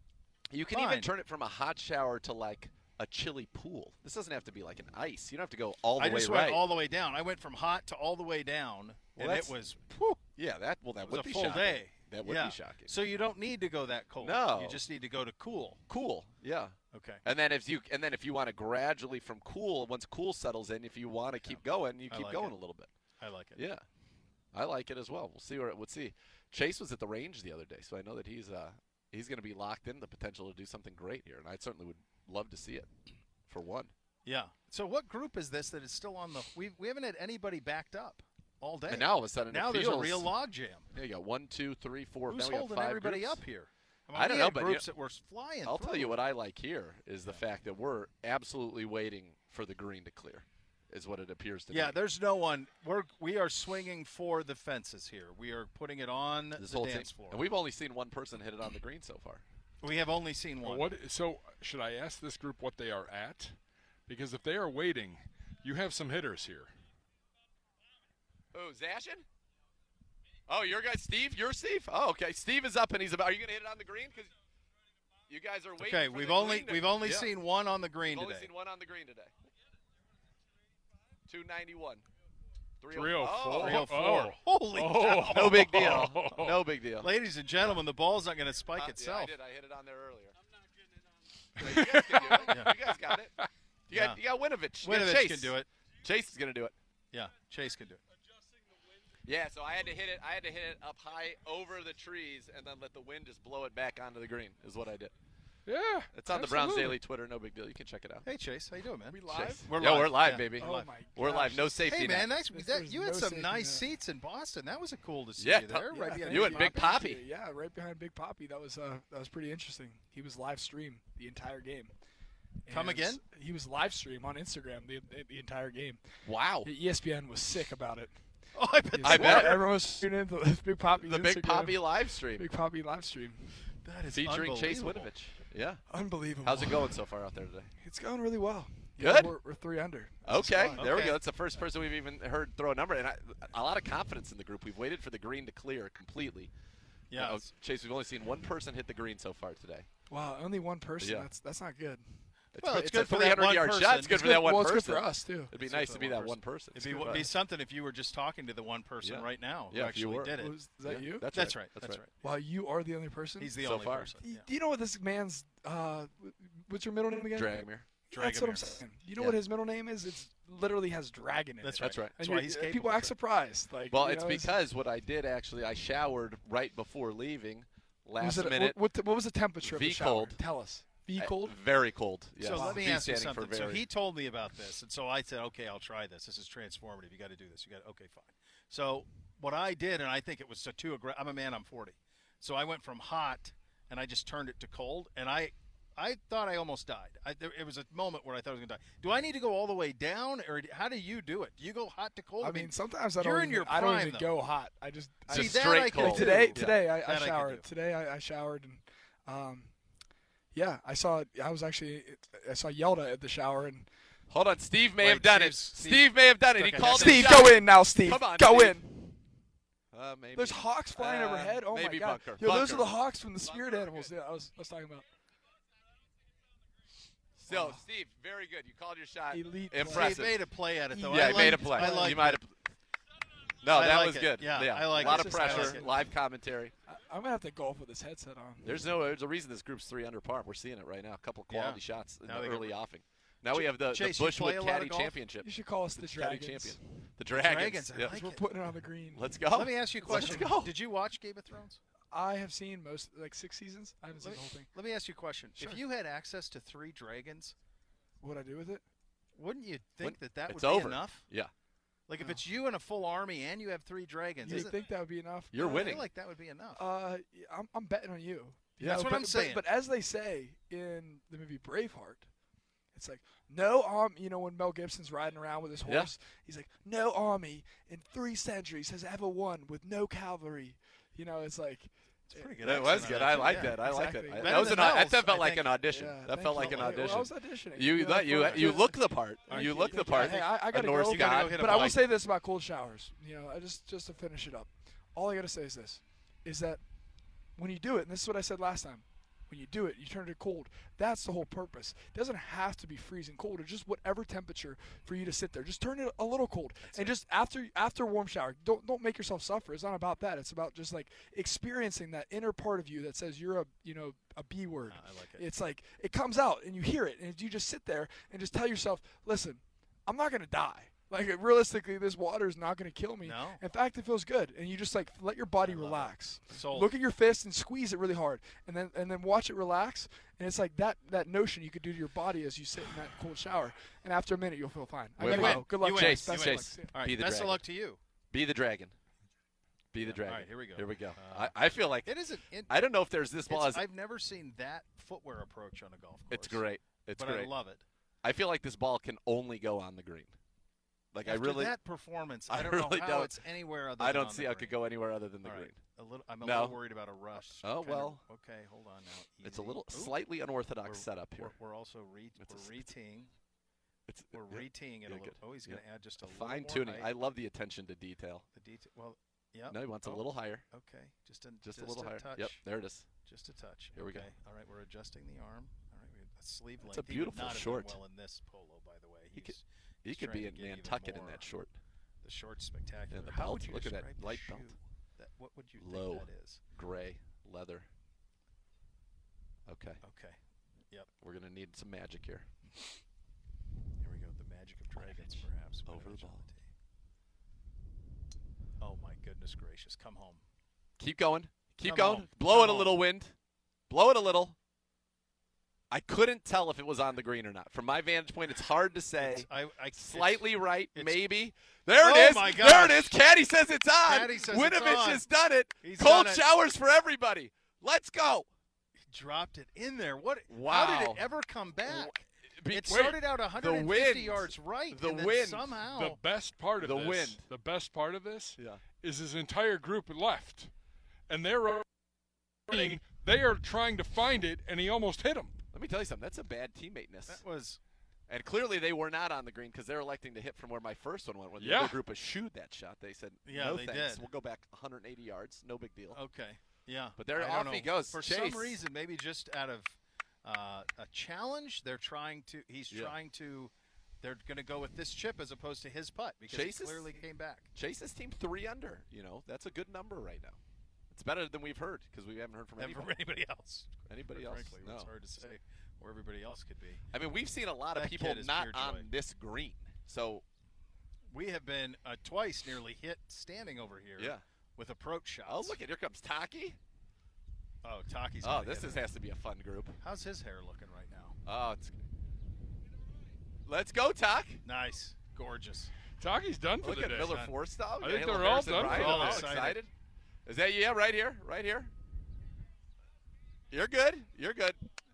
D: You can
F: Fine.
D: even turn it from a hot shower to like a chilly pool. This doesn't have to be like an ice. You don't have to go all the
F: I
D: way
F: just went
D: right.
F: all the way down. I went from hot to all the way down,
D: Well,
F: and
D: that's-
F: it was
D: Whew. Yeah, that well that
F: it was
D: would
F: a
D: be
F: full
D: shocking.
F: day.
D: That would
F: Yeah.
D: be shocking.
F: So you don't need to go that cold.
D: No.
F: you just need to go to cool.
D: cool. Yeah.
F: Okay.
D: And then if you and then if you want to gradually from cool once cool settles in, if you want to keep going, you
F: I
D: keep
F: like
D: going
F: it.
D: a little bit.
F: I like it.
D: Yeah, I like it as well. We'll see where it would see. Chase was at the range the other day, so I know that he's uh he's going to be locked in the potential to do something great here, and I certainly would love to see it for one.
F: Yeah. So what group is this that is still on the? We we haven't had anybody backed up all day.
D: And now all of a sudden it
F: now there's a
D: feels-
F: real logjam.
D: Yeah, you got one, two, three, four.
F: Who's
D: now we got
F: holding
D: five
F: everybody
D: groups.
F: up here?
D: I don't
F: we
D: know,
F: had
D: but you-
F: groups that were flying.
D: I'll tell
F: through.
D: you what I like here is the fact that we're absolutely waiting for the green to clear, is what it appears to be.
F: Yeah, there's no one. We're we are swinging for the fences here. We are putting it on
D: this
F: the
D: whole
F: dance
D: team,
F: floor.
D: and we've only seen one person hit it on the green so far.
F: we have only seen
G: Well,
F: one.
G: What? So should I ask this group what they are at? Because if they are waiting, you have some hitters here.
D: Oh, Zashin? Oh, your guy, Steve? You're Steve? Oh, okay. Steve is up and he's about. Are you going to hit it on the green? Because you guys are waiting.
F: Okay,
D: for
F: we've
D: the
F: only
D: green to-
F: we've only
D: Yeah.
F: seen one on the green
D: We've
F: today.
D: only seen one on the green today. 291.
K: 304.
F: 304.
K: Oh.
F: Holy
K: Oh.
F: cow.
D: No big deal. No big deal.
F: Ladies and gentlemen, the ball's not going to spike
D: Uh,
F: itself.
D: Yeah, I did. I hit it on there earlier. I'm not getting it on. you guys can do it. You guys got it. You got, you got Winovich. You got
F: Winovich
D: Chase.
F: can do it.
D: Chase is going to do it.
F: Yeah, Chase can do it.
D: Yeah, so I had to hit it. I had to hit it up high over the trees, and then let the wind just blow it back onto the green. Is what I did.
K: Yeah,
D: it's on the Browns
K: absolutely.
D: Daily Twitter. No big deal. You can check it out.
F: Hey Chase, how you doing, man? We
D: Chase. Oh yeah, we're live, baby. we're live. No safety.
F: Hey man,
D: net.
F: nice. That, you had some nice seats in Boston. That was a cool to see
D: Yeah,
F: you there.
D: yeah, I
F: right behind
D: think You and Big Poppy.
L: Yeah, right behind Big Poppy. That was uh, that was pretty interesting. He was live streamed the entire game.
F: Come again?
L: He was live stream on Instagram the the entire game. E-
D: Wow.
L: ESPN was sick about it.
F: Oh, I bet.
L: Yes,
D: I bet.
L: everyone was tuning into the Big Poppy.
D: The Big
L: Instagram.
D: Poppy live stream.
L: Big Poppy live stream.
F: That is
D: Featuring Chase
L: unbelievable.
D: Winovich. Yeah.
L: Unbelievable.
D: How's it going so far out there today?
L: It's going really well.
D: Good.
L: we're, we're three under. This is
D: Okay,
L: fine.
D: there we go. That's the first person we've even heard throw a number, and I, a lot of confidence in the group. We've waited for the green to clear completely.
F: Yeah,
D: Uh-oh,
F: it's-
D: Chase, we've only seen one person hit the green so far today.
L: Wow, only one person.
D: Yeah.
L: That's that's not good.
D: It's good- it's a 300 yard shot. It's good for that one
L: well,
D: person.
L: it's good for us too.
D: It'd be nice to be that one person.
F: It'd be, would be something if you were just talking to the one person
D: Yeah.
F: right now
D: Yeah,
F: who
D: if you
F: Oh, actually
D: were.
F: did it.
L: Was- is that
D: Yeah,
L: you?
D: that's
F: That's
D: right,
F: right.
D: that's
F: That's
D: right.
F: right.
L: Wow, you are the only person.
F: He's the
D: So
F: only
D: far.
F: person.
L: Do you know what this man's? Uh, what's your middle name again?
D: Dragomir.
L: That's what I'm
F: Dragomir.
L: saying. You know
D: Yeah.
L: what his middle name is? It's literally has dragon in
F: That's
L: it.
F: right. That's right.
L: And
F: That's
L: you- uh,
F: why he's capable.
L: people act surprised. Like,
D: Well,
L: you
D: it's
L: know,
D: because what I did actually, I showered right before leaving, last
L: was it-
D: minute.
L: What, what, what was the temperature of
D: V
L: the shower?
D: cold.
L: Tell us. Be
D: Uh,
L: cold.
D: Very cold. Yes.
F: So let me
D: V
F: ask you
D: standing for
F: something. So
D: very.
F: he told me about this, and so I said, "Okay, I'll try this. This is transformative. You got to do this. You got okay, fine." So what I did, and I think it was so too aggressive. I'm a man. I'm 40, so I went from hot, and I just turned it to cold, and I, I thought I almost died. I, there, it was a moment where I thought I was going to die. Do I need to go all the way down, or d- how do you do it? Do you go hot to cold?
L: I mean, sometimes I
F: you're
L: don't.
F: in
L: even,
F: your
L: I don't
F: prime,
L: even
F: though.
L: go hot. I just. I
F: See,
D: Just
F: that
D: straight
F: I can
D: cold.
L: Like
F: do.
L: today,
F: Yeah.
L: today I, I
F: That I can
L: showered.
F: do.
L: today I, I showered and, um, yeah, I saw. I was actually. I saw Yelda at the shower and.
D: Hold on, Steve may
F: Wait,
D: have done it.
F: Steve's-
D: Steve,
F: Steve-
D: may have done it. He
F: Okay.
D: called it
L: Steve,
D: a
L: go
D: shot.
L: in now, Steve.
D: Come on,
L: go
D: Steve.
L: in.
D: Uh, maybe.
L: There's hawks flying
D: Uh,
L: overhead. Oh
D: maybe
L: my god!
D: Bunker.
L: Yo, those
D: Bunker.
L: are the hawks from the spirit animals. Yeah, I was, I was talking about.
D: So, Steve, very good. You called your shot.
L: Elite play.
F: See,
D: Impressive.
F: He made a play at it though.
D: yeah,
F: I
D: he made a
F: liked-
D: play.
F: I like
D: you might have. No,
F: I
D: that
F: like
D: was
F: it.
D: good.
F: Yeah, I like
D: a lot
F: it.
D: of
F: I like
D: pressure,
F: it.
D: live commentary.
L: I, I'm gonna have to golf with this headset on.
D: There's no. There's a reason this group's three under par. We're seeing it right now. A couple quality
F: Yeah.
D: shots in
F: Now
D: the
F: they get-
D: early offing. Now we have the,
F: Chase,
D: the
F: you play
D: Bushwood
F: a lot of
D: Caddy
F: golf?
D: Championship.
L: You should call us the,
D: Caddy
L: Dragons.
D: champion. The Dragons.
F: Dragons, I
D: yeah.
F: like
L: We're
F: it.
L: putting it on the green.
D: Let's go.
F: Let me ask you a
D: Let's
F: question.
D: go.
F: Did you watch Game of Thrones?
L: I have seen most like six seasons. I haven't seen
F: Let
L: the
F: me,
L: whole thing.
F: let me ask you a question.
L: Sure.
F: If you had access to three dragons,
L: What I do with it?
F: wouldn't you think that that
D: it's
F: would
D: over.
F: be enough?
D: Yeah.
F: Like if
L: No.
F: it's you and a full army and you have three dragons,
L: You
F: isn't-
L: think that would be enough?
D: You're
F: I feel
D: winning.
F: like that would be enough.
L: Uh, yeah, I'm, I'm betting on you. you
F: That's what
L: but,
F: I'm
L: but-
F: saying.
L: But, as they say in the movie Braveheart, it's like no arm. You know when Mel Gibson's riding around with his
D: Yeah.
L: horse, he's like, "No army in three centuries has ever won with no cavalry." You know, it's like
F: it's pretty good.
D: That was
F: accent
D: good.
F: on
D: I
F: too.
D: like
F: Yeah.
D: that. I like that.
L: exactly.
D: I- That
F: Better
D: was an.
F: than
D: au- That
F: Mel's,
D: felt
F: I
D: like
F: think.
D: an audition.
L: Yeah,
D: that
L: thank
D: felt
L: you.
D: like an
L: Well, I- well, I
D: audition.
L: was auditioning.
D: You
L: Yeah,
D: thought you
L: for-
D: you
L: for-
D: look the part.
L: Thank
D: You
L: you.
D: look the
L: Thank you.
D: part.
L: Hey, I, I
D: a
L: gotta
D: Norse
L: go.
F: You gotta
D: god.
F: go hit a
L: but I will
F: bike.
L: say this about cold showers. You know, I just just to finish it up. All I gotta say is this: is that when you do it, and this is what I said last time. When you do it, you turn it cold. That's the whole purpose. It doesn't have to be freezing cold or just whatever temperature for you to sit there. Just turn it a little cold, and just after after a warm shower, don't don't make yourself suffer. It's not about that. It's about just like experiencing that inner part of you that says you're a you know a B word.
F: Ah, I like it.
L: It's like it comes out and you hear it, and you just sit there and just tell yourself, listen, I'm not gonna die. Like realistically, this water is not gonna kill me.
F: No.
L: In fact, it feels good, and you just like let your body relax.
F: Sold.
L: Look at your fist and squeeze it really hard, and then and then watch it relax. And it's like that that notion you could do to your body as you sit in that cold shower. And after a minute, you'll feel fine. I
D: Wait,
L: gotta
D: wait.
L: go. Good luck,
F: You win.
L: guys.
D: Chase,
L: Best of
D: Chase.
L: luck. See ya.
F: All right,
D: Be the
F: best
D: dragon.
F: of luck to you.
D: Be the dragon. Be the dragon.
F: All right, here we go.
D: Here we go.
F: Uh,
D: I, I feel like
F: It isn't. It,
D: I don't know if there's this ball.
F: it's,
D: As,
F: I've never seen that footwear approach on a golf course.
D: it's great. It's
F: but
D: great.
F: I love it.
D: I feel like this ball can only go on the green. Like I
F: After
D: really,
F: that performance.
D: I
F: I don't
D: really
F: know how
D: don't-
F: it's anywhere other.
D: I
F: than
D: don't
F: on
D: see
F: the
D: how it could
F: green.
D: go anywhere other than the
F: All
D: green.
F: right. A little. I'm a
D: No.
F: little worried about a rush.
D: Oh,
F: Kinda-
D: well.
F: Okay, hold on now.
D: It's
F: Easy.
D: a little
F: Ooh.
D: slightly unorthodox
F: We're-
D: setup here.
F: We're, we're also re-
D: It's a s-
F: we're reteeing.
D: It's,
F: We're
D: yeah,
F: reteeing it
D: yeah,
F: a little.
D: good.
F: Oh, he's
D: Yeah.
F: going to add just a little
D: fine
F: more
D: tuning.
F: height.
D: I love the attention to detail.
F: The detail. Well, yeah.
D: No, he wants
F: Oh,
D: a little higher.
F: Okay, just a
D: Just, a little higher.
F: Touch.
D: Yep, there it is.
F: Just a touch.
D: Here we go.
F: okay. All right, we're adjusting the arm. All right, we a sleeve
D: That's
F: length.
D: a
F: He would
D: beautiful
F: not have done
D: short.
F: well in this polo, by the way.
D: He
F: He's,
D: could- He
F: he's
D: could
F: trying
D: be
F: to
D: in
F: get even
D: Nantucket in
F: more.
D: that short.
F: The short's spectacular.
D: And the
F: How
D: belt.
F: would you
D: Look at that
F: describe the
D: light
F: shoe?
D: belt.
F: That, what would you
D: Low,
F: think that is?
D: gray, leather. Okay.
F: Okay. Yep.
D: We're gonna need some magic here.
F: Here we go. The magic of dragons, perhaps. Over the ball. Oh my goodness gracious! Come home.
D: Keep going. Keep
F: Come
D: going.
F: on.
D: Blow
F: Come
D: it a
F: on.
D: little wind. Blow it a little. I couldn't tell if it was on the green or not. From my vantage point, it's hard to say.
F: I, I,
D: Slightly right,
F: it's-
D: maybe. There it
F: Oh
D: is.
F: my
D: there it
F: gosh.
D: is. Caddy says it's on.
F: Caddy says it's
D: Winovich
F: on.
D: has done it.
F: He's
D: Cold
F: done it.
D: showers for everybody. Let's go.
F: He dropped it in there. What? How did
D: Wow.
F: it ever come back?
D: Be-
F: it
D: wait.
F: started out
D: The
F: 150
D: wind.
F: yards right.
D: The
F: and then
D: wind.
F: Somehow.
G: The best part of
D: The
G: this,
D: wind.
G: the best part of this,
D: Yeah.
G: is his entire group left, and they're running. They are trying to find it, and he almost hit him.
D: Let me tell you something. That's a bad teammateness.
F: that was
D: And clearly they were not on the green because they're electing to hit from where my first one went. When the
G: Yeah.
D: other group eschewed that shot, they said,
F: Yeah,
D: "No
F: they
D: thanks.
F: did.
D: We'll go back 180 yards. No big deal."
F: okay. Yeah.
D: But there
F: I
D: off
F: don't
D: he
F: know.
D: goes.
F: For
D: Chase.
F: some reason, maybe just out of uh, a challenge, they're trying to. He's
D: Yeah.
F: trying to. They're going to go with this chip as opposed to his putt because
D: Chase
F: it
D: is-
F: clearly came back.
D: Chase's team three under. You know that's a good number right now. It's better than we've heard because we haven't heard from
F: Than
D: anybody.
F: from anybody else.
D: Anybody
F: Quite
D: else?
F: Frankly, it's
D: No.
F: hard to say where everybody else could be.
D: I mean, we've seen a lot of
F: That
D: people
F: kid is
D: not
F: pure
D: on
F: joy.
D: this green. So
F: We have been uh, twice nearly hit standing over here.
D: Yeah.
F: With approach shots.
D: oh look at here comes Taki.
F: Oh, Taki's.
D: Oh,
F: gotta
D: this
F: get
D: is,
F: it.
D: has to be a fun group.
F: How's his hair looking right now?
D: Oh, it's. Let's go, Talk.
F: Nice, gorgeous.
G: Taki's done for
D: Look
G: the
D: at
G: day.
D: Miller
F: done.
D: Forstall.
G: I think
D: Galen
G: they're all
D: Harrison
G: done for
D: Ryan.
G: the
D: all
G: day.
D: excited. Is that yeah? Right here, right here. You're good. You're good.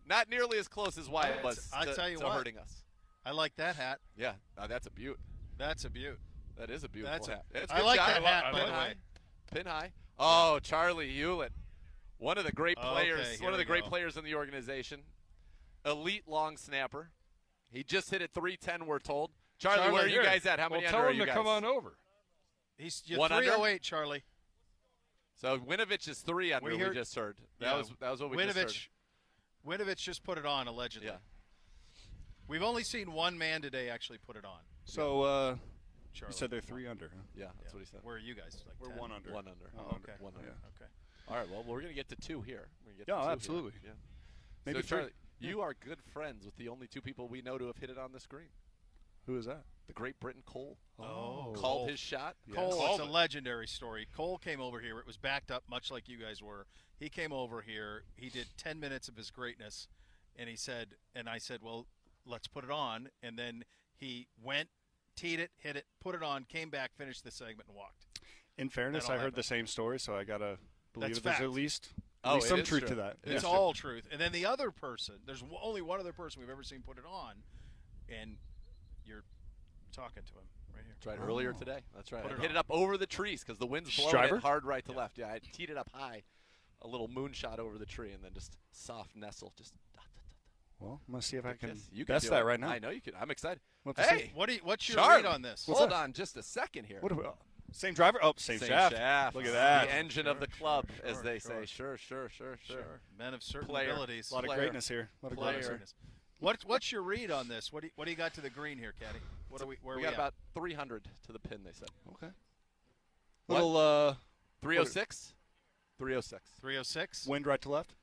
D: Not nearly as close as Wyatt
F: It's-
D: was.
F: I
D: to-
F: tell you
D: to
F: what.
D: hurting us.
F: I like that hat.
D: Yeah, now that's a beaut.
F: That's a beaut.
D: That is a beautiful
F: That's a-
D: hat. That's a
F: I
D: good
F: like
D: shot.
F: that hat,
G: I
F: by
G: like
F: the
G: that.
F: way.
D: Pin high. Oh, Charlie Hewlett, one of the great
F: Okay,
D: players,
F: here
D: one of
F: we
D: the great
F: go.
D: players in the organization. Elite long snapper. He just hit it 310. We're told. Charlie, where are you
G: here.
D: guys at? How
G: well,
D: many
G: tell
D: under are
G: him
D: you
G: to
D: guys?
G: come on over.
F: He's you're
D: One under?
F: 308, Charlie.
D: So Winovich is three under.
F: We
D: We,
F: heard-
D: just heard. That
F: Yeah.
D: was that was what we just
F: Winovich. Winovich just put it on
D: heard.
F: allegedly.
D: Yeah.
F: We've only seen one man today actually put it on.
E: So uh, you
F: Charlie.
E: said they're three under. Huh?
D: Yeah,
F: Yeah.
D: that's what he said.
F: Where are you guys? Like
E: We're
F: 10?
E: one under.
D: One under.
E: One
F: Oh,
E: under.
F: okay.
D: One under.
F: Okay.
D: All right. Well, we're gonna get to two here. We're gonna get
E: Yeah,
D: to two here.
E: absolutely.
D: Yeah.
E: Maybe
D: so
E: three.
D: Charlie, you are good friends with the only two people we know to have hit it on the screen.
E: Who is that?
D: The Great Britain Cole
F: Oh. Cole.
D: called his shot.
F: Cole,
G: Called
F: it's a
G: it.
F: legendary story. Cole came over here. It was backed up, much like you guys were. He came over here. He did 10 minutes of his greatness, and he said, and I said, well, let's put it on. And then he went, teed it, hit it, put it on, came back, finished the segment, and walked.
E: In fairness,
F: That'll
E: I heard
F: happen.
E: the same story, so I gotta believe
F: That's
E: there's
F: fact.
E: at least, at
D: Oh,
E: least
D: it
E: some
D: is
E: truth
D: true.
E: to that.
D: It
F: It's
D: Yeah.
F: all truth. And then the other person, there's w- only one other person we've ever seen put it on, and you're talking to him right here.
D: That's right. Earlier
F: Oh.
D: today. That's right.
F: Put
D: I
F: it
D: hit
F: on.
D: it up over the trees because the wind's blowing
E: Striver?
D: it hard right to left. Yeah, I teed it up high, a little moonshot over the tree, and then just soft nestle, just. Dot, dot, dot, dot.
E: Well, I'm gonna see if I can.
D: Yes, you can
E: that's
D: do
E: that
D: it.
E: right now.
D: I know you can. I'm excited.
E: We'll have to see.
D: Hey,
F: What do you, what's your
D: Charlie,
F: read on this?
E: What's
D: hold
E: that?
D: on just a second here.
E: What? Are we, oh, same driver? Oh, same,
D: Same
E: shaft.
D: shaft.
E: Look at that.
D: The engine of the club, as
F: sure,
D: they say.
F: sure.
D: Sure, sure, sure, sure.
F: Sure. Men of certain
D: Player.
F: abilities.
E: a lot of
D: player.
E: greatness here. A lot of
D: Player.
E: greatness here.
F: Goodness. What, what's your read on this? What do you, what do you got to the green here, Caddy? What are we? Where
D: We got
F: are we
D: about 300 to the pin. They said
E: Okay.
D: What?
E: Little uh,
D: 306. 306.
F: three oh six?
E: wind right to left.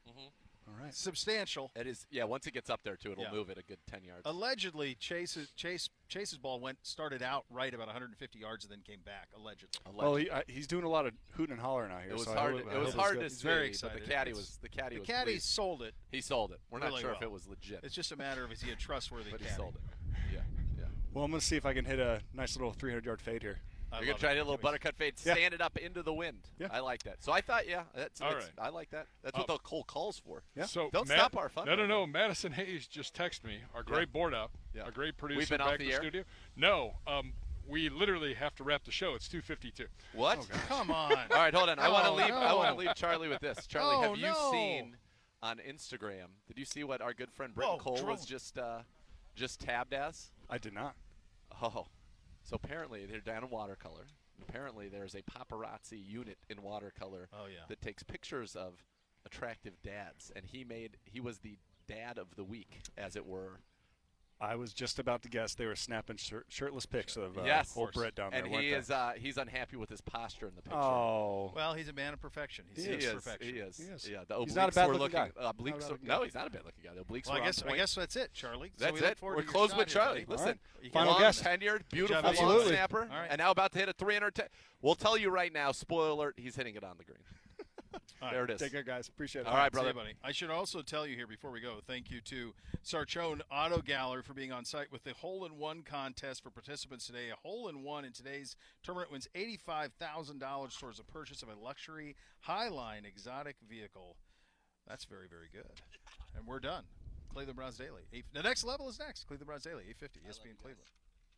E: All right.
F: Substantial.
D: Mm-hmm. It is. Yeah. Once it gets up there too, it'll
F: Yeah.
D: move it a good 10 yards.
F: Allegedly, Chase's Chase Chase's ball went started out right about 150 yards and then came back. Allegedly,
E: Well, he, I, he's doing a lot of hooting and hollering out here.
D: it was
E: so I
D: hard.
E: hope- I
D: it
E: hope
D: was
E: it's
D: hard
E: good.
D: to
F: He's
D: see. but
F: very
D: the
F: excited.
D: caddy
F: It's-
D: was the caddy
F: the
D: was
F: caddy
D: pleased.
F: sold it.
D: He sold it. We're not
F: really
D: sure if
F: well.
D: it was legit,
F: It's just a matter of is he a trustworthy
D: but he
F: caddy?
D: sold it. Yeah, yeah.
E: Well, I'm gonna see if I can hit a nice little 300 yard fade here.
F: I
D: You're gonna
F: love
D: try
F: it.
D: to hit a little
F: Can we-
D: buttercut fade,
E: Yeah.
D: stand it up into the wind.
E: Yeah.
D: I like that. So I thought, yeah, that's,
G: All
D: that's- I like that. That's what
G: Oh.
D: the Cole calls for.
E: Yeah.
G: So
D: Don't
G: Matt-
D: stop our fun.
G: No, no,
D: right
G: no.
D: now.
G: Madison Hayes just texted me. Our great board up.
D: Yeah.
G: Our great producer
D: We've been
G: back
D: off
G: in
D: the
G: the
D: air?
G: studio. No, um, we literally have to wrap the show. It's 2:52.
D: What?
F: Oh, Come on.
D: All right, hold on. I want to
F: Oh,
D: leave. I want
F: no.
D: to leave Charlie with this. Charlie,
F: Oh,
D: have you
F: no.
D: seen on Instagram? Did you see what our good friend Britton
F: Whoa,
D: Cole
F: Oh, drone.
D: was just uh, just tabbed as?
E: I did not.
D: Oh, so apparently they're down in watercolor. Apparently there's a paparazzi unit in watercolor
F: Oh, yeah.
D: that takes pictures of attractive dads, and he made he was the dad of the week, as it were,
E: I was just about to guess they were snapping shirt, shirtless pics of uh,
D: yes,
E: old Brett down there.
D: and
E: weren't
D: he
E: they?
D: is uh, he's unhappy with his posture in the picture.
E: Oh.
F: Well, he's a man of perfection. He,
D: He
F: seeks
D: is,
F: perfection.
D: he is. He is. Yeah, the
F: he's not a
D: obliques
F: bad
D: were
F: looking
D: looking-
F: guy.
D: uh, obliques
F: Not a
D: were-
F: bad
D: no,
F: guy.
D: he's not a bad looking guy. The obliques
F: well,
D: were
F: I
D: on
F: guess I
D: point.
F: guess that's it, Charlie. So
D: That's
F: we look
D: it.
F: forward
D: We're
F: to your
D: closed
F: shot
D: with
F: here,
D: Charlie.
F: buddy.
D: Listen,
F: You got
D: final
F: it.
D: guess. Tenured, beautiful
F: Javi,
D: long
F: Absolutely.
D: snapper,
F: All right.
D: and now about to hit a 310. We'll tell you right now. Spoiler alert: He's hitting it on the green.
F: All
D: there it is.
F: Take
E: care, guys. Appreciate
D: All right, brother.
F: See you, buddy. I should also tell you here before we go, thank you to Sarchone Auto Gallery for being on site with the hole in one contest for participants today. A hole in one in today's tournament wins $85,000 towards the purchase of a luxury Highline exotic vehicle. That's very, very good. And we're done. Cleveland Browns Daily. Eight, the next level is next. Cleveland Browns Daily, E 850, ESPN Cleveland.